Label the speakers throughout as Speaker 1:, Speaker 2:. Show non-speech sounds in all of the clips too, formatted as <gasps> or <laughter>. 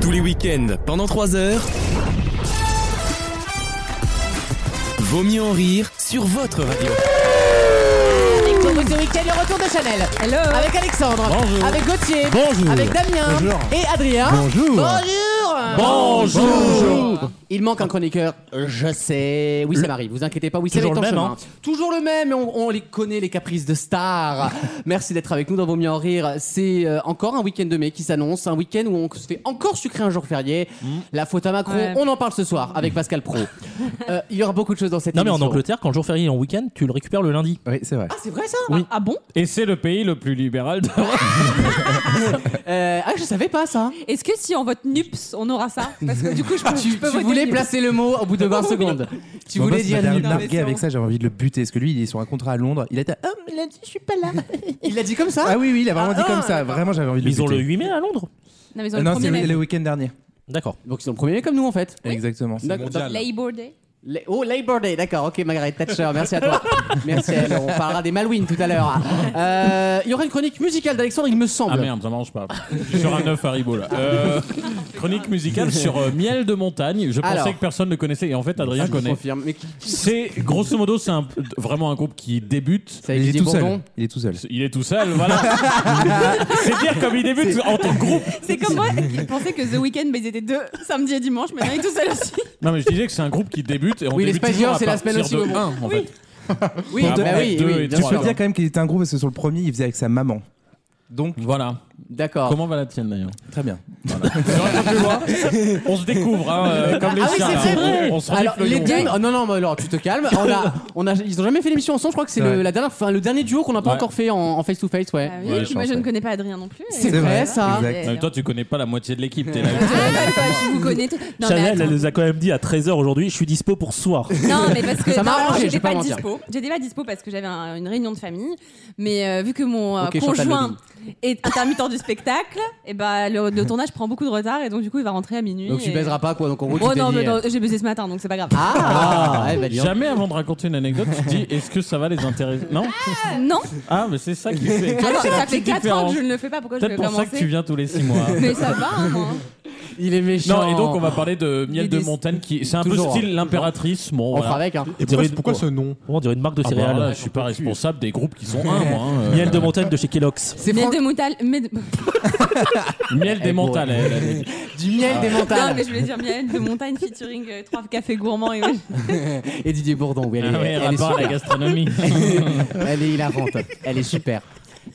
Speaker 1: Tous les week-ends, pendant 3 heures. Vaut mieux en rire sur votre radio.
Speaker 2: Avec Coco ce week-end, le retour de Chanel.
Speaker 3: Hello.
Speaker 2: Avec Alexandre.
Speaker 4: Bonjour.
Speaker 2: Avec Gauthier.
Speaker 4: Bonjour.
Speaker 2: Avec Damien.
Speaker 4: Bonjour.
Speaker 2: Et Adrien.
Speaker 4: Bonjour.
Speaker 2: Bonjour.
Speaker 4: Bonjour.
Speaker 2: Il manque un chroniqueur. Je sais. Oui, ça m'arrive. Vous inquiétez pas. Oui, c'est
Speaker 4: Toujours
Speaker 2: en
Speaker 4: le même,
Speaker 2: chemin.
Speaker 4: hein.
Speaker 2: Toujours le même. et On, on les connaît, les caprices
Speaker 4: <laughs>
Speaker 2: de stars. Merci d'être avec nous dans Vos Mieux en Rire. C'est euh, encore un week-end de mai qui s'annonce. Un week-end où on se fait encore sucrer un jour férié.
Speaker 4: Mm.
Speaker 2: La faute à Macron.
Speaker 3: Ouais.
Speaker 2: On en parle ce soir avec Pascal
Speaker 4: <laughs>
Speaker 2: Pro. Euh, il y aura beaucoup de choses dans cette
Speaker 4: Non mais en
Speaker 2: émission.
Speaker 4: Angleterre, quand le jour férié est en week-end, tu le récupères le lundi.
Speaker 5: Oui, c'est vrai.
Speaker 2: Ah, c'est vrai ça
Speaker 3: Ah bon
Speaker 6: Et c'est le pays le plus libéral de
Speaker 2: Euh, Ah, je savais pas ça.
Speaker 3: Est-ce que si on vote NUPS, on aura ça Parce que du coup, je peux,
Speaker 2: Ah, tu,
Speaker 3: je peux
Speaker 2: tu
Speaker 3: voter
Speaker 2: voulais
Speaker 3: NUPS.
Speaker 2: placer le mot au bout <laughs> de 20 secondes. Tu
Speaker 5: Mon
Speaker 2: voulais
Speaker 5: boss
Speaker 2: dire
Speaker 5: m'a
Speaker 2: nul.
Speaker 3: Non, mais
Speaker 5: largué
Speaker 3: c'est
Speaker 5: avec
Speaker 3: bon.
Speaker 5: ça, j'avais envie de le buter. Parce que lui, il est sur un contrat à Londres. Il était. Ah, mais lundi, je suis pas là.
Speaker 2: Il l'a dit comme ça
Speaker 5: Ah oui, oui, il a vraiment
Speaker 2: Ah,
Speaker 5: dit
Speaker 2: ah,
Speaker 5: comme ça. Vraiment, j'avais envie de
Speaker 4: Mais
Speaker 5: le
Speaker 4: ils ont
Speaker 5: buter.
Speaker 4: le 8 mai à Londres.
Speaker 3: Non, mais ils ont
Speaker 5: Euh,
Speaker 3: le
Speaker 5: Non, c'est
Speaker 3: premier mai.
Speaker 5: le, le week-end dernier.
Speaker 4: D'accord.
Speaker 2: Donc ils sont le premier comme nous en fait.
Speaker 5: Exactement.
Speaker 2: D'accord.
Speaker 6: mondial.
Speaker 3: Labour Day.
Speaker 2: Les- Oh, Labor Day, d'accord, ok, Margaret Thatcher, merci à <laughs> toi. merci à elle, on parlera des Malouines tout à l'heure. Euh, Il y aura une chronique musicale d'Alexandre, il me semble.
Speaker 6: Ah merde, ça mange pas. Je suis <laughs> sur un œuf Haribo là. Euh, chronique
Speaker 2: <laughs>
Speaker 6: musicale sur euh, miel de montagne. Je pensais
Speaker 2: Alors.
Speaker 6: que personne ne connaissait et en fait
Speaker 2: Ah,
Speaker 6: Adrien
Speaker 2: je vous
Speaker 6: connaît.
Speaker 2: confirme. Mais qui-
Speaker 6: C'est grosso modo c'est un- vraiment un groupe qui débute.
Speaker 2: c'est avec
Speaker 5: Il est
Speaker 2: Didier
Speaker 5: tout seul.
Speaker 2: Bourdon
Speaker 5: Il est tout seul.
Speaker 6: Il est tout seul,
Speaker 2: <laughs>
Speaker 6: voilà. c'est dire comme il débute en tant que groupe.
Speaker 3: C'est comme moi <laughs> qui pensais que The Weeknd, mais ils étaient deux <laughs> samedi et dimanche. Maintenant, ils sont tout seuls aussi.
Speaker 6: Non mais je disais que c'est un groupe qui débute et on
Speaker 2: Oui, les
Speaker 6: débute
Speaker 2: Spice Girls,
Speaker 6: toujours à
Speaker 2: c'est la semaine
Speaker 6: partir
Speaker 2: aussi,
Speaker 6: de
Speaker 2: au bout.
Speaker 6: un, en fait.
Speaker 2: Oui,
Speaker 6: Pour
Speaker 2: bah
Speaker 6: deux,
Speaker 2: oui,
Speaker 6: deux
Speaker 2: oui,
Speaker 6: et
Speaker 2: bien
Speaker 5: Tu peux
Speaker 2: sûr.
Speaker 5: dire quand même qu'il était un groupe parce que sur le premier, il faisait avec sa maman. Donc,
Speaker 6: Voilà.
Speaker 2: D'accord.
Speaker 6: Comment va la
Speaker 2: <laughs>
Speaker 6: tienne d'ailleurs
Speaker 5: très bien.
Speaker 6: On se découvre hein, euh, comme les
Speaker 2: Ah oui,
Speaker 6: chiens.
Speaker 2: c'est vrai.
Speaker 6: On, on se renifle
Speaker 2: Alors,
Speaker 6: le
Speaker 2: les
Speaker 6: lion.
Speaker 2: deux. Oh, non, non, mais alors tu te calmes. On
Speaker 6: <laughs>
Speaker 2: a, on a, ils ont jamais fait l'émission ensemble. Je crois que c'est
Speaker 5: C'est
Speaker 2: le,
Speaker 5: vrai.
Speaker 2: la dernière, enfin, le dernier duo qu'on n'a pas
Speaker 6: Ouais.
Speaker 2: encore fait en, en face to face, ouais.
Speaker 3: Ah oui,
Speaker 6: Ouais,
Speaker 3: et puis moi,
Speaker 5: je pense,
Speaker 3: je ne
Speaker 5: ouais.
Speaker 3: connais pas Adrien non plus.
Speaker 2: C'est
Speaker 3: Et
Speaker 2: vrai,
Speaker 3: voilà.
Speaker 2: ça.
Speaker 5: Exact.
Speaker 3: Et
Speaker 6: Non, mais toi, tu connais pas la moitié de l'équipe.
Speaker 2: <laughs>
Speaker 6: T'es là.
Speaker 3: alors- Toi, je vous connais. tous. Non, mais
Speaker 4: Chanel, elle
Speaker 3: attends.
Speaker 4: nous a quand même dit à 13h aujourd'hui, je suis dispo pour ce soir.
Speaker 3: Non, mais parce que
Speaker 2: Ça m'a
Speaker 3: non,
Speaker 2: arrangé, je vais
Speaker 3: j'étais
Speaker 2: pas
Speaker 3: pas,
Speaker 2: mentir.
Speaker 3: dispo. J'étais pas dispo parce que j'avais un- une réunion de famille. Mais euh, vu que mon euh,
Speaker 2: Ok, Chantal
Speaker 3: conjoint est intermittent du spectacle, et bah, le, le tournage prend beaucoup de retard et donc du coup, il va rentrer à minuit.
Speaker 2: Donc tu
Speaker 3: et-
Speaker 2: baiseras pas quoi. Donc en gros, tu
Speaker 3: Oh
Speaker 2: t'es
Speaker 3: non,
Speaker 2: dit,
Speaker 3: mais
Speaker 2: euh,
Speaker 3: non, j'ai baisé ce matin, donc c'est pas grave.
Speaker 2: Ah,
Speaker 3: eh ben,
Speaker 2: ouais, bah, dis donc.
Speaker 6: Jamais avant de raconter une anecdote, tu te dis est-ce que ça va les intéresser Non
Speaker 3: Non,
Speaker 6: Ah, mais c'est ça qui fait.
Speaker 3: Alors,
Speaker 6: c'est la
Speaker 3: ça fait
Speaker 6: petite
Speaker 3: 4 ans
Speaker 6: différence.
Speaker 3: que je ne le fais pas, pourquoi je vais
Speaker 6: Peut-être pour ça que tu
Speaker 3: commencer
Speaker 6: viens tous les 6 mois.
Speaker 3: Mais ça va, hein, moi.
Speaker 2: il est méchant.
Speaker 6: Non, et donc on va parler de miel de
Speaker 3: Des-
Speaker 6: montagne qui. C'est un peu
Speaker 2: Toujours, hein.
Speaker 6: style l'impératrice. Bon,
Speaker 2: On
Speaker 6: voilà.
Speaker 2: fera
Speaker 6: <laughs>
Speaker 2: avec. Hein.
Speaker 4: Et pourquoi, ce nom On dirait une marque de
Speaker 6: Ah bah,
Speaker 4: céréales.
Speaker 6: là, je suis pas responsable des groupes qui sont un, moi. hein, euh.
Speaker 4: Miel de montagne de chez Kellogg's.
Speaker 2: C'est
Speaker 3: Miel
Speaker 2: Fran-
Speaker 3: de montagne. miel de-
Speaker 6: Miel des mentales. elle, elle, elle.
Speaker 2: du miel
Speaker 6: Ah.
Speaker 2: des
Speaker 3: Non,
Speaker 2: montagnes.
Speaker 3: mais je voulais dire miel de montagne featuring 3 cafés gourmands. Et...
Speaker 2: Et Didier Bourdon, oui, elle est,
Speaker 6: Ah oui,
Speaker 2: elle est
Speaker 6: rapport à la
Speaker 2: super.
Speaker 6: gastronomie.
Speaker 2: Elle est hilarante. Elle est super.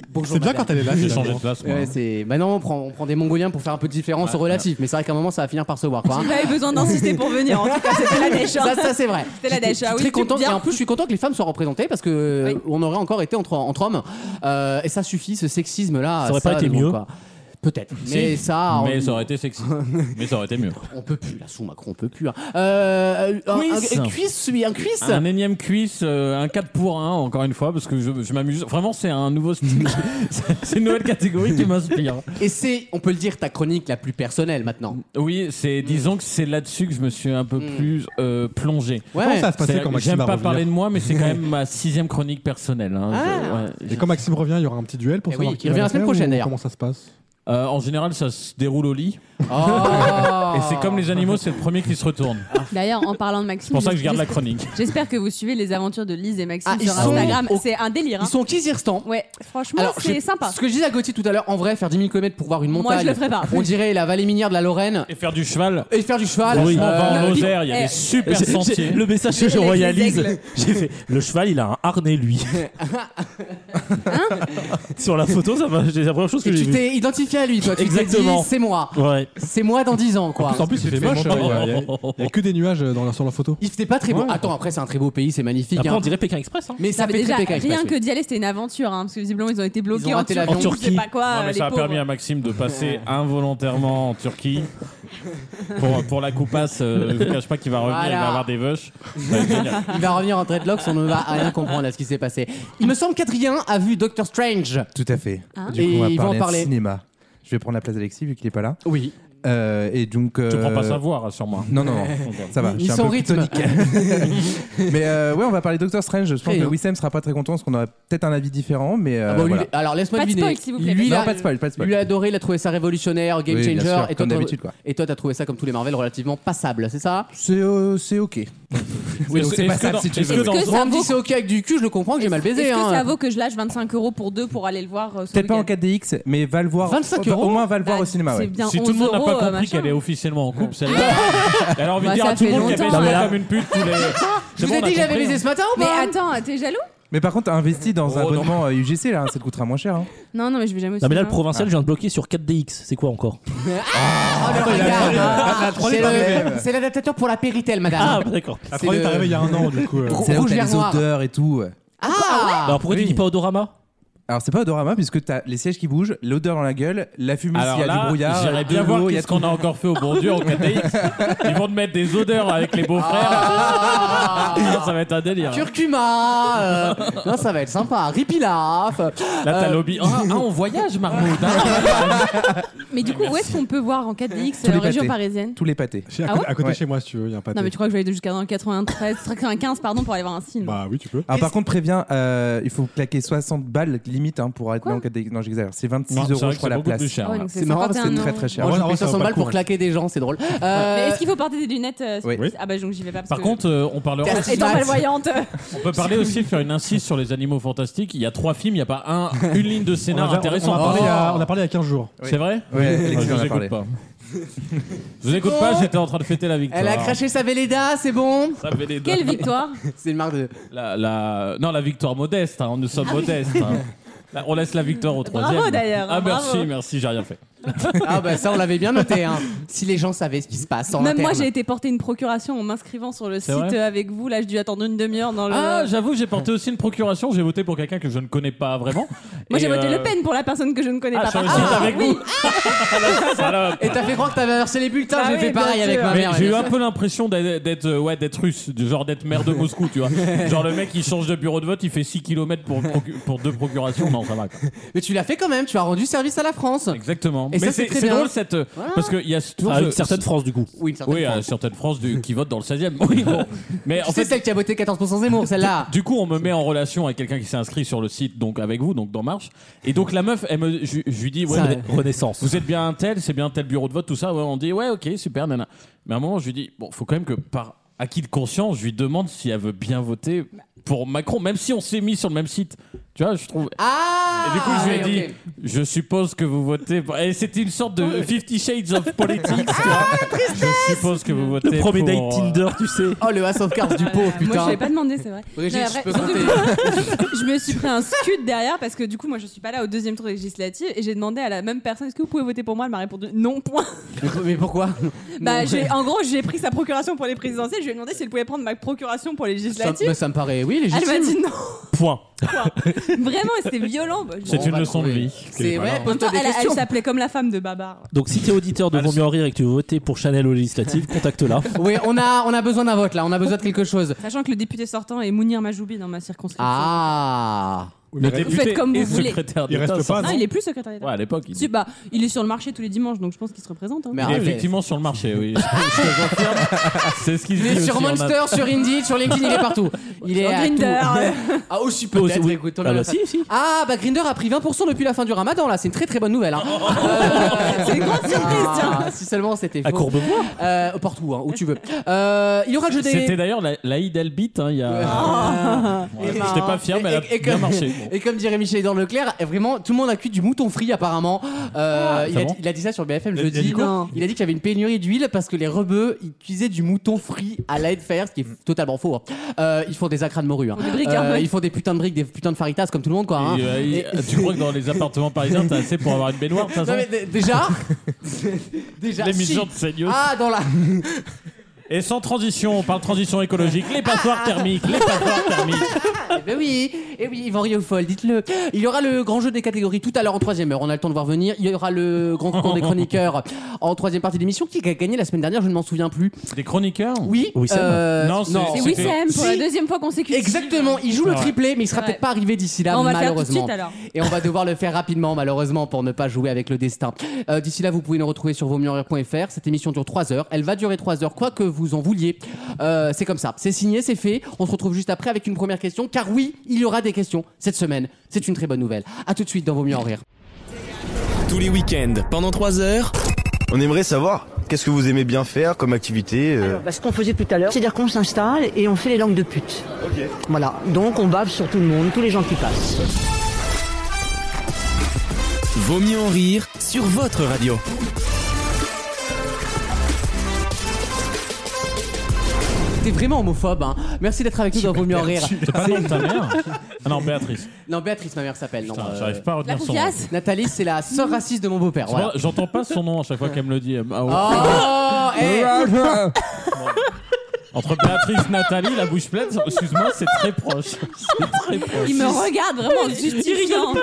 Speaker 2: Bonjour.
Speaker 7: C'est bien
Speaker 2: madame.
Speaker 7: quand elle est là.
Speaker 6: J'ai
Speaker 7: finalement.
Speaker 6: changé de place, moi.
Speaker 2: Ouais, c'est... Bah non, on prend, on prend des Mongoliens pour faire un peu de différence au relatif, mais c'est vrai qu'à un moment ça va finir par se voir.
Speaker 3: <laughs>
Speaker 2: Quoi, hein.
Speaker 3: Il avait besoin d'insister pour venir. En tout cas, c'était la dèche. hein.
Speaker 2: Ça, ça, c'est vrai.
Speaker 3: C'était la
Speaker 2: J'étais-
Speaker 3: dèche,
Speaker 2: j'étais
Speaker 3: ah oui,
Speaker 2: très
Speaker 3: tu
Speaker 2: content.
Speaker 3: bien.
Speaker 2: Et en plus, je suis content que les femmes soient représentées parce que
Speaker 3: Oui.
Speaker 2: on aurait encore été entre, entre hommes. Euh, et ça suffit, ce sexisme là.
Speaker 4: Ça aurait pas été mieux.
Speaker 2: Peut-être. Mais
Speaker 6: Si.
Speaker 2: ça,
Speaker 6: Mais
Speaker 2: on,
Speaker 6: ça aurait été sexy. Mais ça aurait été mieux.
Speaker 2: on peut plus. Là, sous Macron, on peut plus. hein. Euh, un,
Speaker 6: Cuisse.
Speaker 2: un- un cuisse, oui, un cuisse.
Speaker 6: Un énième cuisse, euh, un 4 pour 1, encore une fois, parce que je, je m'amuse. Vraiment, c'est un nouveau style. <laughs> C'est- c'est une nouvelle catégorie qui m'inspire.
Speaker 2: Et c'est, on peut le dire, ta chronique la plus personnelle maintenant.
Speaker 6: Oui, c'est disons que c'est là-dessus que je me suis un
Speaker 2: Hmm.
Speaker 6: peu plus euh, plongé.
Speaker 7: Comment ça va se passer
Speaker 6: C'est-
Speaker 7: quand Maxime hein.
Speaker 6: J'aime
Speaker 7: va
Speaker 6: pas
Speaker 7: revenir
Speaker 6: parler de moi, mais c'est quand
Speaker 7: <laughs>
Speaker 6: même ma sixième chronique personnelle. hein.
Speaker 2: Ah.
Speaker 6: Je- ouais.
Speaker 7: Et quand Maxime revient, il y aura un petit duel pour
Speaker 2: Eh
Speaker 7: savoir
Speaker 2: oui,
Speaker 7: qui
Speaker 2: il revient
Speaker 7: va
Speaker 2: la semaine
Speaker 7: faire ou
Speaker 2: prochaine, d'ailleurs. Ah,
Speaker 7: Comment ça se passe
Speaker 6: Euh, en général, ça se déroule au lit.
Speaker 2: Oh.
Speaker 6: <laughs> Et c'est comme les animaux, c'est le premier qui se retourne.
Speaker 3: D'ailleurs, en parlant de Maxime.
Speaker 6: C'est pour ça que je garde la
Speaker 2: <laughs>
Speaker 3: j'espère-
Speaker 6: chronique.
Speaker 3: J'espère que vous suivez les aventures de Lise et Maxime
Speaker 2: Ah, ils
Speaker 3: sur
Speaker 2: sont
Speaker 3: Instagram.
Speaker 2: au-
Speaker 3: C'est un délire. hein.
Speaker 2: Ils sont au Kyrgyzstan.
Speaker 3: Ouais, franchement, c'est
Speaker 2: je-
Speaker 3: sympa.
Speaker 2: Ce que je disais à Gauthier tout à l'heure, en vrai, faire 10 000 km pour voir une
Speaker 3: Moi,
Speaker 2: montagne.
Speaker 3: je le ferais pas.
Speaker 2: On dirait la vallée minière de la Lorraine.
Speaker 6: Et faire du cheval.
Speaker 2: Et faire du cheval.
Speaker 4: Oui.
Speaker 6: On va en
Speaker 2: Euh,
Speaker 6: Lozère, il y a
Speaker 3: Eh,
Speaker 6: des super
Speaker 4: J'ai-
Speaker 6: sentiers.
Speaker 4: j'ai- Le message que
Speaker 3: Avec
Speaker 4: je
Speaker 3: les
Speaker 4: royalise,
Speaker 3: aigles.
Speaker 4: j'ai fait le cheval, il a un harnais lui. Hein Sur la photo, ça m'a- c'est la première chose que
Speaker 2: et
Speaker 4: j'ai
Speaker 2: tu
Speaker 4: vue.
Speaker 2: t'es identifié à lui, toi. Tu t'es dit,
Speaker 4: Exactement.
Speaker 2: C'est moi.
Speaker 4: Ouais.
Speaker 2: C'est moi dans 10 ans, quoi.
Speaker 7: En plus, il fait moche. Il y a- il y a- il y a que des nuages euh, dans la- sur la photo.
Speaker 2: Il c'était pas très beau. Attends, après, c'est un très beau pays, c'est magnifique.
Speaker 4: Après,
Speaker 2: hein.
Speaker 4: on dirait Pékin Express. Hein.
Speaker 2: Mais ça
Speaker 3: Non, mais
Speaker 2: fait
Speaker 3: déjà,
Speaker 2: très Pékin
Speaker 3: rien
Speaker 2: Express,
Speaker 3: que d'y aller, c'était une aventure, hein, parce que visiblement, ils ont été bloqués
Speaker 2: Ils ont
Speaker 3: en
Speaker 2: raté l'avion.
Speaker 3: Turquie.
Speaker 4: En
Speaker 3: Je sais
Speaker 4: Turquie.
Speaker 3: pas quoi,
Speaker 6: Non, mais
Speaker 3: les
Speaker 6: ça a
Speaker 3: pauvres.
Speaker 6: permis à Maxime de passer involontairement en Turquie. Pour, pour la coupasse, euh, je ne cache pas qu'il va revenir, il
Speaker 2: Voilà.
Speaker 6: va avoir des veuches. Ça va être génial.
Speaker 2: oui. Il va revenir en dreadlocks, on ne va rien comprendre à ce qui s'est passé. Il me semble qu'Adrien a vu Doctor Strange.
Speaker 5: Tout à fait.
Speaker 3: Hein
Speaker 5: du coup, on
Speaker 2: Et
Speaker 5: va
Speaker 2: il va en
Speaker 5: parler,
Speaker 2: parler.
Speaker 5: cinéma. Je vais prendre la place d'Alexis vu qu'il est pas là.
Speaker 2: Oui.
Speaker 5: Euh, et donc.
Speaker 4: Je
Speaker 5: euh,
Speaker 4: prends pas ça voir, sûrement.
Speaker 5: Non, non, non, ça va.
Speaker 2: Ni- ni
Speaker 5: je suis un
Speaker 2: son
Speaker 5: peu
Speaker 2: rythme.
Speaker 5: tonique. <laughs> mais euh, ouais, on va parler Doctor Strange. Je pense
Speaker 2: Très
Speaker 5: que
Speaker 2: bien.
Speaker 5: Wissem sera pas très content parce qu'on aura peut-être un avis différent, mais. euh,
Speaker 2: Ah bon, lui,
Speaker 5: voilà.
Speaker 2: il est- Alors laisse-moi
Speaker 3: Pas de
Speaker 2: deviner.
Speaker 3: spoil, s'il vous plaît.
Speaker 2: Lui, il
Speaker 5: Non,
Speaker 2: a-
Speaker 5: pas de spoil, pas de spoil.
Speaker 2: lui, il a adoré, il a trouvé ça révolutionnaire, game
Speaker 5: Oui, bien
Speaker 2: changer.
Speaker 5: sûr,
Speaker 2: et toi,
Speaker 5: comme
Speaker 2: t'as-
Speaker 5: d'habitude, quoi.
Speaker 2: Et toi, t'as trouvé ça comme tous les Marvel relativement passable, c'est ça
Speaker 5: C'est euh, c'est ok.
Speaker 4: Oui,
Speaker 5: Donc, c'est
Speaker 4: est-ce
Speaker 5: pas
Speaker 4: que
Speaker 5: ça,
Speaker 4: dans-
Speaker 5: si tu
Speaker 4: est-ce
Speaker 5: veux.
Speaker 4: que dans-
Speaker 3: Est-ce que ça
Speaker 2: On me dit
Speaker 3: vaut-
Speaker 2: c'est ok avec du cul, je le comprends que j'ai mal baisé.
Speaker 3: Est-ce
Speaker 2: hein.
Speaker 3: que ça vaut que je lâche 25 euros pour deux pour aller le voir euh, ce
Speaker 5: Peut-être pas en
Speaker 3: week-end
Speaker 5: 4DX, mais va le voir.
Speaker 2: 25
Speaker 5: au-
Speaker 2: euros
Speaker 5: Au moins, va le voir
Speaker 3: Bah,
Speaker 5: au cinéma.
Speaker 3: C'est
Speaker 5: ouais.
Speaker 3: bien
Speaker 4: Si tout le monde
Speaker 3: 11
Speaker 4: n'a
Speaker 3: euros,
Speaker 4: pas
Speaker 3: euh,
Speaker 4: compris
Speaker 3: machin.
Speaker 6: qu'elle est officiellement en couple, celle-là.
Speaker 2: Ah
Speaker 4: Elle a envie de
Speaker 3: Bah,
Speaker 4: dire
Speaker 3: ça
Speaker 4: à tout le
Speaker 3: fait
Speaker 4: monde qu'elle baise
Speaker 3: longtemps,
Speaker 4: pas
Speaker 3: alors.
Speaker 4: comme une pute
Speaker 2: <laughs>
Speaker 4: tous les.
Speaker 2: Je vous ai dit que j'avais
Speaker 6: hein.
Speaker 5: hein.
Speaker 2: baisé ce matin ou
Speaker 3: Mais
Speaker 2: pas
Speaker 3: attends, t'es jaloux
Speaker 5: Mais par contre, investi dans un
Speaker 4: Oh, non.
Speaker 5: abonnement euh, UGC, là, hein, ça te coûtera moins cher. hein.
Speaker 3: Non, non, mais je vais jamais. au
Speaker 8: Non mais là le
Speaker 3: cinéma.
Speaker 8: provincial je viens de bloquer sur 4DX, c'est quoi encore
Speaker 2: Oh, le regard.
Speaker 5: Ah,
Speaker 2: C'est le- C'est l'adaptateur pour la péritel,
Speaker 8: Ah
Speaker 2: madame.
Speaker 8: bah, d'accord.
Speaker 7: La
Speaker 2: C'est
Speaker 7: première est
Speaker 2: le-
Speaker 7: arrivée il y a un an, du coup. euh.
Speaker 2: Rou-
Speaker 5: C'est là où
Speaker 2: rouge
Speaker 5: t'as
Speaker 2: vert
Speaker 5: les
Speaker 2: noir.
Speaker 5: odeurs et tout. ouais.
Speaker 2: Ah
Speaker 8: Alors pourquoi tu dis pas Odorama
Speaker 5: Alors, c'est pas Odorama, puisque t'as les sièges qui bougent, l'odeur dans la gueule, la fumée s'il y
Speaker 6: Alors
Speaker 5: a du
Speaker 6: là,
Speaker 5: brouillard.
Speaker 6: j'irais
Speaker 5: de
Speaker 6: bien voir
Speaker 5: l'eau, il y a
Speaker 6: qu'est-ce qu'on a encore fait au bon Dieu
Speaker 5: <laughs>
Speaker 6: en KTX. Ils vont te mettre des odeurs avec les beaux-frères.
Speaker 2: Ah.
Speaker 6: Ça va être un délire.
Speaker 2: Curcuma
Speaker 3: <laughs>
Speaker 2: euh, Non, ça va être sympa. Ripilaf
Speaker 6: Là, t'as
Speaker 2: Euh,
Speaker 6: lobby. Ah, ah, on voyage, Marmoud.
Speaker 2: <laughs>
Speaker 6: hein.
Speaker 3: Mais du coup, où est-ce qu'on peut voir en 4DX
Speaker 5: Tous les
Speaker 3: euh, région
Speaker 5: pâtés.
Speaker 3: parisienne
Speaker 5: Tous les pâtés.
Speaker 7: <laughs> Chez- à,
Speaker 3: Ah
Speaker 7: côté-
Speaker 3: ouais
Speaker 7: à côté
Speaker 5: Ouais.
Speaker 7: chez moi, si tu veux, il y a un pâté.
Speaker 3: Non, mais tu crois que je vais aller jusqu'à dans le <laughs> 93, 95, pardon, pour aller voir un film
Speaker 7: Bah oui, tu peux.
Speaker 5: Ah, par contre, préviens, euh, il faut claquer 60 balles limite hein, pour être
Speaker 3: Quoi
Speaker 5: dans le cadre- Non, j'exagère. C'est 26
Speaker 6: Non, c'est
Speaker 5: euros,
Speaker 6: vrai
Speaker 5: je
Speaker 6: que
Speaker 5: crois,
Speaker 6: c'est
Speaker 5: la
Speaker 6: beaucoup
Speaker 5: place.
Speaker 6: plus cher.
Speaker 3: Ouais,
Speaker 6: ouais.
Speaker 3: donc
Speaker 2: C'est marrant parce que
Speaker 5: C'est
Speaker 3: 51
Speaker 5: très
Speaker 3: euros.
Speaker 5: très cher.
Speaker 2: Oh, Moi,
Speaker 7: Ouais,
Speaker 2: je
Speaker 7: non,
Speaker 2: paye
Speaker 7: ça
Speaker 2: 500
Speaker 7: vaut pas le
Speaker 2: balles
Speaker 7: coup,
Speaker 2: pour
Speaker 7: ouais.
Speaker 2: claquer des gens, c'est drôle. Euh,
Speaker 3: Mais est-ce qu'il faut porter des lunettes euh,
Speaker 5: Oui.
Speaker 3: Ah bah donc j'y vais pas parce
Speaker 6: Par
Speaker 3: que- Ah,
Speaker 6: contre, euh, on parlera aussi.
Speaker 3: étant malvoyante.
Speaker 6: On peut parler aussi de faire une insiste sur les animaux fantastiques. Il y a trois films, il n'y a pas un, une ligne de
Speaker 7: On, a,
Speaker 6: scénar
Speaker 7: on a
Speaker 6: intéressant.
Speaker 7: parlé il y a-
Speaker 2: Ah, Oh.
Speaker 7: on a parlé il y a 15 jours.
Speaker 5: Oui.
Speaker 6: C'est vrai
Speaker 5: Ouais,
Speaker 6: Ah,
Speaker 5: Alexis
Speaker 6: Je
Speaker 5: en
Speaker 6: vous
Speaker 5: a
Speaker 6: écoute
Speaker 5: parlé. <laughs>
Speaker 6: pas. Je vous écoute pas, j'étais en train de fêter la victoire.
Speaker 2: Elle a craché sa Véleda, c'est
Speaker 6: <laughs>
Speaker 2: bon
Speaker 6: Ça fait des
Speaker 3: Quelle
Speaker 6: doigts.
Speaker 3: victoire
Speaker 2: C'est une marque de.
Speaker 6: La, la- Non, la victoire modeste. hein, Nous sommes
Speaker 3: <laughs>
Speaker 6: modestes. hein. Là, On laisse la victoire au
Speaker 3: Ah Bravo,
Speaker 6: troisième.
Speaker 3: d'ailleurs,
Speaker 6: Ah,
Speaker 3: bravo.
Speaker 6: merci, merci, j'ai rien fait.
Speaker 2: Ah bah ça, on l'avait bien noté. Hein. Si les gens savaient ce qui se passe en
Speaker 3: Même moi
Speaker 2: interne.
Speaker 3: j'ai été porter une procuration en m'inscrivant sur le
Speaker 6: C'est
Speaker 3: site
Speaker 6: vrai
Speaker 3: euh, avec vous. Là, j'ai dû attendre une demi-heure dans le.
Speaker 6: Ah, j'avoue, j'ai porté aussi une procuration. J'ai voté pour quelqu'un que je ne connais pas vraiment.
Speaker 3: moi
Speaker 6: Et,
Speaker 3: j'ai voté
Speaker 6: euh,
Speaker 3: Le Pen pour la personne que je ne connais
Speaker 6: Ah,
Speaker 3: pas.
Speaker 6: sur le
Speaker 3: par
Speaker 6: site
Speaker 3: contre.
Speaker 6: avec
Speaker 3: Oui.
Speaker 6: vous. Ah, la <laughs> salope.
Speaker 2: Et t'as fait croire que t'avais versé les bulletins,
Speaker 3: Bah
Speaker 2: j'ai
Speaker 3: oui,
Speaker 2: fait
Speaker 3: bien
Speaker 2: pareil avec
Speaker 3: sûr.
Speaker 2: ma
Speaker 6: Mais
Speaker 2: mère.
Speaker 6: j'ai eu un peu l'impression d'être d'être, euh, ouais, d'être russe, du genre
Speaker 2: <laughs>
Speaker 6: d'être maire de Moscou, tu vois. Genre le mec il change de bureau de vote, il fait 6 km pour, procu- pour deux procurations, non ça va. quoi.
Speaker 2: Mais tu l'as fait quand même, tu as rendu service à la France.
Speaker 6: Exactement.
Speaker 2: Et ça,
Speaker 6: Mais
Speaker 2: c'est
Speaker 6: c'est
Speaker 2: très
Speaker 6: c'est
Speaker 2: bien.
Speaker 6: drôle cette euh, parce qu'il y a toujours
Speaker 8: Ah,
Speaker 6: ce-
Speaker 8: une certaine
Speaker 6: ce-
Speaker 8: France du coup.
Speaker 2: Oui, une certaine
Speaker 6: oui,
Speaker 2: France.
Speaker 6: euh, certaines France du- qui votent dans le 16e. Oui, bon. Mais en
Speaker 2: c'est
Speaker 6: fait
Speaker 2: celle qui a voté 14% Zemmour, celle-là.
Speaker 6: du coup, on me met en relation avec quelqu'un qui s'est inscrit sur le site, donc avec vous, donc dans Marche. Et donc la meuf, elle me, je, je lui dis, ouais,
Speaker 2: Ça,
Speaker 6: mais-
Speaker 2: ouais.
Speaker 8: Renaissance.
Speaker 6: Vous êtes bien un tel, c'est bien un tel bureau de vote, tout ça. Ouais, on dit ouais, ok, super, nana. Mais à un moment, je lui dis bon, faut quand même que par acquis de conscience, je lui demande si elle veut bien voter pour Macron, même si on s'est mis sur le même site. Tu vois, je trouve.
Speaker 2: Ah
Speaker 6: Et du coup, je lui ai
Speaker 2: oui,
Speaker 6: dit
Speaker 2: ok.
Speaker 6: je suppose que vous votez. Pour... Et c'était une sorte de 50 Shades of Politics. tu
Speaker 2: Ah,
Speaker 6: vois. je suppose que vous votez.
Speaker 8: Le premier
Speaker 6: pour,
Speaker 8: date
Speaker 6: euh,
Speaker 8: Tinder, tu sais.
Speaker 2: Oh, le House of Cards du pauvre, putain.
Speaker 3: Euh, Moi je l'ai pas demandé, c'est vrai.
Speaker 2: Brigitte,
Speaker 3: Non,
Speaker 2: je
Speaker 3: après,
Speaker 2: peux
Speaker 3: surtout
Speaker 2: compter.
Speaker 3: que je me suis pris un scud derrière parce que du coup, moi je suis pas là au deuxième tour législatif et j'ai demandé à la même personne est-ce que vous pouvez voter pour moi Elle m'a répondu non, point.
Speaker 2: Mais, mais pourquoi
Speaker 3: Bah,
Speaker 2: Non.
Speaker 3: j'ai, en gros, j'ai pris sa procuration pour les présidentielles. Je lui ai demandé si elle pouvait prendre ma procuration pour les
Speaker 2: ça,
Speaker 3: législatives.
Speaker 2: bah, ça me paraît, oui,
Speaker 3: Elle
Speaker 2: légitime.
Speaker 3: m'a dit non.
Speaker 6: Point.
Speaker 3: Vraiment, c'était violent. Bah, je-
Speaker 6: C'est
Speaker 2: Bon,
Speaker 6: une
Speaker 2: on va
Speaker 6: leçon de
Speaker 2: trouver.
Speaker 6: vie.
Speaker 2: C'est ouais,
Speaker 3: En même temps,
Speaker 2: pose-toi des
Speaker 3: elle, elle
Speaker 2: questions.
Speaker 3: s'appelait comme la femme de Babar.
Speaker 8: Donc si t'es auditeur de Vaut mieux en rire et que tu veux voter pour Chanel aux législatives, contacte-la.
Speaker 2: Oui, on a, on a besoin d'un vote là, on a besoin de quelque
Speaker 3: <laughs>
Speaker 2: chose.
Speaker 3: Sachant que le député sortant est Mounir Majoubi dans ma circonscription.
Speaker 2: Ah
Speaker 7: Oui,
Speaker 6: Le
Speaker 7: mais-
Speaker 3: Vous faites comme
Speaker 6: et
Speaker 3: vous voulez.
Speaker 6: secrétaire
Speaker 7: Il
Speaker 6: d'État,
Speaker 7: reste
Speaker 6: ça-
Speaker 7: pas,
Speaker 3: non, il est plus secrétaire d'État.
Speaker 6: Ouais, à l'époque. il-
Speaker 3: Si, bah, il est sur le marché tous les dimanches, donc je pense qu'il se représente. hein.
Speaker 2: Mais
Speaker 8: Ah,
Speaker 6: Il est
Speaker 2: arrête.
Speaker 6: effectivement sur le marché,
Speaker 8: <laughs>
Speaker 6: oui. Je- je te confirme. C'est ce qu'il
Speaker 2: Il
Speaker 6: dit.
Speaker 2: est sur
Speaker 6: aussi, on a-
Speaker 2: Monster, sur Indeed, sur LinkedIn, il est partout. Il est
Speaker 3: Sur
Speaker 2: à
Speaker 3: Grindr.
Speaker 2: tout. Ah aussi peut-être,
Speaker 8: oui.
Speaker 2: écoute, on
Speaker 8: Ah
Speaker 2: a
Speaker 8: bah
Speaker 2: ça.
Speaker 8: si, si.
Speaker 2: Ah bah Grinder a pris 20% depuis la fin du Ramadan là, c'est une très très bonne nouvelle. hein. Euh,
Speaker 3: <laughs> C'est une grande surprise, tiens.
Speaker 2: ah, si seulement c'était
Speaker 8: À
Speaker 2: faux.
Speaker 8: Courbevoie.
Speaker 2: Euh, partout, hein, où tu veux. Euh, il y aura le jeu des.
Speaker 6: C'était d'ailleurs la, la Eid Albit, hein, il y
Speaker 2: Euh,
Speaker 6: a.
Speaker 3: Oh.
Speaker 2: Ah.
Speaker 6: Ouais, J'étais pas fier, mais elle a
Speaker 2: Et- et- et
Speaker 6: bien
Speaker 2: comme- <laughs>
Speaker 6: marché. Bon.
Speaker 2: Et comme dirait Michel dans Leclerc, eh, vraiment, tout le monde a cuit du mouton frit apparemment. <gasps> Euh, il, a,
Speaker 6: bon
Speaker 2: il a dit ça sur BFM
Speaker 7: Il a- il a
Speaker 2: jeudi.
Speaker 7: dit quoi
Speaker 2: Non. Il a dit qu'il y avait une pénurie d'huile parce que les rebeux ils cuisaient du mouton frit à l'aide fer, ce qui est
Speaker 6: Mm.
Speaker 2: totalement faux. hein. Euh, ils font des acras de morue. hein.
Speaker 3: Des briques, hein, ouais.
Speaker 2: ils font des putains de briques, des putains de faritas comme tout le monde quoi. hein.
Speaker 6: Et, euh,
Speaker 2: Et-
Speaker 6: il- Tu crois que dans les appartements parisiens, t'as assez pour avoir une baignoire de toute
Speaker 2: Non,
Speaker 6: <laughs> façon
Speaker 2: mais d- <laughs> déjà, déjà, si.
Speaker 6: L'émission de Seigneau.
Speaker 2: Ah, dans la.
Speaker 6: Et sans transition, on parle transition écologique, les passoires thermiques, les passoires thermiques.
Speaker 2: Eh ben oui, et oui, Yvan Rioufol, dites-le. Il y aura le grand jeu des catégories tout à l'heure en troisième heure. On a le temps de voir venir. Il y aura le grand concours des chroniqueurs en troisième partie d'émission. Qui a gagné la semaine dernière Je ne m'en souviens plus.
Speaker 6: Des chroniqueurs
Speaker 2: Oui.
Speaker 8: Wissem
Speaker 2: euh,
Speaker 6: Non, c'est-
Speaker 3: C'est
Speaker 6: C'était-
Speaker 2: <laughs>
Speaker 3: Wissem pour la
Speaker 2: Si.
Speaker 3: deuxième fois consécutive.
Speaker 2: Exactement. Il joue le
Speaker 6: Ouais.
Speaker 2: triplé, mais il sera
Speaker 3: Ouais.
Speaker 2: peut-être pas arrivé d'ici là,
Speaker 3: On va le faire tout de
Speaker 2: malheureusement.
Speaker 3: suite alors.
Speaker 2: Et on va devoir le faire rapidement, malheureusement, pour ne pas jouer avec le destin. Euh, D'ici là, vous pouvez nous retrouver sur vosmieuxenrire.fr. Cette émission dure 3 heures. Elle va durer 3 heures, quoi que vous en vouliez. Euh, c'est comme ça. C'est signé, c'est fait. On se retrouve juste après avec une première question, car oui, il y aura des questions cette semaine. C'est une très bonne nouvelle. À tout de suite dans Vaut mieux en rire.
Speaker 1: Tous les week-ends, pendant 3 heures,
Speaker 9: On aimerait savoir qu'est-ce que vous aimez bien faire comme activité. euh,
Speaker 10: Alors, bah, ce qu'on faisait tout à l'heure, c'est-à-dire qu'on s'installe et on fait les langues de pute. Voilà, donc on bave sur tout le monde, tous les gens qui passent.
Speaker 1: Vaut mieux en rire sur votre radio.
Speaker 2: T'es vraiment homophobe, hein. Merci d'être avec nous dans Vaut mieux en rire.
Speaker 6: C'est pas le nom de ta mère
Speaker 2: <laughs>
Speaker 6: Ah non, Béatrice.
Speaker 2: Non, Béatrice, ma mère s'appelle. Non,
Speaker 6: Putain,
Speaker 2: euh,
Speaker 6: J'arrive pas Mmh. à
Speaker 3: La
Speaker 6: retenir son nom.
Speaker 3: poufiasse
Speaker 2: Nathalie, c'est la sœur raciste de mon beau-père.
Speaker 6: C'est
Speaker 2: voilà.
Speaker 6: pas- J'entends pas son nom à chaque fois qu'elle me le dit. Ah ouais.
Speaker 2: Oh, eh. <laughs>
Speaker 6: Entre Béatrice, Nathalie, la bouche pleine, excuse-moi, c'est très proche. C'est très proche.
Speaker 3: Il me regarde vraiment en justifiant.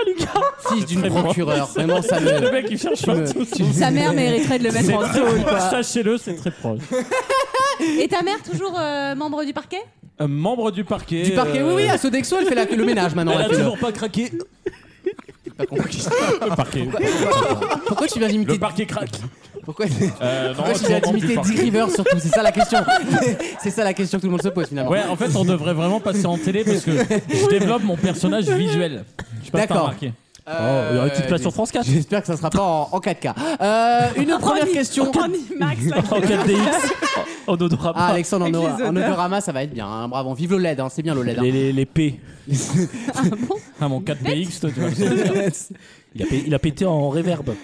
Speaker 2: fils d'une
Speaker 6: Très bon.
Speaker 2: procureure. Vraiment, ça me.
Speaker 6: Le mec, il cherche
Speaker 2: tu
Speaker 6: pas
Speaker 2: me-
Speaker 6: tout.
Speaker 2: tu me-
Speaker 3: Sa mère mériterait de le mettre
Speaker 6: C'est
Speaker 3: en
Speaker 6: très
Speaker 3: tôle.
Speaker 6: proche,
Speaker 3: quoi.
Speaker 6: Sachez-le, c'est très proche.
Speaker 3: Et ta mère toujours euh, membre du parquet
Speaker 6: Un membre du parquet.
Speaker 2: Euh, Du parquet, oui, ah, oui, à Sodexo, elle fait la- le ménage maintenant.
Speaker 6: euh, Elle a
Speaker 2: elle fait le-
Speaker 6: toujours pas
Speaker 2: <laughs>
Speaker 6: craqué.
Speaker 2: pas compris.
Speaker 6: Le parquet.
Speaker 2: Pourquoi tu viens d'imiter.
Speaker 6: Le
Speaker 2: <laughs>
Speaker 6: parquet craque.
Speaker 2: Pourquoi,
Speaker 6: Euh, non,
Speaker 2: pourquoi tu
Speaker 6: c'est
Speaker 2: viens
Speaker 6: un membre du
Speaker 2: d'imiter
Speaker 6: parquet.
Speaker 2: Dick Rivers surtout C'est ça la question. <laughs> C'est ça la question que tout le monde se pose finalement.
Speaker 6: Ouais, en fait, on devrait vraiment passer en télé parce que je développe mon personnage visuel. Je sais pas si t'as
Speaker 2: D'accord.
Speaker 6: remarqué. Oh,
Speaker 2: Euh,
Speaker 8: Oh, il y aurait une petite place sur France 4.
Speaker 2: <laughs> J'espère que ça sera pas en, en 4K. Euh, une première question.
Speaker 6: <laughs>
Speaker 3: Ah
Speaker 6: Oh,
Speaker 8: en 4DX, en en odorama.
Speaker 2: Ah, Alexandre, en,
Speaker 3: Avec les
Speaker 2: en
Speaker 3: odeurs.
Speaker 2: odorama, ça va être bien. hein. Bravo, vive le LED, hein, c'est bien le LED. hein.
Speaker 8: les, les, les P.
Speaker 6: Ah, mon 4DX, toi,
Speaker 8: <laughs>
Speaker 6: tu vois.
Speaker 8: Il a, pé- il a pété en réverb.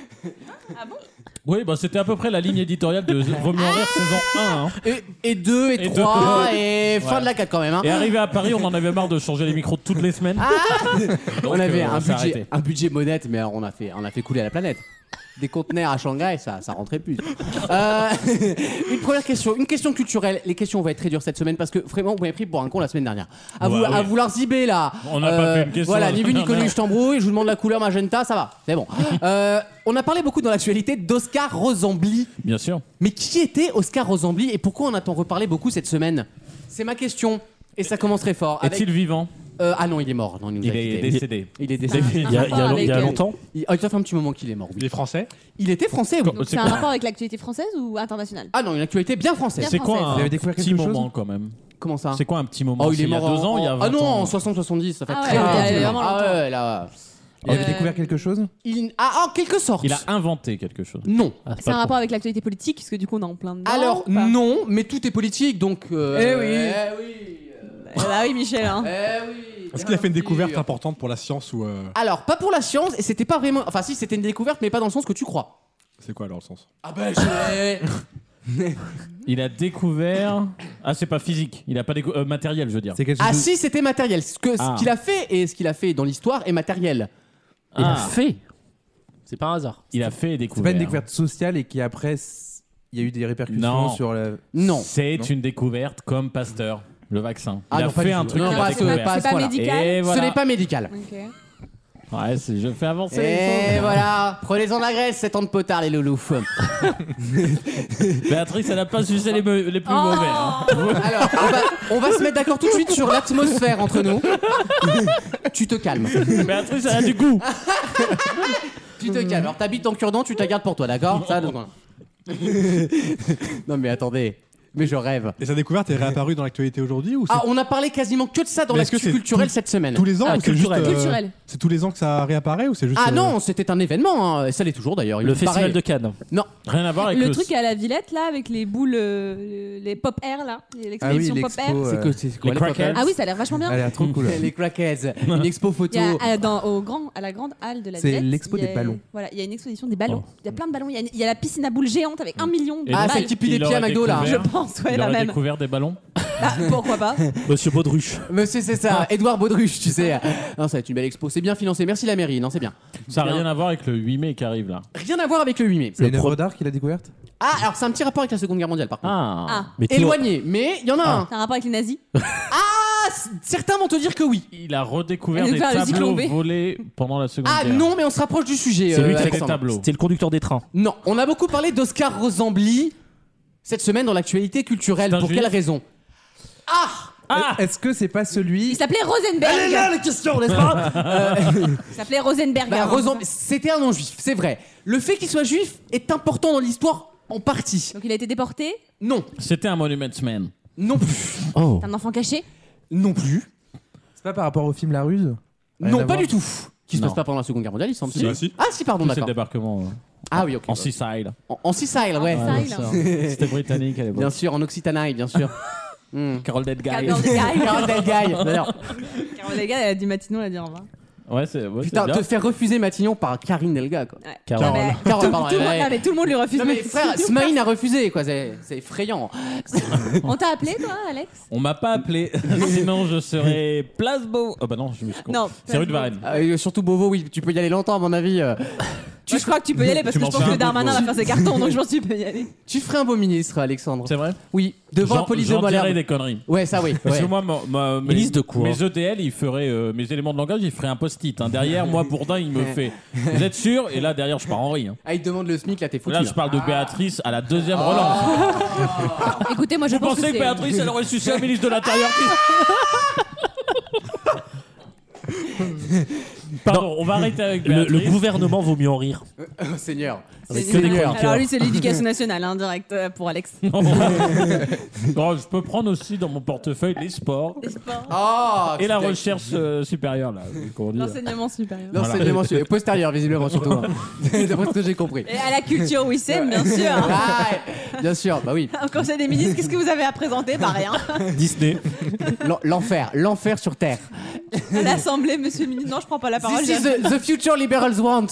Speaker 6: Oui, bah, c'était à peu près la ligne éditoriale de Vaut mieux en rire saison 1. hein.
Speaker 2: Et, et 2, et
Speaker 6: Et
Speaker 2: 3,
Speaker 6: <laughs> deux.
Speaker 2: et, fin
Speaker 6: Ouais.
Speaker 2: de la 4 quand même. hein.
Speaker 6: Et arrivé à Paris, on en avait marre de changer les micros toutes les semaines. <laughs> Donc,
Speaker 2: on avait
Speaker 6: euh,
Speaker 2: un, budget,
Speaker 6: s'est arrêté.
Speaker 2: un budget modeste, mais on a, fait, on a fait couler à la planète. Des conteneurs à Shanghai, ça, ça rentrait plus. Euh, <laughs> une première question, une question culturelle. Les questions vont être très dures cette semaine parce que vraiment, vous m'avez pris pour un con la semaine dernière. À,
Speaker 6: Ouais,
Speaker 2: vou- à
Speaker 6: oui.
Speaker 2: vouloir ziber là. Euh,
Speaker 6: On n'a pas fait une question
Speaker 2: Voilà,
Speaker 6: la
Speaker 2: ni vu
Speaker 6: <laughs>
Speaker 2: ni
Speaker 6: semaine
Speaker 2: connu,
Speaker 6: dernière.
Speaker 2: je t'embrouille, je vous demande la couleur magenta, ça va, c'est bon. Euh, on a parlé beaucoup dans l'actualité d'Oscar Rosembly.
Speaker 6: Bien sûr.
Speaker 2: Mais qui était Oscar Rosembly et pourquoi on attend reparler beaucoup cette semaine C'est ma question. Et ça commence très fort. avec-
Speaker 6: Est-il vivant
Speaker 2: Euh, ah non, il est mort. Non, il nous a quittés.
Speaker 6: décédé.
Speaker 2: Il est décédé.
Speaker 8: Il y a, il y a-
Speaker 3: rapport
Speaker 8: il y a
Speaker 3: avec, euh,
Speaker 8: longtemps.
Speaker 2: Il, ah, ça fait un petit moment qu'il est mort, oui.
Speaker 7: Les Français
Speaker 2: Il était français, oui.
Speaker 8: Oh,
Speaker 6: Quand-
Speaker 3: C'est un rapport avec l'actualité française ou internationale
Speaker 2: Ah non, une actualité bien hein. française.
Speaker 3: Bien
Speaker 6: C'est quoi
Speaker 3: française.
Speaker 6: un
Speaker 5: Vous avez découvert
Speaker 6: petit
Speaker 5: quelque chose
Speaker 6: moment quand même
Speaker 2: Comment ça
Speaker 6: C'est quoi un petit moment
Speaker 2: Oh,
Speaker 6: C'est
Speaker 2: il est mort
Speaker 6: il y a deux
Speaker 2: en-
Speaker 6: ans, il y a
Speaker 2: en-
Speaker 6: 20
Speaker 2: Ah non, en
Speaker 6: ans. hein.
Speaker 2: 60-70, ça fait
Speaker 3: Ah
Speaker 2: très
Speaker 3: ouais,
Speaker 2: longtemps.
Speaker 3: il y a vraiment
Speaker 2: Ah
Speaker 3: longtemps.
Speaker 2: ouais, là.
Speaker 5: Vous avez
Speaker 3: Euh,
Speaker 5: découvert quelque chose
Speaker 2: Il... Ah, en quelque sorte.
Speaker 6: Il a inventé quelque chose.
Speaker 2: Non.
Speaker 8: Ah,
Speaker 3: C'est un
Speaker 8: pas
Speaker 3: rapport avec l'actualité politique, parce que du coup on est en plein dedans.
Speaker 2: Alors,
Speaker 3: ou pas
Speaker 2: non, mais tout est politique, donc. euh,
Speaker 3: Eh oui.
Speaker 2: Eh oui. euh,
Speaker 3: Eh Bah oui, Michel. hein.
Speaker 2: Eh oui.
Speaker 7: Est-ce qu'il a fait une
Speaker 2: Bien
Speaker 7: découverte
Speaker 2: sûr.
Speaker 7: importante pour la science ou. euh,
Speaker 2: Alors, pas pour la science, et c'était pas vraiment. Enfin, si, c'était une découverte, mais pas dans le sens que tu crois.
Speaker 7: C'est quoi alors le sens
Speaker 2: Ah ben, <laughs> je.
Speaker 6: Il a découvert. Ah, c'est pas physique. Il a pas découvert. matériel, je veux dire.
Speaker 5: C'est quelque
Speaker 2: ah
Speaker 5: chose-
Speaker 2: si, c'était matériel. Ce que-
Speaker 6: Ah.
Speaker 2: ce qu'il a fait et ce qu'il a fait dans l'histoire est matériel.
Speaker 8: Il a
Speaker 6: Ah.
Speaker 8: fait. C'est par hasard.
Speaker 6: Il a fait et
Speaker 5: C'est
Speaker 6: découvert.
Speaker 5: pas une découverte sociale et qui après s- il y a eu des répercussions
Speaker 6: Non.
Speaker 5: sur la.
Speaker 2: Non.
Speaker 6: C'est
Speaker 5: Non.
Speaker 6: une découverte comme Pasteur, le vaccin.
Speaker 2: Ah
Speaker 6: il
Speaker 2: non,
Speaker 6: a
Speaker 2: pas
Speaker 6: fait
Speaker 2: du
Speaker 6: un
Speaker 2: tout.
Speaker 6: truc.
Speaker 2: Non,
Speaker 6: qu'il a
Speaker 2: pas ce-
Speaker 6: découvert.
Speaker 2: pas
Speaker 3: C'est pas
Speaker 2: voilà.
Speaker 3: médical
Speaker 6: Et voilà.
Speaker 2: Ce n'est pas médical.
Speaker 3: Ok.
Speaker 6: Ouais, c'est- je fais avancer. les
Speaker 2: Et
Speaker 6: choses.
Speaker 2: voilà, prenez-en de la graisse, 7 ans de potard, les loulous.
Speaker 6: Béatrice, elle a pas sucé les, me- les plus
Speaker 3: Oh.
Speaker 6: mauvais. hein.
Speaker 2: Alors, on va, on va se mettre d'accord tout de suite sur l'atmosphère entre nous. tu te calmes.
Speaker 6: Béatrice, elle a du goût.
Speaker 2: Oh, Tu te calmes. Alors, t'habites en cure-dent, tu te la gardes pour toi, d'accord Ça, deux secondes. Non, mais attendez. Mais je rêve.
Speaker 7: Et sa découverte est réapparue dans l'actualité aujourd'hui ou c'est
Speaker 2: Ah, on a parlé quasiment que de ça dans
Speaker 7: Mais
Speaker 2: la
Speaker 7: est-ce que c'est
Speaker 2: culturelle
Speaker 7: tout-
Speaker 2: cette semaine.
Speaker 7: tous les ans
Speaker 8: Ah,
Speaker 7: ou c'est juste. euh,
Speaker 8: culturel.
Speaker 3: Culturel.
Speaker 7: C'est tous les ans que ça réapparaît ou c'est juste.
Speaker 2: Ah
Speaker 7: euh,
Speaker 2: non, c'était un événement, hein. ça l'est toujours d'ailleurs. il
Speaker 8: Le
Speaker 2: me
Speaker 8: festival
Speaker 2: paraît.
Speaker 8: de Cannes.
Speaker 2: Non,
Speaker 6: Rien à voir avec le.
Speaker 3: Le truc à la Villette là, avec les boules, euh, les pop air là,
Speaker 5: Ah oui,
Speaker 3: l'exposition pop
Speaker 5: l'expo.
Speaker 3: air.
Speaker 2: c'est
Speaker 5: euh,
Speaker 2: que c'est quoi
Speaker 6: Les
Speaker 2: les
Speaker 6: crackheads.
Speaker 3: Ah oui, ça a l'air vachement bien.
Speaker 5: Elle a l'air
Speaker 2: <laughs>
Speaker 5: trop cool.
Speaker 2: Les crackheads, une expo photo.
Speaker 3: Il y a, euh, dans, au grand, à la grande halle de la
Speaker 5: C'est
Speaker 3: Villette.
Speaker 5: l'expo
Speaker 3: il y a-
Speaker 5: des ballons.
Speaker 3: Voilà, il y a une exposition des ballons. Il y a plein de ballons. Il y a, une- il y a la piscine à boules géante avec un million de
Speaker 6: Et
Speaker 2: Ah,
Speaker 6: donc,
Speaker 2: c'est
Speaker 3: balles.
Speaker 2: le type des
Speaker 6: il
Speaker 2: pieds à
Speaker 6: aurait
Speaker 2: McDo, là.
Speaker 3: Je
Speaker 6: découvert-
Speaker 3: pense, ouais,
Speaker 6: Il
Speaker 3: la
Speaker 6: aurait
Speaker 3: même.
Speaker 6: découvert des ballons.
Speaker 3: Ah, pourquoi pas
Speaker 8: Monsieur Baudruche.
Speaker 2: Monsieur, c'est ça,
Speaker 6: Ah.
Speaker 2: Edouard Baudruche, tu sais. Non, ça va être une belle expo, c'est bien financé, merci la mairie, non, c'est bien.
Speaker 6: Ça n'a
Speaker 2: Bien.
Speaker 6: rien à voir avec le 8 mai qui arrive là.
Speaker 2: Rien à voir avec le 8 mai.
Speaker 5: C'est
Speaker 8: Le
Speaker 5: une
Speaker 8: pro-
Speaker 5: œuvre d'art qu'il a découverte
Speaker 2: Ah, alors c'est un petit rapport avec la Seconde Guerre mondiale, par contre.
Speaker 6: Ah.
Speaker 3: Ah,
Speaker 8: Mais tout-
Speaker 2: Éloigné, mais il y en a un.
Speaker 3: t'as un rapport avec les nazis
Speaker 2: Ah, c- certains vont te dire que oui.
Speaker 6: Il a redécouvert
Speaker 3: Elle
Speaker 6: des
Speaker 3: veut faire le
Speaker 6: tableaux
Speaker 3: cyclone B.
Speaker 6: volés pendant la seconde
Speaker 2: Ah
Speaker 6: guerre.
Speaker 2: non, mais on se rapproche du sujet.
Speaker 6: C'est lui
Speaker 2: euh,
Speaker 6: qui fait les
Speaker 2: Alexandre.
Speaker 6: tableaux.
Speaker 8: C'était le conducteur des trains.
Speaker 2: Non, on a beaucoup parlé d'Oscar Rosembly cette semaine dans l'actualité culturelle.
Speaker 6: C'est un
Speaker 2: Pour
Speaker 6: juif
Speaker 2: quelle raison Ah
Speaker 5: Euh, Est-ce que c'est pas celui
Speaker 3: Il s'appelait Rosenberg
Speaker 2: la question, n'est-ce pas
Speaker 3: Il s'appelait Rosenberg hein.
Speaker 2: Bah,
Speaker 3: avant.
Speaker 2: Rosem- C'était un non-juif, c'est vrai. Le fait qu'il soit juif est important dans l'histoire en partie.
Speaker 3: Donc il a été déporté
Speaker 2: Non,
Speaker 6: C'était un Monument Man.
Speaker 2: non plus,
Speaker 3: T'es un enfant caché
Speaker 2: non plus,
Speaker 5: C'est pas par rapport au film La Ruse Rien
Speaker 2: non
Speaker 5: à
Speaker 2: pas
Speaker 5: voir.
Speaker 2: du tout. Qui se
Speaker 6: Non.
Speaker 2: passe pas pendant la Seconde Guerre mondiale, il semble.
Speaker 7: Si, bah, si.
Speaker 2: Ah si, pardon,
Speaker 6: Tout C'est le
Speaker 2: d'accord.
Speaker 6: débarquement euh,
Speaker 2: Ah oui, ok.
Speaker 6: en Seaside.
Speaker 2: En, en Sicile, ouais.
Speaker 3: Ah, Sicile.
Speaker 6: C'était britannique à
Speaker 2: Bien
Speaker 6: l'époque.
Speaker 2: sûr, en Occitanie, bien sûr. Hmm.
Speaker 6: Carol Dead Guy.
Speaker 3: Carol
Speaker 6: <laughs>
Speaker 3: Dead Guy.
Speaker 2: Carole Del Guy. D'ailleurs,
Speaker 3: Carole Delga, elle a dit Matinon, elle a dit au revoir.
Speaker 6: Ouais, c'est ouais, c'est
Speaker 2: Putain,
Speaker 6: bien.
Speaker 2: te faire refuser Matignon par Karine Delga, quoi.
Speaker 3: Ouais.
Speaker 8: Carole.
Speaker 3: Non, mais-
Speaker 2: Carole, pardon,
Speaker 3: Tout le monde,
Speaker 2: ouais.
Speaker 3: non, mais tout le monde lui refuse.
Speaker 2: Non mais
Speaker 3: Matinon.
Speaker 2: frère, Smaïn a refusé quoi, c'est c'est effrayant.
Speaker 3: On t'a appelé toi, Alex
Speaker 6: On m'a pas appelé, <laughs> sinon je serais Place Beau. Ah bah non, je me suis con.
Speaker 3: Non,
Speaker 6: c'est rue de
Speaker 3: Place
Speaker 6: Varennes.
Speaker 2: Euh, surtout Bovo, oui, tu peux y aller longtemps à mon avis. euh.
Speaker 3: Tu je crois que tu peux y aller parce
Speaker 6: Tu
Speaker 3: que
Speaker 6: m'en
Speaker 3: je pense
Speaker 6: fais un
Speaker 3: que
Speaker 6: peu,
Speaker 3: Darmanin
Speaker 6: toi.
Speaker 3: va faire ses cartons, donc je pense que tu peux y aller.
Speaker 2: Tu ferais un beau ministre, Alexandre.
Speaker 6: C'est vrai
Speaker 2: Oui, devant
Speaker 6: J'en-
Speaker 2: la police de
Speaker 6: j'en dirais
Speaker 2: Malherbe.
Speaker 6: des conneries.
Speaker 2: Ouais, ça oui.
Speaker 6: Parce
Speaker 2: ouais.
Speaker 6: que moi, ma- ma- mes,
Speaker 8: Élise de Cour.
Speaker 6: mes EDL, ils feraient, euh, mes éléments de langage, ils feraient un post-it. hein. Derrière, moi, Bourdin, il me fait Vous êtes sûr Et là, derrière, je pars en rire.
Speaker 2: Ah, il te demande le SMIC là, t'es foutu.
Speaker 6: Là,
Speaker 2: là.
Speaker 6: je parle de Béatrice à la deuxième relance.
Speaker 3: Écoutez, moi je
Speaker 6: Vous
Speaker 3: pense
Speaker 6: pensez que
Speaker 3: c'est-
Speaker 6: Béatrice, elle aurait sucé un ministre de l'Intérieur
Speaker 8: <laughs>
Speaker 6: qui- Pardon, on va arrêter avec
Speaker 8: Le,
Speaker 6: Béatrice.
Speaker 8: le gouvernement vaut mieux en rire.
Speaker 2: Oh, Seigneur.
Speaker 8: Avec
Speaker 3: c'est-
Speaker 8: que des
Speaker 3: c'est-
Speaker 8: chroniqueurs.
Speaker 3: Alors lui, c'est l'éducation nationale, hein, direct euh, pour Alex.
Speaker 6: <laughs> Non, je peux prendre aussi dans mon portefeuille les sports
Speaker 2: Oh,
Speaker 6: et la
Speaker 2: putain.
Speaker 6: recherche euh, supérieure. Là, comment dire.
Speaker 3: L'enseignement supérieur.
Speaker 2: Non, c'est vraiment su- postérieur visiblement surtout. hein. D'après ce que j'ai compris.
Speaker 3: Et à la culture Wissem, bien sûr. hein.
Speaker 2: Ah, bien sûr, bah oui.
Speaker 3: Au Conseil des ministres, qu'est-ce que vous avez à présenter Pas rien.
Speaker 8: Disney.
Speaker 2: L'en- L'enfer, l'enfer sur terre.
Speaker 3: À l'Assemblée, monsieur le ministre. Non, je prends pas la parole.
Speaker 2: This is
Speaker 3: j'ai-
Speaker 2: the, the future liberals want.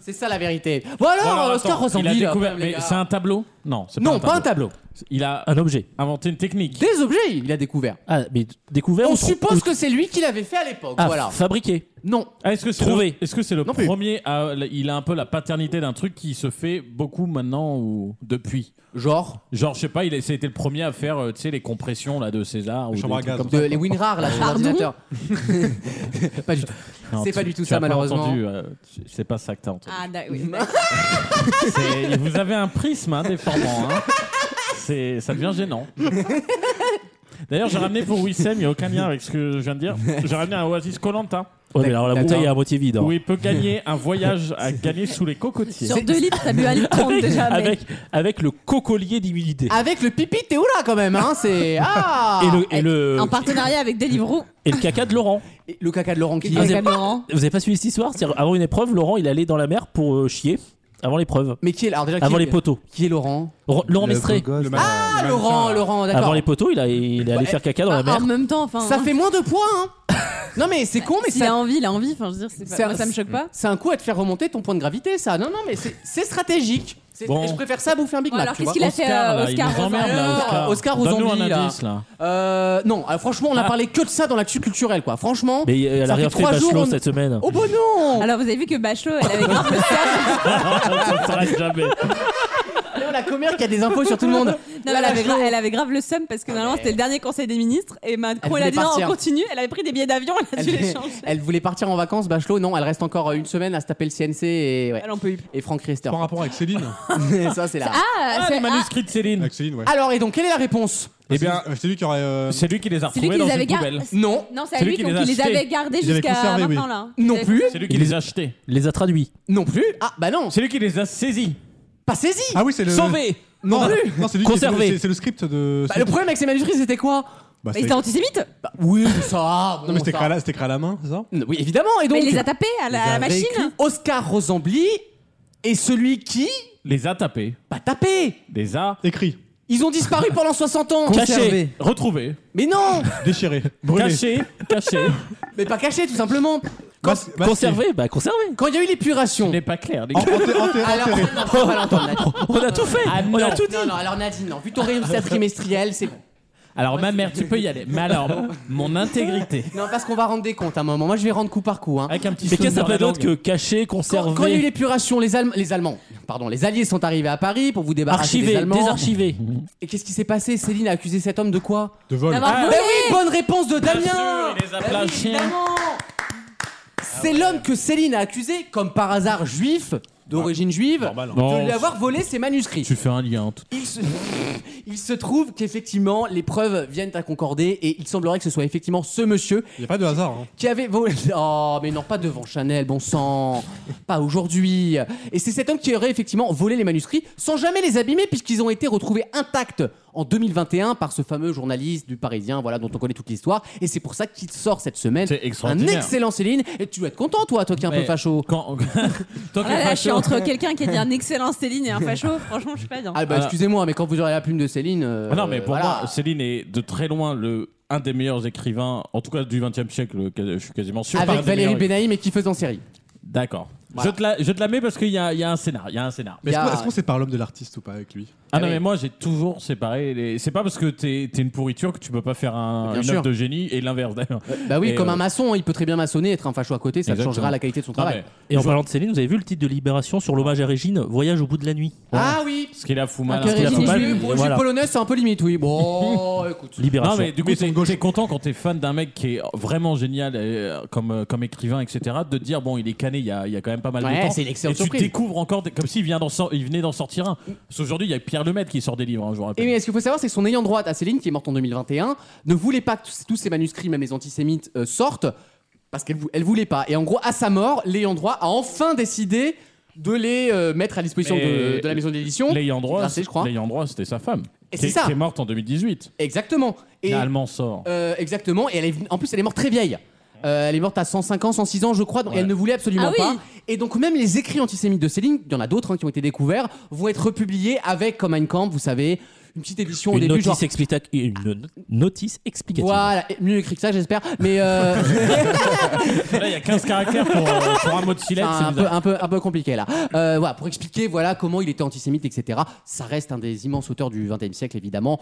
Speaker 2: C'est ça la vérité. Bon alors,
Speaker 6: Bon, alors,
Speaker 2: Ah, Oscar
Speaker 6: attends, il a
Speaker 2: Rosembly. là, quand
Speaker 6: découvert-
Speaker 2: même, les
Speaker 6: mais
Speaker 2: gars.
Speaker 6: c'est un tableau Non, c'est
Speaker 2: Non,
Speaker 6: pas un tableau.
Speaker 2: tableau.
Speaker 6: Il a
Speaker 8: Un objet.
Speaker 6: inventé une technique.
Speaker 2: Des objets, il a découvert.
Speaker 8: Ah, mais découvert
Speaker 2: On
Speaker 8: ou trou-
Speaker 2: suppose
Speaker 8: ou-
Speaker 2: que c'est lui qui l'avait fait à l'époque.
Speaker 8: Ah,
Speaker 2: Voilà.
Speaker 8: fabriqué.
Speaker 2: Non.
Speaker 6: Ah, Est-ce que c'est
Speaker 8: Trouvé.
Speaker 6: le, est-ce que c'est le
Speaker 2: Non plus.
Speaker 6: premier à- Il a un peu la paternité d'un truc qui se fait beaucoup maintenant ou depuis.
Speaker 2: Genre,
Speaker 6: Genre, je sais pas, il a, c'était le premier à faire, euh, tu sais, les compressions là de César. Ou
Speaker 7: Chambre
Speaker 6: des
Speaker 7: à gaz.
Speaker 6: trucs
Speaker 2: de, les WinRAR là sur
Speaker 3: Pardon
Speaker 2: l'ordinateur. <laughs> pas du tout.
Speaker 6: comme- Non,
Speaker 2: C'est
Speaker 6: tu-
Speaker 2: pas du tout
Speaker 6: tu
Speaker 2: ça,
Speaker 6: as pas
Speaker 2: malheureusement.
Speaker 6: entendu, euh, c'est- c'est pas ça que t'as entendu.
Speaker 3: Ah, da- oui.
Speaker 6: C'est- vous avez un prisme hein, déformant. hein. C'est, ça devient gênant. D'ailleurs, j'ai ramené pour Wissem, il n'y a aucun lien avec ce que je viens de dire. J'ai ramené un Oasis Colanta
Speaker 8: Ouais, mais alors la
Speaker 2: D'accord.
Speaker 8: bouteille est à moitié vide. hein.
Speaker 6: où il peut gagner un voyage à gagner sous les cocotiers.
Speaker 3: Sur deux litres, t'as bu un litre trente déjà. mais-
Speaker 8: Avec, avec le cocolier d'immunité.
Speaker 2: Avec le pipi de Théoula quand même, hein. C'est ah.
Speaker 8: et, le, et,
Speaker 6: euh,
Speaker 8: le,
Speaker 3: En partenariat avec Deliveroo.
Speaker 8: et le caca de Laurent.
Speaker 2: Et le caca de Laurent qui.
Speaker 8: Ah,
Speaker 3: Avec
Speaker 8: c'est-
Speaker 3: Laurent.
Speaker 8: Vous avez pas suivi cette histoire C'est-à-dire, Avant une épreuve, Laurent, il allait dans la mer pour euh, chier. Avant l'épreuve.
Speaker 2: Mais qui est alors déjà qui
Speaker 8: Avant
Speaker 2: est-
Speaker 8: les poteaux.
Speaker 2: Qui est Laurent
Speaker 8: Ro- Laurent
Speaker 5: Le
Speaker 8: Mestré.
Speaker 5: beau gosse.
Speaker 2: Ah Laurent, Laurent, d'accord.
Speaker 8: Avant les poteaux, il, a, il est allé faire caca dans la
Speaker 3: Ah,
Speaker 8: mer.
Speaker 3: En même temps, enfin.
Speaker 2: Ça fait moins de points. Hein. non mais c'est con, mais
Speaker 3: S'il a
Speaker 2: ça.
Speaker 3: envie, il a envie. Enfin, je veux dire, c'est
Speaker 2: C'est un-
Speaker 3: pas- hein. Bah, moi, ça me choque pas.
Speaker 2: C'est un coup à te faire remonter ton point de gravité, ça. Non, non, mais c'est c'est stratégique. C'est-
Speaker 6: Bon.
Speaker 2: Je préfère ça à bouffer un Big
Speaker 3: Bon,
Speaker 2: Mac.
Speaker 3: alors,
Speaker 2: tu
Speaker 3: qu'est-ce
Speaker 2: vois.
Speaker 3: qu'il a fait euh,
Speaker 6: là, il nous
Speaker 3: Oscar
Speaker 6: emmerde,
Speaker 3: Rosenberg
Speaker 6: là,
Speaker 2: Oscar. Oscar
Speaker 6: Donne-nous
Speaker 2: Rosambi,
Speaker 6: un
Speaker 2: là.
Speaker 6: indice, là.
Speaker 2: Euh, non, alors franchement, on a parlé que de ça dans la l'actu culturelle, quoi. Franchement.
Speaker 8: Ah. Mais euh, elle
Speaker 2: ça
Speaker 8: a rien
Speaker 2: fait
Speaker 8: fait
Speaker 2: trois jours,
Speaker 8: Bachelot
Speaker 2: on-
Speaker 8: cette semaine.
Speaker 2: Oh, bon, non
Speaker 3: Alors, vous avez vu que Bachelot, elle avait grave le
Speaker 8: <laughs>
Speaker 6: Ça s'arrête jamais.
Speaker 2: Léo, La commère qui a des infos sur tout le monde.
Speaker 3: Non, mais elle, avait grave, elle avait grave le seum parce que normalement c'était le dernier conseil des ministres et
Speaker 2: Elle
Speaker 3: Macron
Speaker 2: voulait
Speaker 3: elle a dit non,
Speaker 2: partir.
Speaker 3: on continue. Elle avait pris des billets d'avion, elle a dû les
Speaker 2: Elle,
Speaker 3: changer.
Speaker 2: elle voulait partir en vacances, Bachelot. Non, elle reste encore euh, une semaine à se taper le CNC et, ouais.
Speaker 3: Elle en peut plus.
Speaker 2: et Franck Riester.
Speaker 7: Par rapport avec Céline.
Speaker 2: <laughs> ça, c'est là.
Speaker 3: Ah,
Speaker 6: Ah, les manuscrits de Céline.
Speaker 7: Avec Céline, ouais.
Speaker 2: Alors, et donc, quelle est la réponse
Speaker 7: Eh bien, c'est lui qui aurait. euh,
Speaker 6: C'est lui qui les a
Speaker 3: c'est lui
Speaker 6: retrouvés
Speaker 3: qui
Speaker 6: dans
Speaker 3: les
Speaker 6: une
Speaker 3: avait gardés.
Speaker 6: poubelle.
Speaker 2: Non,
Speaker 3: Non, c'est
Speaker 6: C'est
Speaker 3: lui
Speaker 6: lui
Speaker 3: qui
Speaker 6: qui
Speaker 3: donc
Speaker 6: les a
Speaker 3: il les avait
Speaker 6: achetés.
Speaker 3: gardés
Speaker 7: Il les avait
Speaker 3: jusqu'à
Speaker 7: conservés, oui.
Speaker 3: maintenant là.
Speaker 2: non plus,
Speaker 6: C'est lui qui les a achetés.
Speaker 8: Les a traduits.
Speaker 2: non plus. Ah, bah non,
Speaker 6: C'est lui qui les a saisis.
Speaker 2: pas saisi.
Speaker 7: Ah oui, c'est le.
Speaker 8: Sauvé
Speaker 7: Non,
Speaker 2: plus.
Speaker 7: non, c'est lui qui-
Speaker 8: Conservé.
Speaker 7: c'est- C'est le script de.
Speaker 2: Bah, le problème avec ces manuscrits, c'était quoi
Speaker 7: Bah,
Speaker 3: Mais
Speaker 7: c'est-
Speaker 3: il était antisémite
Speaker 2: Bah, oui, ça. bon,
Speaker 7: Non, mais c'était
Speaker 2: ça.
Speaker 7: écrit à la- c'était écrit à la main, c'est ça
Speaker 2: Oui, évidemment. Et donc,
Speaker 3: Mais il les a tapés à la, à la
Speaker 2: J'avais écrit
Speaker 3: machine.
Speaker 2: Oscar Rosembly est celui qui
Speaker 6: Les a tapés.
Speaker 2: pas tapé.
Speaker 6: Les a
Speaker 7: Écrit,
Speaker 2: Ils ont disparu pendant 60 ans.
Speaker 8: Caché.
Speaker 6: retrouvés.
Speaker 2: Mais non,
Speaker 7: déchiré, brûlé.
Speaker 6: Cachés.
Speaker 8: <laughs>
Speaker 6: Cachés.
Speaker 2: mais pas caché tout simplement.
Speaker 7: Mas- masqué.
Speaker 8: Conservé Bah conservé
Speaker 2: Quand il y a eu l'épuration.
Speaker 6: Ce n'est pas clair. les
Speaker 7: En-
Speaker 6: gars.
Speaker 7: enterré- enterré-
Speaker 2: Alors,
Speaker 7: enterré.
Speaker 2: non,
Speaker 8: <laughs>
Speaker 2: faut pas l'entendre, Nadine.
Speaker 8: On Oh, a tout fait
Speaker 2: Ah,
Speaker 8: On
Speaker 2: non,
Speaker 8: a tout dit <laughs>
Speaker 2: non, non, alors Nadine, non. Vu ton résultat trimestriel, c'est bon.
Speaker 6: Alors, ma mère, tu peux y aller. Mais alors, mon intégrité.
Speaker 2: Non, parce qu'on va rendre des comptes à un moment. Moi, je vais rendre coup par coup. Hein.
Speaker 6: Avec un petit
Speaker 8: Mais
Speaker 6: somme
Speaker 8: qu'est-ce que ça
Speaker 6: dans la
Speaker 8: peut d'autre
Speaker 6: langue.
Speaker 8: que caché,
Speaker 2: Quand, quand il y a eu
Speaker 8: conservé,
Speaker 2: l'épuration, les, Allem- les Allemands, pardon, les Alliés sont arrivés à Paris pour vous
Speaker 3: Ah,
Speaker 2: débarrasser des
Speaker 8: archivé,
Speaker 2: Allemands.
Speaker 8: désarchivé
Speaker 2: Et qu'est-ce qui s'est passé Céline a accusé cet homme de quoi
Speaker 7: De vol.
Speaker 3: D'avoir
Speaker 6: Ah,
Speaker 2: Bah
Speaker 3: volé
Speaker 2: oui, bonne réponse de
Speaker 6: Bien
Speaker 2: Damien Bah
Speaker 6: sûr, il les Ah applaudit.
Speaker 2: C'est l'homme que Céline a accusé, comme par hasard juif, d'origine juive, de
Speaker 6: Non,
Speaker 2: lui avoir volé ses manuscrits.
Speaker 6: bah, Tu fais un lien. tout-
Speaker 2: Il se, <laughs> il se trouve qu'effectivement, les preuves viennent à concorder et il semblerait que ce soit effectivement ce monsieur
Speaker 7: Il n'y a pas de hasard. hein.
Speaker 2: qui avait volé. Oh, mais non, pas devant Chanel, bon sang, pas aujourd'hui. Et c'est cet homme qui aurait effectivement volé les manuscrits sans jamais les abîmer, puisqu'ils ont été retrouvés intacts en 2021 par ce fameux journaliste du Parisien, voilà, dont on connaît toute l'histoire. Et c'est pour ça qu'il sort cette semaine.
Speaker 6: C'est
Speaker 2: Un
Speaker 6: extraordinaire.
Speaker 2: excellent Céline. Et tu dois être content, toi, toi qui es un peu
Speaker 6: Mais
Speaker 2: facho.
Speaker 6: Quand... <laughs> Tant
Speaker 3: Ah là, là, je suis entre quelqu'un qui a dit un excellent Céline et un facho. Franchement, je suis pas bien.
Speaker 2: Ah bah
Speaker 6: Alors-
Speaker 2: excusez-moi, mais quand vous aurez la plume de Céline. euh,
Speaker 6: Euh, Ah non, mais pour
Speaker 2: voilà.
Speaker 6: moi, Céline est de très loin le un des meilleurs écrivains, en tout cas du XXe siècle, euh, que- je suis quasiment sûr. par un
Speaker 2: Avec
Speaker 6: des
Speaker 2: Valérie
Speaker 6: meilleurs écrivains.
Speaker 2: Benaïm et qui faisait en série.
Speaker 6: D'accord.
Speaker 2: Voilà.
Speaker 6: Je, te la, je te la mets parce qu'il y a, il y a un scénar. Il y a un scénar.
Speaker 7: Mais est-ce
Speaker 2: Il y
Speaker 7: qu'on
Speaker 2: a-
Speaker 7: est-ce qu'on sépare l'homme de l'artiste ou pas avec lui
Speaker 6: Ah
Speaker 2: Ah
Speaker 6: non,
Speaker 2: oui.
Speaker 6: mais moi j'ai toujours séparé les. C'est pas parce que t'es t'es une pourriture que tu peux pas faire un,
Speaker 2: Bien
Speaker 6: une
Speaker 2: sûr.
Speaker 6: œuvre de génie et l'inverse d'ailleurs.
Speaker 2: Bah oui,
Speaker 6: Et,
Speaker 2: comme
Speaker 6: euh,
Speaker 2: un maçon, il peut très bien maçonner, être un facho à côté, ça
Speaker 6: Exactement.
Speaker 2: changera la qualité de son
Speaker 6: Non,
Speaker 2: travail.
Speaker 6: mais
Speaker 8: Et en parlant de Céline, vous avez vu le titre de Libération sur l'hommage à Régine, Voyage au bout de la nuit.
Speaker 2: Ah oui
Speaker 6: ce qu'il a fou mal.
Speaker 2: Parce que
Speaker 6: ce qu'il a
Speaker 2: Régine
Speaker 6: fou
Speaker 2: est
Speaker 6: mal.
Speaker 2: juive, pour une
Speaker 8: Voilà.
Speaker 2: juive polonaise, c'est un peu limite, oui. Bon,
Speaker 6: <laughs>
Speaker 2: écoute.
Speaker 8: Libération.
Speaker 6: Non mais du coup
Speaker 7: Mais c'est
Speaker 6: t'es
Speaker 7: une gauche.
Speaker 6: t'es content quand t'es fan d'un mec qui est vraiment génial euh, comme, euh, comme écrivain etc de te dire bon il est cané il y a, il y a quand même pas mal
Speaker 2: Ouais,
Speaker 6: de temps
Speaker 2: c'est une excellente
Speaker 6: et
Speaker 2: surprise.
Speaker 6: tu découvres encore des- comme s'il vient d'en sor- il venait d'en sortir un parce qu'aujourd'hui il y a Pierre Lemaitre qui sort des livres hein, je vous rappelle
Speaker 2: Et mais ce qu'il faut savoir, c'est que son ayant droit à Céline, qui est morte en 2021, ne voulait pas que tous- tous ces manuscrits, même les antisémites, euh, sortent, parce qu'elle vou- elle voulait pas. Et en gros, à sa mort, l'ayant droit a enfin décidé de les euh, mettre à disposition
Speaker 6: Mais-
Speaker 2: de, de la maison d'édition.
Speaker 6: l'ayant droit
Speaker 2: Grasset, je crois.
Speaker 6: l'ayant droit c'était sa femme
Speaker 2: Et
Speaker 6: qui,
Speaker 2: c'est ça.
Speaker 6: qui est morte en 2018
Speaker 2: Exactement. Et, <laughs>
Speaker 6: l'allemand sort
Speaker 2: euh, exactement. Et elle est, en plus, elle est morte très vieille. Euh, elle est morte à 105 ans, 106 ans, je crois, donc elle ne voulait absolument
Speaker 3: Ah oui.
Speaker 2: pas. Et donc, même les écrits antisémites de Céline, il y en a d'autres hein, qui ont été découverts, vont être republiés avec, comme Mein Kampf, vous savez, une petite édition au
Speaker 8: une
Speaker 2: début.
Speaker 8: notice,
Speaker 2: genre,
Speaker 8: explica- une no- notice explicative.
Speaker 2: Voilà, et mieux écrit que ça, j'espère. Mais euh,
Speaker 8: <laughs>
Speaker 6: Là, il y a 15 caractères pour, euh, pour un mot de
Speaker 2: c'est
Speaker 6: silette. c'est
Speaker 2: un, peu,
Speaker 6: bizarre.
Speaker 2: un, peu, un peu compliqué là. Euh, voilà, pour expliquer voilà comment il était antisémite, etc. Ça reste un des immenses auteurs du XXe siècle, évidemment.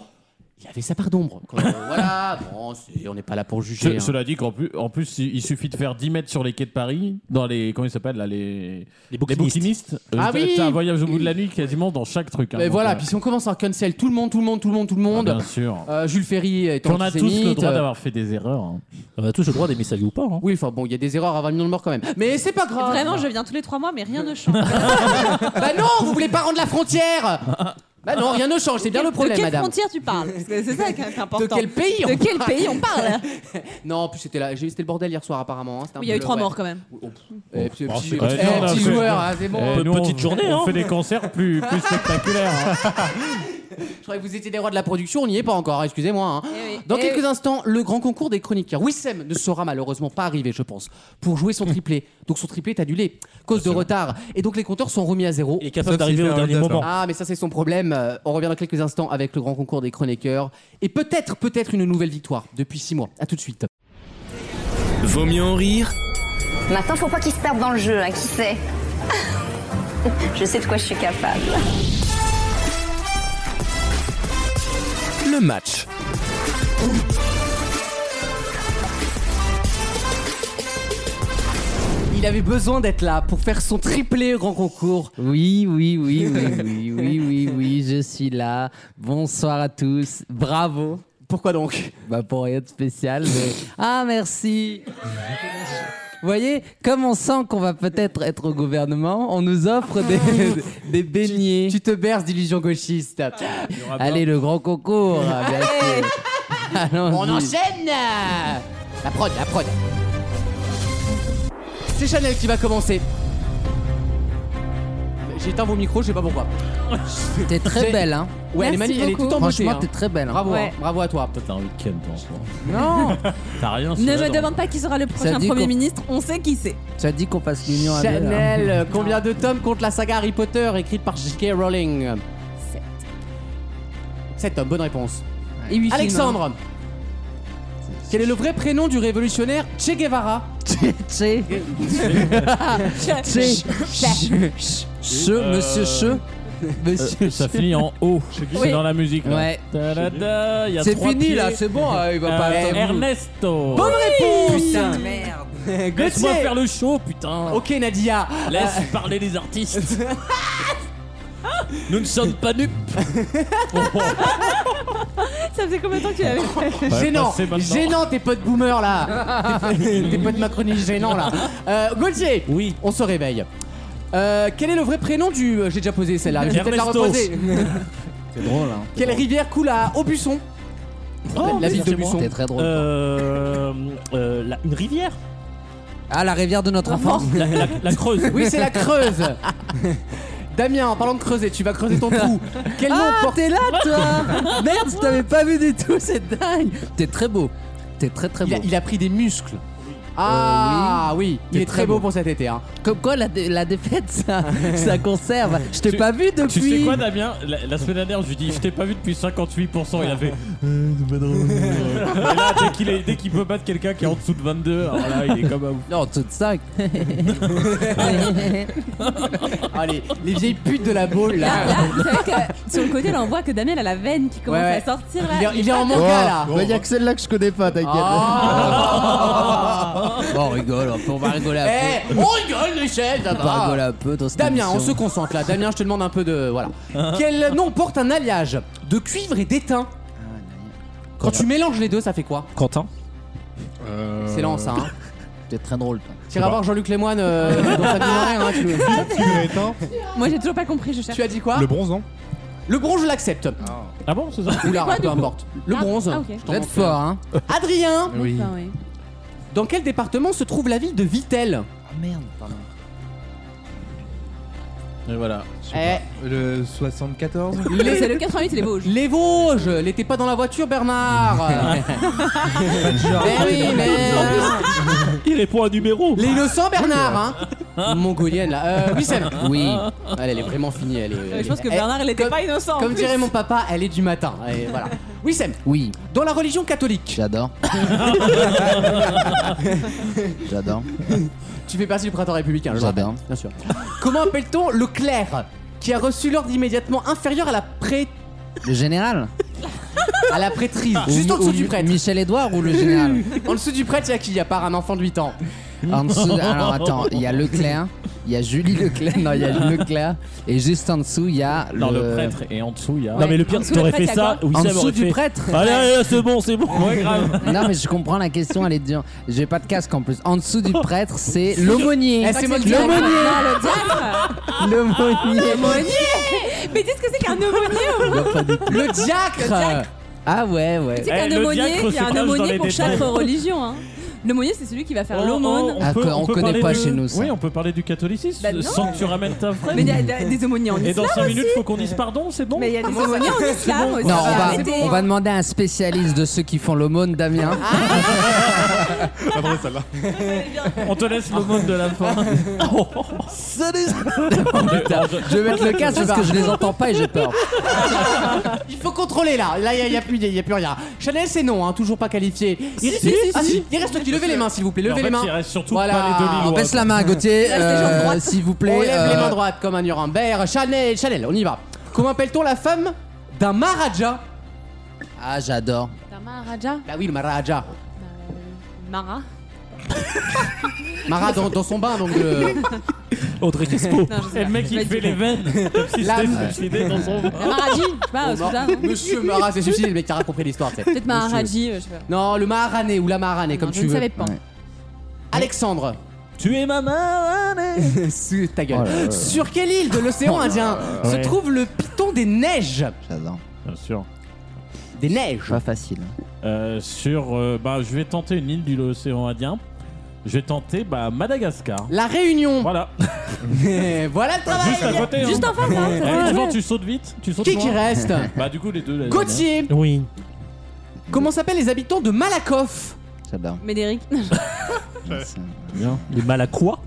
Speaker 2: Il avait sa part d'ombre. Quand-
Speaker 8: <laughs>
Speaker 2: euh, voilà, bon, c'est- on n'est pas là pour
Speaker 6: Ce-
Speaker 2: juger. hein.
Speaker 6: Cela dit qu'en plus, en plus, il il suffit de faire 10 mètres sur les quais de Paris, dans les. Comment ils s'appellent là Les,
Speaker 8: Les
Speaker 6: les
Speaker 8: bouquinistes.
Speaker 6: bouquinistes. Euh,
Speaker 2: Ah
Speaker 6: t'as-
Speaker 2: oui
Speaker 6: T'as un voyage au bout de la nuit quasiment dans chaque truc. hein,
Speaker 2: Mais
Speaker 6: donc,
Speaker 2: voilà,
Speaker 6: euh,
Speaker 2: puis si on commence à cancel tout le monde, tout le monde, tout le monde, tout le
Speaker 6: ah,
Speaker 2: monde.
Speaker 6: Bien sûr.
Speaker 2: euh, Jules Ferry est
Speaker 6: On a tous le
Speaker 2: antisémite,
Speaker 6: droit
Speaker 2: euh,
Speaker 6: d'avoir fait des erreurs. hein.
Speaker 8: On a tous le droit d'aimer sa vie ou pas. hein.
Speaker 2: Oui, enfin bon, il y a des erreurs à 20 millions de morts quand même. Mais c'est pas grave.
Speaker 3: Vraiment, je viens tous les trois mois, mais rien ne change.
Speaker 2: Bah non, vous voulez pas rendre la frontière
Speaker 6: <laughs>
Speaker 2: Bah non, rien ne change, c'est bien le
Speaker 3: de
Speaker 2: problème,
Speaker 3: quelle
Speaker 2: madame.
Speaker 3: frontière tu parles Parce que C'est ça qui est important.
Speaker 2: De quel pays on
Speaker 3: De quel
Speaker 2: parle
Speaker 3: pays on parle
Speaker 2: Non, en plus c'était là, j'ai- c'était le bordel hier soir apparemment. hein, c'était un
Speaker 3: Oui, Il y a
Speaker 2: peu
Speaker 3: eu
Speaker 2: le-
Speaker 3: trois
Speaker 2: ouais.
Speaker 3: morts quand même.
Speaker 2: Et puis,
Speaker 6: Oh,
Speaker 2: petit,
Speaker 6: c'est- ouais,
Speaker 2: eh,
Speaker 6: non, non,
Speaker 2: petit
Speaker 6: c'est-
Speaker 2: joueur, hein, c'est bon.
Speaker 6: Eh,
Speaker 2: hein.
Speaker 6: nous, on-
Speaker 8: petite journée,
Speaker 6: On
Speaker 8: hein.
Speaker 6: fait des concerts plus, plus spectaculaires. hein.
Speaker 2: Je croyais que vous étiez des rois de la production, on n'y est pas encore, hein, excusez-moi. hein.
Speaker 3: Eh oui.
Speaker 2: Dans
Speaker 3: Eh
Speaker 2: quelques
Speaker 3: oui.
Speaker 2: instants, le grand concours des chroniqueurs. Wissem ne sera malheureusement pas arrivé, je pense, pour jouer son triplé. Donc son triplé est annulé,
Speaker 6: Ah,
Speaker 2: cause de retard. Et donc les compteurs sont remis à zéro.
Speaker 8: Il est capable
Speaker 7: Sauf s'il
Speaker 8: d'arriver
Speaker 7: fait
Speaker 8: au
Speaker 7: un
Speaker 8: dernier
Speaker 7: date,
Speaker 8: moment.
Speaker 2: Ah, mais ça, c'est son problème. Euh, On revient dans quelques instants avec le grand concours des chroniqueurs. Et peut-être, peut-être une nouvelle victoire depuis six mois. À tout de suite.
Speaker 1: Vaut mieux en rire
Speaker 11: Maintenant, faut pas qu'il se perde dans le jeu, hein, qui sait <laughs> Je sais de quoi je suis capable.
Speaker 1: le match.
Speaker 2: Il avait besoin d'être là pour faire son triplé au grand concours.
Speaker 12: Oui, oui, oui, oui, oui, oui, oui, oui, je suis là. Bonsoir à tous. Bravo.
Speaker 2: Pourquoi donc
Speaker 12: Bah pour rien de spécial, mais ah merci. Vous voyez, comme on sent qu'on va peut-être être au gouvernement, on nous offre des, des beignets.
Speaker 2: Ah. Tu te berces d'illusions gauchistes.
Speaker 12: Allez, le grand <laughs> concours. bien sûr. Allons-y.
Speaker 2: On enchaîne La prod, la prod. C'est Chanel qui va commencer. J'ai éteint vos micros, je sais pas pourquoi.
Speaker 12: T'es très
Speaker 2: C'est-
Speaker 12: belle, hein.
Speaker 2: Ouais, elle est
Speaker 3: Merci
Speaker 2: magnifique, elle est
Speaker 3: beaucoup.
Speaker 2: tout en beauté.
Speaker 12: Franchement,
Speaker 2: hein.
Speaker 12: t'es très belle. hein.
Speaker 2: Bravo,
Speaker 3: Ouais.
Speaker 2: hein, bravo à toi.
Speaker 6: Toi, T'as un week-end, toi, en ce moment.
Speaker 12: Non.
Speaker 6: T'as rien.
Speaker 3: Ne
Speaker 6: sur la
Speaker 3: me
Speaker 6: dent.
Speaker 3: demande pas qui sera le prochain
Speaker 12: dit
Speaker 3: Premier
Speaker 12: qu'on-
Speaker 3: ministre, on sait qui
Speaker 2: <laughs>
Speaker 3: c'est.
Speaker 12: Tu as dit qu'on fasse l'union à deux, hein.
Speaker 2: Chanel, euh, combien de tomes compte la saga Harry Potter écrite par J.K. Rowling 7. 7 tomes, bonne réponse.
Speaker 12: Et huit films, hein.
Speaker 2: Alexandre Quel est le vrai prénom du révolutionnaire Che Guevara
Speaker 12: Tché.
Speaker 3: Bah,
Speaker 12: Tché. Che, Euh, monsieur Che.
Speaker 2: Euh, <laughs> Monsieur-
Speaker 6: <laughs> ça finit en haut. C'est
Speaker 2: Oui.
Speaker 6: dans la musique. là.
Speaker 2: Ouais.
Speaker 6: Ta-da-da, il y a
Speaker 2: C'est
Speaker 6: trois
Speaker 2: fini,
Speaker 6: pieds.
Speaker 2: là, c'est bon, euh, il va pas
Speaker 6: Euh,
Speaker 2: attendre.
Speaker 6: Ernesto.
Speaker 2: Bonne réponse
Speaker 6: Putain.
Speaker 2: <laughs> merde
Speaker 6: Laisse-moi faire le show, putain.
Speaker 2: Ok Nadia
Speaker 6: Laisse
Speaker 2: Euh,
Speaker 6: parler les artistes. Nous ne sommes
Speaker 2: <laughs>
Speaker 6: pas nupes. Oh,
Speaker 3: Ça faisait combien de temps que tu l'avais fait
Speaker 2: <laughs> Gênant, gênant tes potes boomers
Speaker 12: <laughs>
Speaker 2: là, tes, tes potes macronistes gênants là. Euh, Gauthier, oui, on se réveille. Euh, quel est le vrai prénom du euh, J'ai déjà posé celle-là. Je vais peut-être la
Speaker 6: Ernesto.
Speaker 2: reposer.
Speaker 5: <laughs> C'est drôle, Oh, hein.
Speaker 2: Quelle rivière coule à Aubusson La- La ville de Busson.
Speaker 12: C'était très drôle.
Speaker 8: Euh, euh, la- une rivière
Speaker 12: Ah, la rivière de notre enfance.
Speaker 8: la, la- la Creuse.
Speaker 2: Oui, c'est la
Speaker 12: <laughs>
Speaker 2: Creuse. Damien, en parlant de creuser, tu vas creuser ton trou. Quel nom
Speaker 12: Ah,
Speaker 2: porte
Speaker 12: t'es là,
Speaker 2: <laughs>
Speaker 12: toi Merde, je t'avais pas vu du tout, c'est dingue T'es très beau. T'es très très
Speaker 2: il
Speaker 12: beau.
Speaker 2: a, il a pris des muscles. Ah oui, il
Speaker 12: Euh, T'es
Speaker 2: est très
Speaker 12: très
Speaker 2: beau
Speaker 12: beau.
Speaker 2: pour cet été. Hein.
Speaker 12: Comme quoi, la, dé- la défaite,
Speaker 2: <laughs>
Speaker 12: ça, ça conserve. Je t'ai
Speaker 6: Tu-
Speaker 12: pas vu depuis.
Speaker 6: Tu sais quoi, Damien la, la semaine dernière, je lui dis Je t'ai pas vu depuis 58%. Il a fait. euh,
Speaker 2: <laughs>
Speaker 6: Et là, dès qu'il est- dès qu'il peut battre quelqu'un qui est en dessous de 22, alors là, il est comme un ouf.
Speaker 12: Non, tout
Speaker 2: <laughs>
Speaker 12: ça. <laughs>
Speaker 2: Allez, les vieilles putes de la boule là.
Speaker 3: Là, là, c'est vrai que sur le côté, là, on voit que Damien elle a la veine qui commence
Speaker 2: Ouais, ouais.
Speaker 3: à sortir.
Speaker 2: Il
Speaker 3: Là.
Speaker 2: est- il est en
Speaker 3: pas
Speaker 2: manga là. Oh.
Speaker 5: Bah, y a que celle-là que je connais pas, t'inquiète.
Speaker 12: <laughs> on rigole, on peut- on va rigoler un
Speaker 2: Eh,
Speaker 12: peu.
Speaker 2: on rigole Michel, ça
Speaker 12: On va rigoler
Speaker 2: va.
Speaker 12: un peu dans cette
Speaker 2: Damien, on se
Speaker 12: émission. Hein
Speaker 2: concentre là. Damien, je te demande un peu de voilà. Quel nom porte un alliage de cuivre et d'étain
Speaker 12: Ah,
Speaker 2: Quand tu mélanges les deux, ça fait quoi
Speaker 8: Quentin.
Speaker 2: C'est lent ça. Hein.
Speaker 12: T'es très drôle, toi.
Speaker 2: T'iras voir Jean-Luc Lemoine euh, dans sa vie horaire, hein, tu veux.
Speaker 3: Moi, j'ai toujours pas compris, je cherche.
Speaker 2: Tu as dit quoi
Speaker 7: Le bronze, non
Speaker 2: Le bronze, je l'accepte.
Speaker 6: Ah bon, c'est ça
Speaker 2: Ou l'art,
Speaker 3: quoi,
Speaker 2: peu
Speaker 3: du coup
Speaker 2: importe. Le
Speaker 3: Ah,
Speaker 2: bronze.
Speaker 3: ah, ok.
Speaker 2: je t'en
Speaker 12: Vous êtes
Speaker 2: montre.
Speaker 12: fort, hein
Speaker 2: Adrien,
Speaker 5: Oui.
Speaker 3: Enfin, hein, oui.
Speaker 2: dans quel département se trouve la ville de Vittel
Speaker 12: Ah merde, pardon.
Speaker 6: Et voilà.
Speaker 2: Eh,
Speaker 5: Le 74
Speaker 2: les,
Speaker 3: C'est le 88, il est beau.
Speaker 2: les Vosges. N'était pas dans la voiture,
Speaker 6: <laughs>
Speaker 2: Bernard. Eh oui, mais- euh,
Speaker 8: Il répond à un numéro.
Speaker 2: Les innocents, Bernard, hein Mongolienne, là. Euh, Wissem.
Speaker 12: Oui.
Speaker 2: Elle, elle est vraiment finie, elle est... elle
Speaker 3: Euh,
Speaker 2: est-
Speaker 3: je pense que
Speaker 2: elle-
Speaker 3: Bernard, il était
Speaker 2: comme-
Speaker 3: pas innocent. en
Speaker 2: Comme
Speaker 3: plus.
Speaker 2: dirait mon papa, elle est du matin. Et voilà. Wissem,
Speaker 12: Oui,
Speaker 2: dans la religion catholique, <laughs>
Speaker 12: j'adore. j'adore.
Speaker 2: tu fais partie du printemps républicain, je le rappelle.
Speaker 12: J'adore.
Speaker 2: Bien sûr. Comment appelle-t-on le clerc qui a reçu l'ordre immédiatement inférieur à la pré...
Speaker 12: Le général
Speaker 2: à la prêtrise
Speaker 12: Ou
Speaker 2: Juste
Speaker 12: Ah. Mi-
Speaker 2: en dessous
Speaker 12: ou
Speaker 2: du
Speaker 12: Mi-
Speaker 2: prêtre.
Speaker 12: Michel Edouard ou
Speaker 2: <laughs>
Speaker 12: le général
Speaker 2: En dessous du prêtre, il y a qui y a part un enfant de 8 ans.
Speaker 12: En dessous, alors attends, il y a Leclerc, il y a Julie Leclerc, non, il y a Leclerc, et juste en dessous, il y a
Speaker 6: Dans le
Speaker 12: le
Speaker 6: prêtre et en dessous, il y a.
Speaker 8: Non, mais le pire,
Speaker 3: En dessous,
Speaker 8: t'aurais
Speaker 3: après,
Speaker 8: fait
Speaker 3: t'as
Speaker 8: ça.
Speaker 3: quoi
Speaker 8: oui,
Speaker 12: En
Speaker 8: ça
Speaker 12: dessous
Speaker 8: aurait
Speaker 12: du
Speaker 8: fait-
Speaker 12: prêtre
Speaker 8: Allez, allez, c'est bon, c'est bon.
Speaker 6: Ouais, grave.
Speaker 12: Non, mais je comprends la question, elle est dure. J'ai pas de casque en plus. En dessous du prêtre,
Speaker 2: <laughs>
Speaker 12: c'est l'aumônier.
Speaker 2: Eh, c'est moi le
Speaker 3: Non,
Speaker 2: diable.
Speaker 3: le diacre
Speaker 12: L'aumônier.
Speaker 3: Mais dis ce que c'est
Speaker 6: Eh,
Speaker 3: qu'un aumônier au moins
Speaker 2: Le diacre
Speaker 12: Ah ouais, ouais.
Speaker 3: Tu sais
Speaker 6: Eh,
Speaker 3: qu'un
Speaker 6: le
Speaker 3: aumônier,
Speaker 6: diacre
Speaker 3: il y
Speaker 6: se
Speaker 3: a un
Speaker 6: cache dans
Speaker 3: aumônier
Speaker 6: les
Speaker 3: pour
Speaker 6: détails. Oh,
Speaker 3: chaque religion. Hein. L'aumônier, c'est celui qui va faire l'aumône.
Speaker 12: Ah, que- on connaît
Speaker 6: parler
Speaker 12: pas
Speaker 6: de-
Speaker 12: chez nous, ça.
Speaker 6: Oui, on peut parler du catholicisme
Speaker 3: Bah non.
Speaker 6: sans que tu ramènes ta frère.
Speaker 3: Mais il y a- il y a des aumôniers en
Speaker 6: oh. Et dans
Speaker 3: islam.
Speaker 6: 5 minutes, faut qu'on dise pardon, c'est bon
Speaker 3: Mais il y
Speaker 2: Ah,
Speaker 3: a des aumôniers en islam aussi.
Speaker 12: Non, on va,
Speaker 3: Arrêtez.
Speaker 12: on va demander à un spécialiste de ceux qui font l'aumône, Damien.
Speaker 6: On te laisse le mot de
Speaker 3: <laughs>
Speaker 6: la fin.
Speaker 12: <laughs> Putain, je vais mettre le casque parce que je les entends pas et j'ai peur.
Speaker 2: <laughs> Il faut contrôler là, là il n'y a, plus- y a- y a plus rien. Chanel c'est non, hein, toujours pas qualifié. Il,
Speaker 6: Si, si,
Speaker 2: ah,
Speaker 6: si.
Speaker 2: si, il reste qui Levez les mains s'il vous plaît,
Speaker 6: Mais en
Speaker 2: levez les
Speaker 6: fait,
Speaker 2: mains.
Speaker 6: il reste surtout
Speaker 2: Voilà.
Speaker 6: pas les deux
Speaker 12: On
Speaker 6: Lillois.
Speaker 12: baisse la main, Gauthier,
Speaker 3: Reste les jambes
Speaker 12: euh,
Speaker 3: droites.
Speaker 12: s'il vous plaît.
Speaker 2: On lève les
Speaker 12: euh,
Speaker 2: mains droites comme un Nuremberg. Chanel, Chanel, on y va. Comment appelle-t-on la femme d'un Maharaja
Speaker 12: Ah, j'adore.
Speaker 3: T'as Maharaja
Speaker 2: Bah oui, le Maharaja.
Speaker 3: Mara
Speaker 2: Mara dans, dans son bain donc.
Speaker 6: <laughs>
Speaker 2: euh,
Speaker 8: Audrey Crespo.
Speaker 3: <laughs> Non, je sais
Speaker 6: Et le
Speaker 3: pas.
Speaker 6: mec,
Speaker 3: Bah,
Speaker 6: il
Speaker 3: du
Speaker 6: fait
Speaker 3: coup.
Speaker 6: les veines. Comme si
Speaker 2: Là,
Speaker 6: c'était suicidé dans son.
Speaker 3: La Maharaji Je sais
Speaker 6: Ah,
Speaker 3: pas, c'est ça.
Speaker 6: hein.
Speaker 3: non
Speaker 2: Monsieur Mara, c'est suicidé le mec qui a compris l'histoire. tu sais.
Speaker 3: Peut-être Maharaji, euh, je sais pas.
Speaker 2: Non, le Maharanais ou la Maharanais comme
Speaker 3: Ah
Speaker 2: tu
Speaker 3: Non, je ne
Speaker 2: veux.
Speaker 3: savais pas.
Speaker 2: Alexandre,
Speaker 6: Tu es ma maman.
Speaker 2: sous ta gueule. Sur quelle île de l'océan Indien se
Speaker 8: Ouais.
Speaker 2: trouve le piton des neiges
Speaker 12: J'adore.
Speaker 6: Bien sûr.
Speaker 2: Des neiges.
Speaker 12: Pas facile.
Speaker 6: Euh, sur. euh, bah, je vais tenter une île de l'océan Indien. Je vais tenter bah, Madagascar.
Speaker 2: La Réunion.
Speaker 6: Voilà.
Speaker 2: <laughs> voilà le
Speaker 6: Juste à
Speaker 2: travail.
Speaker 6: côté.
Speaker 3: Juste en face, hein,
Speaker 6: Eh,
Speaker 3: ça se
Speaker 6: Yvan,
Speaker 3: voit.
Speaker 6: tu sautes vite. Tu sautes
Speaker 2: Qui qui
Speaker 6: loin.
Speaker 2: reste
Speaker 6: Bah, du coup, les deux. là,
Speaker 2: Gauthier.
Speaker 8: Oui.
Speaker 2: Comment s'appellent les habitants de Malakoff
Speaker 12: J'adore.
Speaker 3: Médéric.
Speaker 8: Les mal à quoi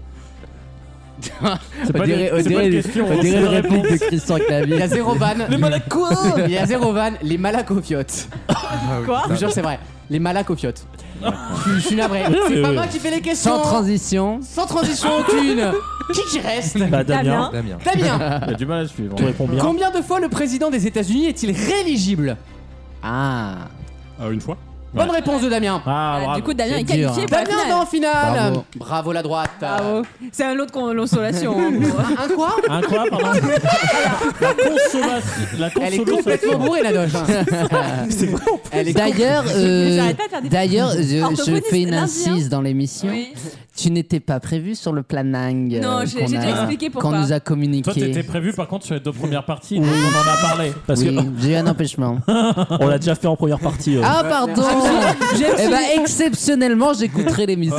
Speaker 12: C'est pas des- c'est pas une question, hein.
Speaker 2: on
Speaker 6: hein.
Speaker 12: c'est
Speaker 2: dirait
Speaker 12: une
Speaker 2: le
Speaker 12: réponse.
Speaker 2: réplique Il y a zéro van.
Speaker 12: Les Ah, Malakois
Speaker 2: Il y a zéro van, les malacofiotes.
Speaker 12: Quoi
Speaker 2: Je vous jure, c'est vrai. Les malacofiotes. Je suis- je suis
Speaker 12: <laughs>
Speaker 2: navré. C'est pas moi qui fais les questions.
Speaker 12: Sans transition.
Speaker 2: Sans transition aucune. Qui qui reste
Speaker 12: Bah, Damien.
Speaker 2: Damien.
Speaker 12: Damien.
Speaker 2: Damien.
Speaker 6: Il a du mal à suivre. hein.
Speaker 2: Tu réponds
Speaker 6: bien.
Speaker 2: Combien de fois le président des États-Unis est-il rééligible Ah.
Speaker 6: une fois.
Speaker 2: Bonne réponse de Damien.
Speaker 6: Ah, bravo.
Speaker 3: Ah, du coup, Damien est
Speaker 2: C'est dur,
Speaker 3: qualifié
Speaker 2: hein.
Speaker 3: pour la
Speaker 2: Damien
Speaker 3: finale.
Speaker 2: dans la finale. Bravo.
Speaker 3: Bravo.
Speaker 2: la droite.
Speaker 3: Bravo. C'est un lot de consolation. hein, gros.
Speaker 2: <laughs> Un quoi
Speaker 6: <laughs> Un quoi, pardon La consommation. La
Speaker 2: Elle est complètement bourrée la doge.
Speaker 12: C'est vrai,
Speaker 2: en plus. Elle est <laughs>
Speaker 12: D'ailleurs,
Speaker 2: complète-
Speaker 12: euh,
Speaker 2: Mais j'arrête pas de faire des petits-
Speaker 12: d'ailleurs, je, je
Speaker 2: Orthophoniste
Speaker 12: fais une
Speaker 2: lundi,
Speaker 12: incise
Speaker 2: hein.
Speaker 12: dans l'émission.
Speaker 2: Oui.
Speaker 12: Tu n'étais pas prévu sur le planning. euh,
Speaker 3: Non, j'ai-
Speaker 12: qu'on
Speaker 3: j'ai
Speaker 12: a-
Speaker 3: déjà expliqué pourquoi.
Speaker 12: Qu'on nous a communiqué.
Speaker 6: Toi, t'étais prévu par contre sur les deux premières parties. On en a parlé.
Speaker 8: Parce
Speaker 12: Oui, j'ai eu un
Speaker 2: <laughs>
Speaker 12: empêchement.
Speaker 8: On l'a déjà fait en première partie. euh.
Speaker 12: Ah pardon. Eh ben, exceptionnellement, j'écouterai l'émission.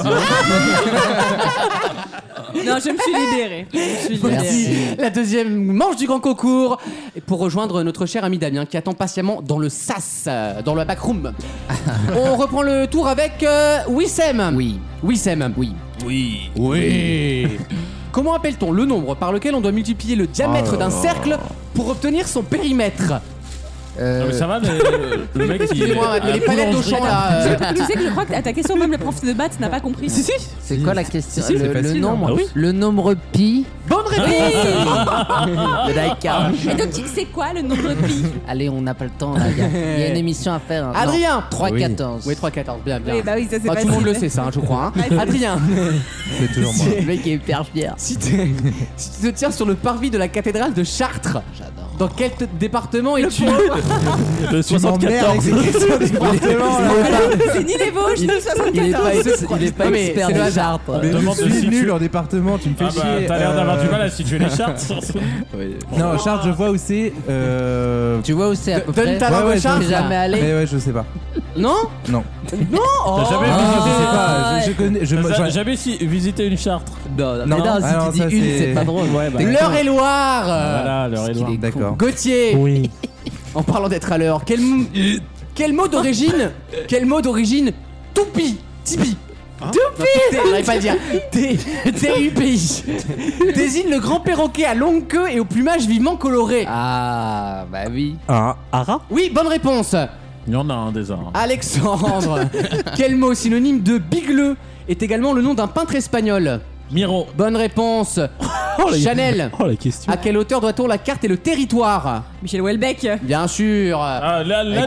Speaker 3: Non, je me suis libérée. Je me suis libérée.
Speaker 2: Voici la deuxième manche du grand concours pour rejoindre notre cher ami Damien qui attend patiemment dans le sas, euh, dans la backroom. On reprend le tour avec euh, Wissem. Oui. Wissem. Oui.
Speaker 1: Oui.
Speaker 2: Oui. Comment appelle-t-on le nombre par lequel on doit multiplier le diamètre
Speaker 6: Oh là
Speaker 2: d'un
Speaker 6: là.
Speaker 2: cercle pour obtenir son périmètre
Speaker 6: Non, mais ça va, le, le mec, il est.
Speaker 2: Excusez-moi, mais les palettes d'Auchan là. euh,
Speaker 3: <laughs> Tu sais que je crois que à ta question, même le prof de maths n'a pas compris. Si, si.
Speaker 12: C'est quoi la question
Speaker 3: Si, si,
Speaker 12: le,
Speaker 3: c'est facile,
Speaker 12: le
Speaker 3: hein.
Speaker 12: nombre,
Speaker 3: Ah oui.
Speaker 12: le nombre pi.
Speaker 2: Bonne
Speaker 12: réponse. le
Speaker 2: <laughs>
Speaker 12: Daika.
Speaker 3: Et donc, tu- c'est quoi le nombre pi
Speaker 12: Allez, on n'a pas le temps. là. Il y, a- il y a une émission à faire. hein.
Speaker 2: Adrien
Speaker 12: Non, 3-14.
Speaker 2: Oui,
Speaker 12: <laughs>
Speaker 2: 3-14, bien,
Speaker 3: Eh
Speaker 2: bien.
Speaker 12: Oui, bah oui, ça, c'est
Speaker 2: Tout le monde
Speaker 12: facile.
Speaker 2: le sait, ça, hein, je crois. hein.
Speaker 12: Ah,
Speaker 2: Adrien
Speaker 5: C'est toujours
Speaker 2: <laughs>
Speaker 5: moi.
Speaker 12: Le mec est hyper fier.
Speaker 2: Si t'es- si tu te tiens sur le parvis de la cathédrale de Chartres, dans quel t- département es-tu
Speaker 8: Le 74.
Speaker 2: <laughs>
Speaker 3: C'est ni les Vosges, ni le 74.
Speaker 5: Il est pas ex- il est pas
Speaker 2: Non, mais
Speaker 5: expert
Speaker 2: c'est
Speaker 5: des
Speaker 2: le hasard.
Speaker 5: chartes. Mais
Speaker 6: Demande
Speaker 5: je
Speaker 6: de
Speaker 5: suis
Speaker 6: situer-
Speaker 5: nul en département, tu me fais
Speaker 6: Ah bah,
Speaker 5: chier.
Speaker 6: t'as l'air
Speaker 5: Euh,
Speaker 6: d'avoir du mal à situer les chartes.
Speaker 2: <laughs>
Speaker 5: Non, Charles, je vois où c'est.
Speaker 12: Tu vois où c'est à peu près
Speaker 5: ouais, ouais,
Speaker 12: Charles,
Speaker 5: je-
Speaker 12: jamais allé.
Speaker 5: Mais ouais, je sais pas.
Speaker 2: Non
Speaker 5: Non.
Speaker 2: Non
Speaker 6: T'as jamais
Speaker 5: Ah,
Speaker 6: visité.
Speaker 5: je sais pas, je- je connais- je-
Speaker 6: T'as
Speaker 5: je-
Speaker 6: jamais si- visité une Chartres.
Speaker 12: Non, mais non, si
Speaker 5: Ah
Speaker 12: tu dis une, c'est pas drôle.
Speaker 6: Ouais, bah.
Speaker 2: L'heure et Loire
Speaker 6: Voilà, l'heure et loire.
Speaker 5: D'accord.
Speaker 2: Gauthier Oui. En parlant d'être à l'heure, quel, m- quel mot d'origine Quel mot d'origine Toupi Tipi Toupi J'arrive pas à le dire. T- T-U-P-I Désigne le grand perroquet à longue queue et au plumage vivement coloré.
Speaker 12: Ah, bah oui.
Speaker 8: Un ara
Speaker 2: Oui, bonne réponse
Speaker 6: Il y en a un des uns.
Speaker 2: Alexandre Quel mot synonyme de bigleux est également le nom d'un peintre espagnol
Speaker 6: Miro.
Speaker 2: Bonne
Speaker 6: <laughs>
Speaker 2: réponse Ah, Chanel Ah,
Speaker 8: Oh la question.
Speaker 2: À quelle hauteur doit-on la carte et le territoire
Speaker 3: Michel Houellebecq
Speaker 2: Bien sûr
Speaker 6: Ah là là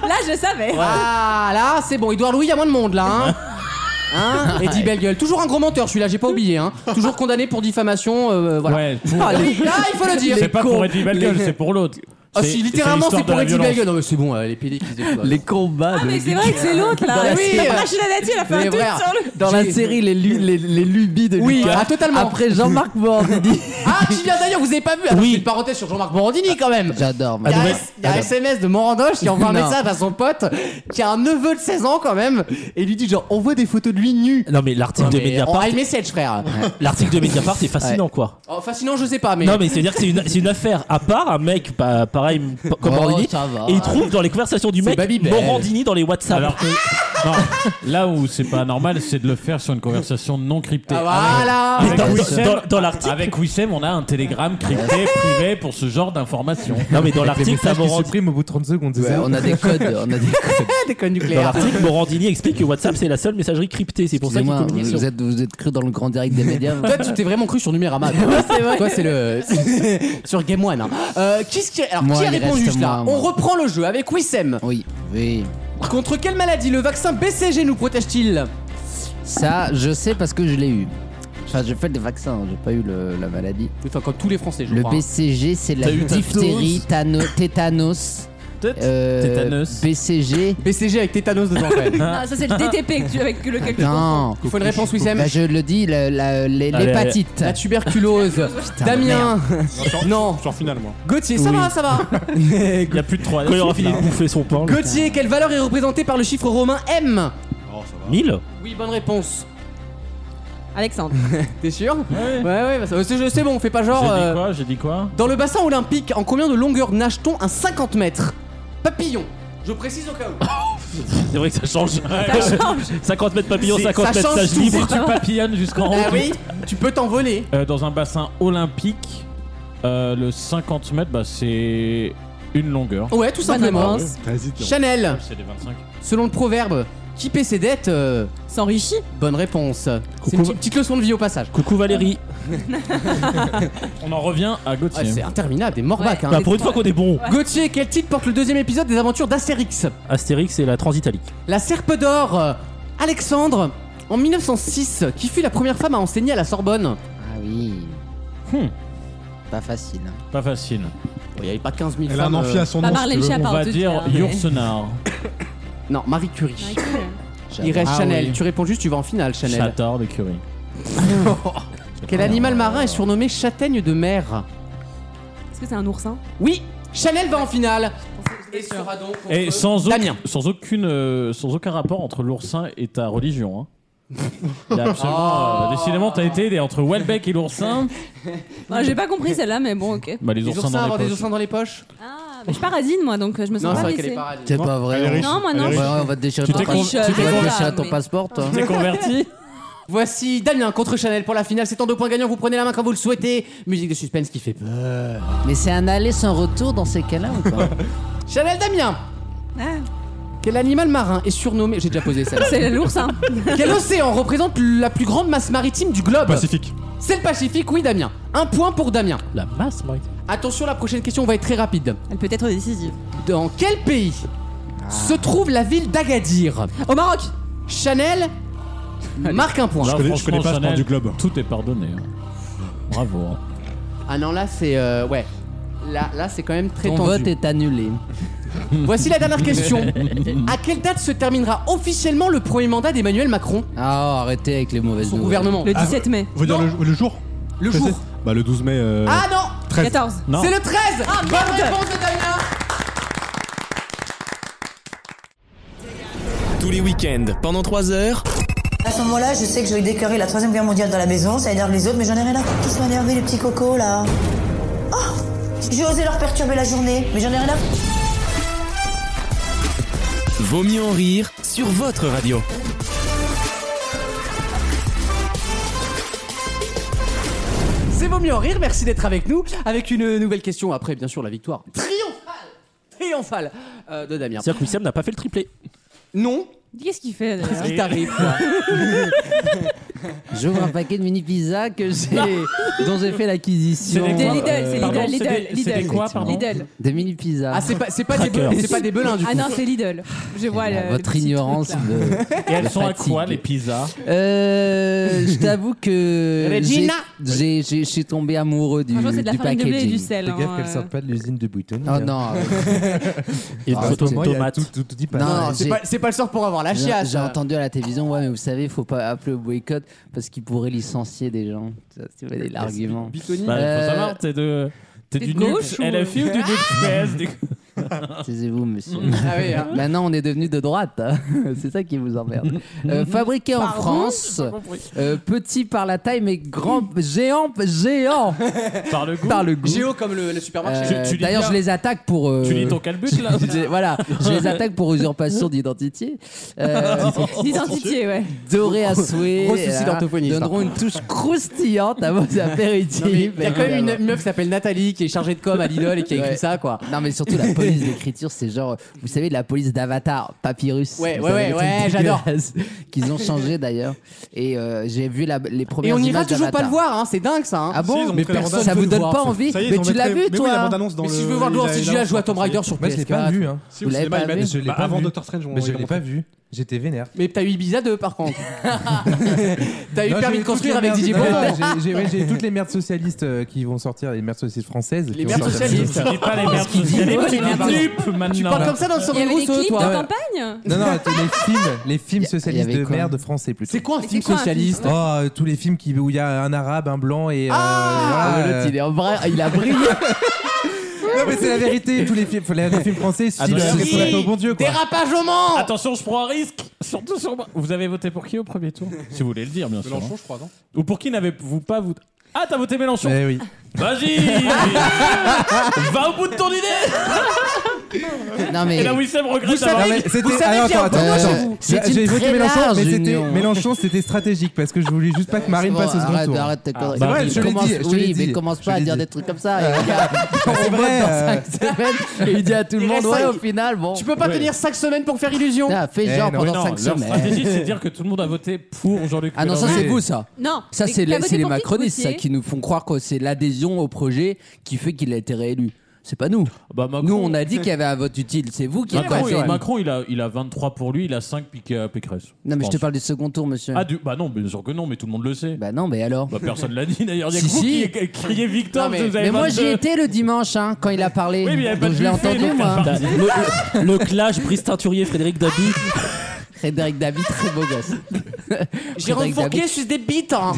Speaker 3: Là, je savais.
Speaker 2: Ah là c'est bon, Edouard Louis, il y a moins de monde là
Speaker 6: <laughs>
Speaker 2: hein Hein Et dit belle gueule. Toujours un gros menteur celui-là, j'ai pas oublié. Hein. Toujours condamné pour diffamation. euh, voilà.
Speaker 6: Ouais, pour-
Speaker 2: Ah, oui, là, il faut le dire.
Speaker 6: C'est pas pour Eddie Belgueule, c'est pour l'autre.
Speaker 2: Ah si, littéralement, c'est pour Eddie
Speaker 6: Eddie
Speaker 2: Belgueule. Non, mais c'est bon, euh, les PD qui se déploient.
Speaker 12: Les combats.
Speaker 3: Ah, mais c'est vrai que c'est l'autre
Speaker 12: Dans
Speaker 3: là.
Speaker 12: la
Speaker 3: Oui,
Speaker 12: série.
Speaker 3: Rachida Dati, elle a fait un
Speaker 12: Mais
Speaker 3: tweet
Speaker 2: hein.
Speaker 12: frère,
Speaker 3: sur le.
Speaker 12: Dans la série, les, lu- les, les lubies de
Speaker 2: Oui,
Speaker 12: Lucas.
Speaker 2: ah, totalement.
Speaker 12: Après Jean-Marc Morandini.
Speaker 2: <laughs> Ah, qui vient d'ailleurs, vous avez pas vu Attends, je fais une parenthèse sur Jean-Marc Morandini quand même.
Speaker 12: J'adore.
Speaker 2: Il y a, un-
Speaker 12: Morandini.
Speaker 2: il y a un SMS de Morandoche qui envoie un
Speaker 12: Non.
Speaker 2: message à son pote qui a un neveu de 16 ans quand même et lui dit genre on voit des photos de lui nu.
Speaker 8: Non, mais l'article de
Speaker 2: On
Speaker 8: Mediapart.
Speaker 2: a message frère.
Speaker 8: L'article de Mediapart est fascinant,
Speaker 2: Ouais.
Speaker 8: quoi.
Speaker 2: Oh, fascinant je sais pas mais.
Speaker 8: Non, mais c'est-à-dire que c'est une, c'est une affaire à part, un mec, pas- pareil, p- comme
Speaker 2: Oh,
Speaker 8: Morandini,
Speaker 2: ça va.
Speaker 8: et il trouve dans les conversations du
Speaker 2: C'est
Speaker 8: mec
Speaker 2: Babybel.
Speaker 8: Morandini dans les WhatsApp.
Speaker 6: Alors que. Non, là où c'est pas normal, c'est de le faire sur une conversation non cryptée.
Speaker 2: Ah,
Speaker 8: voilà.
Speaker 6: Avec
Speaker 8: Mais dans-
Speaker 6: Wissem-
Speaker 8: dans- dans l'article-
Speaker 6: Avec Wissem, on a un télégramme crypté privé pour ce genre d'informations.
Speaker 8: Non, mais dans
Speaker 5: Avec les
Speaker 8: l'article, ça
Speaker 5: messages qui
Speaker 8: Morandini.
Speaker 5: suppriment au bout de 30 secondes, c'est ça
Speaker 12: On a des codes. On a des codes.
Speaker 2: des connes
Speaker 8: Dans
Speaker 2: nucléaires.
Speaker 8: l'article, Morandini explique que WhatsApp c'est la seule messagerie cryptée, c'est pour ça qu'il
Speaker 12: Excusez-moi,
Speaker 8: communique sur-
Speaker 12: vous êtes, vous êtes cru dans le grand direct des médias.
Speaker 2: <laughs>
Speaker 12: vous.
Speaker 2: Toi, tu t'es vraiment cru sur
Speaker 12: <laughs>
Speaker 2: Numérama. Toi, Toi, c'est le. <laughs> sur Game One. hein. Euh, qu'est-ce qui... Alors,
Speaker 12: Moi,
Speaker 2: qui a
Speaker 12: il
Speaker 2: répondu
Speaker 12: reste
Speaker 2: juste là
Speaker 12: moi, moi.
Speaker 2: On reprend le jeu avec Wissem.
Speaker 12: Oui, oui.
Speaker 2: Contre quelle maladie le vaccin BCG nous protège-t-il
Speaker 12: Ça, je sais parce que je l'ai eu. Enfin, j'ai fait des vaccins, j'ai pas eu le- la maladie.
Speaker 2: Enfin, comme tous les Français, je
Speaker 12: Le
Speaker 2: crois.
Speaker 12: BCG, c'est la
Speaker 6: T'as eu ta
Speaker 12: diphtérie,
Speaker 6: dose
Speaker 12: tano- tétanos. euh,
Speaker 6: tétanos.
Speaker 12: BCG.
Speaker 2: BCG avec tétanos dedans, quand même.
Speaker 3: Non, ça c'est le DTP que tu- avec lequel tu
Speaker 12: <laughs> Non.
Speaker 2: Il faut une réponse, Wissem.
Speaker 12: Bah, je le dis, la- la- les-
Speaker 8: Allez,
Speaker 12: l'hépatite.
Speaker 2: La tuberculose.
Speaker 12: Putain,
Speaker 2: Damien. Non.
Speaker 7: Genre final, moi.
Speaker 2: Gauthier, ça
Speaker 8: Oui.
Speaker 2: va, ça
Speaker 12: <laughs>
Speaker 2: va.
Speaker 8: Il y a plus de 3 Quand il aura fini de bouffer son pain.
Speaker 2: Gauthier, quelle valeur est représentée par le chiffre romain M
Speaker 8: 1000
Speaker 2: Oui, bonne réponse.
Speaker 3: Alexandre.
Speaker 2: T'es sûr Ouais, ouais, bah, ça- c'est c'est bon, fais pas genre.
Speaker 6: J'ai
Speaker 2: euh,
Speaker 6: dit quoi J'ai dit quoi
Speaker 2: Dans le bassin olympique, en combien de longueur nage-t-on un 50 mètres Papillon. Je précise au cas où.
Speaker 8: C'est vrai que ça change.
Speaker 6: Ça
Speaker 8: <laughs>
Speaker 6: change.
Speaker 8: 50 mètres papillon,
Speaker 6: C'est-
Speaker 8: 50 mètres
Speaker 6: change
Speaker 8: sage
Speaker 6: tout.
Speaker 8: libre.
Speaker 6: Si tu papillonnes jusqu'en haut.
Speaker 2: Ah oui, tu peux t'envoler.
Speaker 6: Euh, dans un bassin olympique, euh, le 50 mètres, bah, c'est une longueur.
Speaker 2: Ouais, tout simplement.
Speaker 6: Ah ouais.
Speaker 2: Chanel.
Speaker 6: C'est des 25.
Speaker 2: Selon le proverbe, qui paie ses dettes euh,
Speaker 3: s'enrichit.
Speaker 2: Bonne réponse. C'est une petite, petite leçon de vie au passage.
Speaker 8: Coucou Valérie.
Speaker 6: <laughs> On en revient à Gauthier.
Speaker 2: Ouais, c'est interminable, des morbacs. hein.
Speaker 8: Bah, pour une fois qu'on est bon.
Speaker 2: Gauthier, quel titre porte le deuxième épisode des aventures d'Astérix
Speaker 8: Astérix, c'est la Transitalique.
Speaker 2: La Serpe d'Or, euh, Alexandre, en 1906, qui fut la première femme à enseigner à la Sorbonne
Speaker 12: Ah oui. Pas facile. hein.
Speaker 6: Pas facile.
Speaker 2: Il n'y avait pas 15 000
Speaker 7: Elle a
Speaker 2: femmes. euh,
Speaker 7: un amphi à son Pas nom, si Marlène tu veux. Schiappa,
Speaker 6: On
Speaker 7: en
Speaker 6: va
Speaker 7: tout
Speaker 6: dire
Speaker 7: cas, mais-
Speaker 6: Yourcenar.
Speaker 2: Non, Marie Curie. Il
Speaker 6: Curie.
Speaker 2: reste
Speaker 6: Ah
Speaker 2: Chanel.
Speaker 6: oui.
Speaker 2: Tu réponds juste, tu vas en finale, Chanel.
Speaker 6: J'adore de Curie.
Speaker 2: <laughs> Quel animal marin est surnommé châtaigne de mer
Speaker 3: Est-ce que c'est un oursin
Speaker 2: Oui, Chanel va en finale. Et sera donc contre
Speaker 6: Et sans, au-
Speaker 2: Damien.
Speaker 6: sans, aucune, euh, sans aucun rapport entre l'oursin et ta religion. hein. Il y a absolument, euh, décidément, t'as été des- entre Welbeck et l'oursin.
Speaker 3: Ouais, J'ai pas compris celle-là, mais bon, ok.
Speaker 6: Bah, les,
Speaker 2: Les oursins
Speaker 6: dans les
Speaker 2: avoir des
Speaker 6: poches.
Speaker 2: oursins dans les poches
Speaker 3: Ah, bah, je suis paradine, moi, donc euh, je me sens
Speaker 2: Non,
Speaker 3: pas
Speaker 2: c'est vrai qu'elle
Speaker 3: blessée.
Speaker 2: est paradine.
Speaker 12: C'est pas vrai.
Speaker 2: Elle est riche.
Speaker 3: Non, moi, non,
Speaker 12: Ouais,
Speaker 3: je- euh,
Speaker 12: ouais, on va te déchirer
Speaker 2: Tu
Speaker 12: ton
Speaker 2: t'es
Speaker 12: passeport.
Speaker 2: con- tu
Speaker 12: Tu
Speaker 2: t'es
Speaker 12: vas te
Speaker 2: con-
Speaker 12: déchirer ton
Speaker 2: mais-
Speaker 12: passeport, hein. toi.
Speaker 2: Voici Damien contre Chanel pour la finale. C'est en deux points gagnants. Vous prenez la main quand vous le souhaitez. Musique de suspense qui fait peur.
Speaker 12: Mais c'est un aller sans retour dans ces cas-là ou pas
Speaker 2: Chanel Damien Quel animal marin est surnommé. J'ai déjà posé <laughs> ça.
Speaker 3: C'est l'oursin.
Speaker 2: Quel océan représente la plus grande masse maritime du globe
Speaker 7: Pacifique.
Speaker 2: C'est le Pacifique, oui, Damien. Un point pour Damien.
Speaker 8: La masse, moi.
Speaker 2: Attention, la prochaine question va être très rapide.
Speaker 3: Elle peut être décisive.
Speaker 2: Dans quel pays se trouve la ville d'Agadir
Speaker 3: Au Maroc
Speaker 2: Chanel marque un point.
Speaker 6: Là,
Speaker 7: connais- je
Speaker 6: franchement,
Speaker 7: connais pas, je
Speaker 6: Chanel,
Speaker 7: prends du globe.
Speaker 6: Tout est pardonné. hein. Bravo. hein.
Speaker 2: Ah non, là c'est. euh, ouais. Là, là c'est quand même très
Speaker 12: Ton
Speaker 2: tendu.
Speaker 12: vote est annulé.
Speaker 2: Voici la dernière question. à quelle date se terminera officiellement le premier mandat d'Emmanuel Macron
Speaker 12: Ah, arrêtez avec les mauvaises
Speaker 2: Son
Speaker 12: nouvelles.
Speaker 2: gouvernement.
Speaker 3: Le
Speaker 7: Ah,
Speaker 3: 17 mai.
Speaker 7: Vous dire le, le jour
Speaker 2: Le
Speaker 7: Je
Speaker 2: jour.
Speaker 7: sais. Bah, le 12 mai. euh,
Speaker 2: <laughs> Ah non
Speaker 7: 13.
Speaker 3: 14.
Speaker 7: Non.
Speaker 2: C'est le 13
Speaker 3: Ah,
Speaker 2: Bonne
Speaker 3: merde
Speaker 2: réponse de Damien
Speaker 1: Tous les week-ends, pendant 3 heures,
Speaker 13: À ce moment-là, je sais que je vais déclarer la troisième guerre mondiale dans la maison, ça énerve les autres, mais j'en ai rien à foutre qu'ils soient énervés, les petits cocos, là. Oh J'ai osé leur perturber la journée, mais j'en ai rien à foutre.
Speaker 1: Vaut mieux en rire sur votre radio.
Speaker 2: C'est Vaut mieux en rire, merci d'être avec nous. Avec une nouvelle question après, bien sûr, la victoire triomphale Triomphale euh, de Damien.
Speaker 8: C'est-à-dire que Wissam n'a pas fait le triplé.
Speaker 2: Non
Speaker 3: Qu'est-ce qu'il fait
Speaker 2: Qu'est-ce
Speaker 3: d'ailleurs
Speaker 2: qui t'arrive toi
Speaker 12: J'ouvre un paquet de mini pizzas que j'ai, dont j'ai fait l'acquisition.
Speaker 3: C'est Lidl,
Speaker 6: euh,
Speaker 3: c'est Lidl,
Speaker 12: pardon,
Speaker 3: Lidl,
Speaker 12: c'est des-
Speaker 3: Lidl.
Speaker 12: c'est des quoi,
Speaker 3: Effectivement.
Speaker 12: pardon
Speaker 3: Lidl.
Speaker 12: Des mini pizzas.
Speaker 2: Ah, c'est pas, c'est pas, des,
Speaker 8: Crackers.
Speaker 2: be- c'est pas des belins du coup.
Speaker 3: Ah non, c'est Lidl. Je vois le-
Speaker 12: Votre
Speaker 3: le petit
Speaker 12: ignorance
Speaker 3: truc, là.
Speaker 12: de.
Speaker 6: Et elles
Speaker 12: la
Speaker 6: sont à
Speaker 12: fatigue.
Speaker 6: quoi les pizzas
Speaker 12: Euh, je t'avoue que
Speaker 2: Regina.
Speaker 12: j'ai- j'ai- j'ai- je suis tombé amoureux du,
Speaker 3: Franchement, c'est de la
Speaker 12: du
Speaker 3: farine de blé et
Speaker 12: packaging.
Speaker 3: du sel.
Speaker 5: Fais
Speaker 3: hein,
Speaker 5: gaffe qu'elle
Speaker 3: euh.
Speaker 5: sorte pas de l'usine de Bouton.
Speaker 12: Oh
Speaker 3: <laughs>
Speaker 12: non,
Speaker 8: Et
Speaker 5: Ah,
Speaker 8: une photo
Speaker 5: moi,
Speaker 8: de
Speaker 5: il y a
Speaker 8: tomate.
Speaker 5: Tout, tout, tout dit pas.
Speaker 12: Non,
Speaker 2: Non, c'est
Speaker 12: j'ai-
Speaker 2: pas, c'est pas le sort pour avoir la
Speaker 12: j'ai
Speaker 2: chiasse.
Speaker 12: j'ai entendu à la télévision, ouais, mais vous savez, faut pas appeler au boycott parce qu'ils pourraient licencier des gens. Ça, C'est l'argument.
Speaker 2: Bitoni.
Speaker 6: Bah,
Speaker 12: Euh,
Speaker 6: faut savoir, t'es de. T'es
Speaker 3: t'es
Speaker 6: du
Speaker 3: de
Speaker 6: nuque
Speaker 3: gauche ou-
Speaker 6: LFI ou du nuque PS du coup
Speaker 12: Taisez-vous, monsieur.
Speaker 6: Mm.
Speaker 2: <laughs> Ah oui, hein.
Speaker 12: <laughs> Maintenant, on est devenu de droite. hein. <laughs> C'est ça qui vous emmerde. Euh, fabriqué en France, euh, petit par la taille, mais grand, géant, géant
Speaker 6: Par le goût.
Speaker 12: par le goût.
Speaker 2: Géo comme le, le supermarché.
Speaker 12: Euh,
Speaker 6: Tu- tu lis
Speaker 12: D'ailleurs,
Speaker 6: bien-
Speaker 12: je les attaque pour. euh,
Speaker 6: Tu lis ton calbut là
Speaker 12: <laughs> je- voilà, je les attaque pour usurpation d'identité.
Speaker 6: <laughs>
Speaker 12: Euh,
Speaker 3: L'identité, ouais.
Speaker 12: doré à souhait.
Speaker 2: Gros souci
Speaker 12: euh,
Speaker 2: d'orthophoniste, hein.
Speaker 12: Donneront une touche croustillante à
Speaker 2: <laughs>
Speaker 12: vos apéritifs.
Speaker 2: Non, mais Il y a quand même
Speaker 12: évidemment.
Speaker 2: une meuf qui s'appelle Nathalie qui est chargée de com à Lidl et qui a écrit
Speaker 12: Ouais.
Speaker 2: ça quoi.
Speaker 12: Non, mais surtout
Speaker 2: <laughs>
Speaker 12: la police d'écriture, c'est genre, vous savez, la police d'Avatar, Papyrus.
Speaker 2: Ouais,
Speaker 12: Vous
Speaker 2: ouais,
Speaker 12: savez, les
Speaker 2: ouais,
Speaker 12: trucs
Speaker 2: ouais, j'adore.
Speaker 12: dégueulasses <laughs> Qu'ils ont changé d'ailleurs. Et euh, j'ai vu la- les
Speaker 2: Et
Speaker 12: premières
Speaker 2: on ira
Speaker 12: images
Speaker 2: toujours pas
Speaker 12: d'Avatar.
Speaker 2: le voir, hein, c'est dingue ça. hein.
Speaker 12: Ah bon
Speaker 7: Si, ils ont
Speaker 12: Mais
Speaker 7: montré la
Speaker 12: personne,
Speaker 7: bande-annonce,
Speaker 12: ça
Speaker 7: faut
Speaker 12: vous
Speaker 7: le
Speaker 12: donne
Speaker 7: voir,
Speaker 12: pas
Speaker 7: ça.
Speaker 12: envie
Speaker 7: Ça y est, ils
Speaker 12: Mais
Speaker 7: ont
Speaker 12: tu l'as
Speaker 7: montré-
Speaker 12: vu,
Speaker 7: Mais oui, la
Speaker 12: toi
Speaker 7: bande-annonce dans
Speaker 2: Mais
Speaker 7: le.
Speaker 2: si je veux voir Edward
Speaker 7: il a-
Speaker 2: City,
Speaker 7: il a-
Speaker 2: je joue à Tom Raider sur
Speaker 5: Moi, je l'ai pas
Speaker 2: PS4.
Speaker 5: vu. Hein.
Speaker 7: Si,
Speaker 12: Vous
Speaker 7: au
Speaker 12: l'avez
Speaker 7: cinéma,
Speaker 12: pas
Speaker 7: ils mettent-
Speaker 12: vu
Speaker 7: je l'ai
Speaker 12: Bah,
Speaker 7: pas
Speaker 12: avant
Speaker 7: vu. Doctor Strange. on-
Speaker 5: Mais je
Speaker 7: ils
Speaker 5: l'ai
Speaker 7: l'ont
Speaker 5: pas
Speaker 7: montré.
Speaker 5: vu. J'étais vénère.
Speaker 2: Mais t'as eu Ibiza 2 par
Speaker 12: <laughs>
Speaker 2: contre. t'as eu
Speaker 5: Non,
Speaker 2: permis
Speaker 5: j'ai
Speaker 2: de construire
Speaker 5: toutes les
Speaker 2: avec Didier
Speaker 5: merdes- non,
Speaker 2: Bourdon.
Speaker 5: j'ai- J'ai ouais, j'ai toutes les merdes socialistes euh, qui vont sortir, les merdes socialistes françaises.
Speaker 2: Les
Speaker 5: qui vont
Speaker 2: merdes
Speaker 5: sortir.
Speaker 2: socialistes.
Speaker 6: Tu dis pas les merdes sociales.
Speaker 2: Ouais,
Speaker 6: Tu
Speaker 2: les merdes
Speaker 6: dis dupe maintenant.
Speaker 2: Tu parles comme ça dans le
Speaker 3: Il y
Speaker 2: sommeil
Speaker 3: avait des
Speaker 2: Rousseau
Speaker 3: clips de
Speaker 2: toi.
Speaker 3: campagne
Speaker 5: Non, non, attends, les films, les films
Speaker 12: Y- y
Speaker 5: socialistes
Speaker 12: avait
Speaker 5: de
Speaker 12: quoi
Speaker 5: merde français plutôt.
Speaker 2: C'est quoi un
Speaker 3: Mais
Speaker 2: film
Speaker 3: c'est quoi un film
Speaker 2: socialiste
Speaker 5: Oh, euh, tous les films qui, où il y a un arabe, un blanc et. euh,
Speaker 2: Ah,
Speaker 5: voilà,
Speaker 12: Ah, l'autre,
Speaker 5: euh,
Speaker 12: il est en bra- il a brillé. <laughs>
Speaker 5: Non, mais c'est la vérité, tous les films, les, les films français, si
Speaker 6: Attends,
Speaker 5: le
Speaker 6: si.
Speaker 5: restaurant au bon Dieu, quoi.
Speaker 2: Dérapage au Mans
Speaker 6: Attention, je prends un risque. Surtout sur moi. Vous avez voté pour qui au premier tour Si vous voulez le dire, bien sûr.
Speaker 7: Mélenchon,
Speaker 6: hein.
Speaker 7: je crois, non
Speaker 6: Ou pour qui n'avez-vous pas voté Ah, t'as voté Mélenchon
Speaker 5: Eh oui.
Speaker 6: Vas-y Va au bout de ton idée
Speaker 12: Non, mais-
Speaker 6: Et là, Wissem regrette
Speaker 12: Vous savez-
Speaker 6: d'avoir-
Speaker 12: Non, mais
Speaker 5: C'était-
Speaker 12: Vous savez
Speaker 5: alors,
Speaker 12: qu'il y a
Speaker 5: attends,
Speaker 12: un
Speaker 5: attends,
Speaker 12: peu
Speaker 5: attends.
Speaker 12: chez vous.
Speaker 5: J'ai-
Speaker 12: C'est
Speaker 5: j'ai
Speaker 12: une
Speaker 5: évoqué
Speaker 12: très
Speaker 5: Mélenchon,
Speaker 12: large
Speaker 5: mais c'était-
Speaker 12: union.
Speaker 5: Mélenchon, c'était stratégique parce que je voulais juste pas que Marine
Speaker 12: Bon,
Speaker 5: passe au second
Speaker 12: arrête,
Speaker 5: tour.
Speaker 12: arrête tes
Speaker 5: Ah,
Speaker 12: conneries.
Speaker 2: Bah
Speaker 5: c'est vrai, je te l'ai
Speaker 12: Commence-
Speaker 5: dit, je te l'ai
Speaker 12: Oui, mais
Speaker 5: dit.
Speaker 12: commence
Speaker 5: Je
Speaker 12: pas
Speaker 5: te
Speaker 12: à
Speaker 5: l'ai
Speaker 12: dire
Speaker 5: dit.
Speaker 12: des trucs comme ça. Et regarde, on
Speaker 5: C'est
Speaker 12: vote
Speaker 5: vrai,
Speaker 12: dans
Speaker 5: euh,
Speaker 12: cinq semaines et il dit à tout le
Speaker 2: Il
Speaker 12: monde
Speaker 2: reste
Speaker 12: ouais,
Speaker 2: cinq-
Speaker 12: au final, bon.
Speaker 2: Tu peux pas tenir 5 semaines pour faire illusion.
Speaker 12: Ah, fais genre pendant 5
Speaker 6: Leur stratégie, c'est de
Speaker 12: semaines.
Speaker 6: dire que tout le monde a voté pour Jean-Luc
Speaker 12: Ah non, ça
Speaker 6: Mélenchon.
Speaker 12: c'est vous ça.
Speaker 3: Non,
Speaker 12: Ça
Speaker 3: mais
Speaker 12: c'est
Speaker 3: t'as
Speaker 12: les,
Speaker 3: voté
Speaker 12: c'est les
Speaker 3: pour qui,
Speaker 12: macronistes ça,
Speaker 3: Gauthier
Speaker 12: qui nous font croire que c'est l'adhésion au projet qui fait qu'il a été réélu. C'est pas nous.
Speaker 6: Bah,
Speaker 12: nous on a dit qu'il y avait un vote utile. C'est vous qui avez
Speaker 6: Macron,
Speaker 12: fait.
Speaker 6: il, Macron, il a, il a 23 pour lui, il a 5 piqué à Pécresse.
Speaker 12: Non mais je te
Speaker 6: pense.
Speaker 12: parle du second tour, monsieur.
Speaker 6: Ah, du- bah non, bien sûr que non, mais tout le monde le sait.
Speaker 12: Bah non, mais alors
Speaker 6: Bah personne l'a dit d'ailleurs. Il y a
Speaker 12: Si,
Speaker 6: que vous
Speaker 12: si.
Speaker 6: qui criez victoire,
Speaker 12: Non, mais
Speaker 6: parce que vous avez
Speaker 12: mais moi j'y
Speaker 6: 22.
Speaker 12: étais le dimanche hein, quand il a parlé.
Speaker 6: Oui, mais il y avait pas
Speaker 12: Donc,
Speaker 6: de
Speaker 12: je l'ai
Speaker 6: buffet,
Speaker 12: entendu
Speaker 6: donc euh,
Speaker 12: moi.
Speaker 6: t'as
Speaker 12: <laughs>
Speaker 8: le, le- le clash, Brice Teinturier, Frédéric Dabi.
Speaker 12: Frédéric Dabi, très beau gosse.
Speaker 2: Jérôme
Speaker 12: Frédéric
Speaker 2: Fourquet,
Speaker 12: Dabi.
Speaker 2: je suis des bites.
Speaker 12: <laughs>
Speaker 2: hein.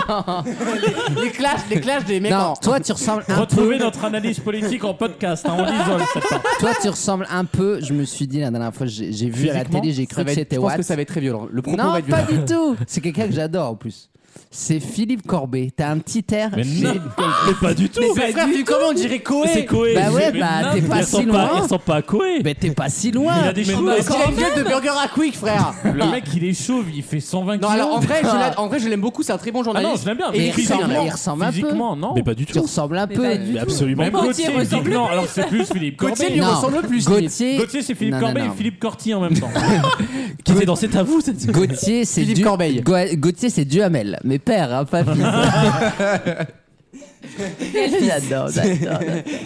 Speaker 2: <laughs> les, les clashs, les clashs des mecs.
Speaker 12: Non,
Speaker 2: en-
Speaker 12: toi tu ressembles un
Speaker 6: Retrouvez
Speaker 12: peu.
Speaker 6: notre analyse politique en podcast. hein, on l'isole, cette
Speaker 12: <laughs>
Speaker 6: part.
Speaker 12: Toi tu ressembles un peu. Je me suis dit la dernière fois, j'ai j'ai vu à la
Speaker 2: Physiquement,
Speaker 12: télé, j'ai
Speaker 2: ça
Speaker 12: cru
Speaker 2: va
Speaker 12: que
Speaker 2: être-
Speaker 12: c'était
Speaker 2: Je pense
Speaker 12: Watt.
Speaker 2: que ça va être très violent. Le propos
Speaker 12: Non,
Speaker 2: va être violent.
Speaker 12: pas du tout. C'est quelqu'un que j'adore en plus. C'est Philippe Corbet. T'as un petit air.
Speaker 6: Mais non,
Speaker 12: Philippe-
Speaker 6: mais pas du tout.
Speaker 2: Mais c'est frère, vu comment on dirait Coé
Speaker 8: C'est Coé.
Speaker 12: Bah ouais,
Speaker 8: Mais
Speaker 12: bah,
Speaker 8: non,
Speaker 12: t'es pas
Speaker 8: il ressemble
Speaker 12: si loin.
Speaker 8: il ressemble pas à Coé.
Speaker 12: Mais t'es pas si loin.
Speaker 6: Il a des
Speaker 12: Mais
Speaker 6: cheveux.
Speaker 12: non,
Speaker 2: Il a une gueule de burger à quick, <laughs> frère.
Speaker 6: Le mec, il est chauve, il fait 120
Speaker 2: Non,
Speaker 6: kilos.
Speaker 2: alors en vrai, je l'a- en vrai, je l'aime beaucoup. C'est un très bon journaliste.
Speaker 6: Ah non, je l'aime
Speaker 2: Et
Speaker 6: bien, mais
Speaker 2: il
Speaker 12: il,
Speaker 2: écrit
Speaker 12: ressemble,
Speaker 2: bien.
Speaker 12: il ressemble un peu.
Speaker 6: Physiquement, non.
Speaker 8: Mais pas du
Speaker 12: Tu
Speaker 8: tout.
Speaker 12: ressembles un
Speaker 3: Mais bah,
Speaker 12: peu.
Speaker 3: pas du
Speaker 8: Mais
Speaker 3: tout.
Speaker 8: absolument
Speaker 6: Même
Speaker 8: pas.
Speaker 6: Gauthier,
Speaker 3: Gauthier
Speaker 6: il dit
Speaker 3: ressemble
Speaker 6: non,
Speaker 3: plus.
Speaker 6: alors c'est plus Philippe
Speaker 2: Gauthier
Speaker 6: Corbet.
Speaker 2: lui
Speaker 12: Non.
Speaker 2: ressemble plus.
Speaker 12: Gauthier.
Speaker 6: Gauthier, c'est Philippe
Speaker 12: Non, non,
Speaker 6: Corbet
Speaker 12: non.
Speaker 6: et Philippe Corti en même temps.
Speaker 8: Qui était dans cet à vous cette-
Speaker 12: Gauthier, c'est
Speaker 2: Philippe
Speaker 12: du...
Speaker 2: Corbeil.
Speaker 12: Gau- Gauthier, c'est Duhamel. Mais père, hein, pas <laughs> fils. j'adore, j'adore.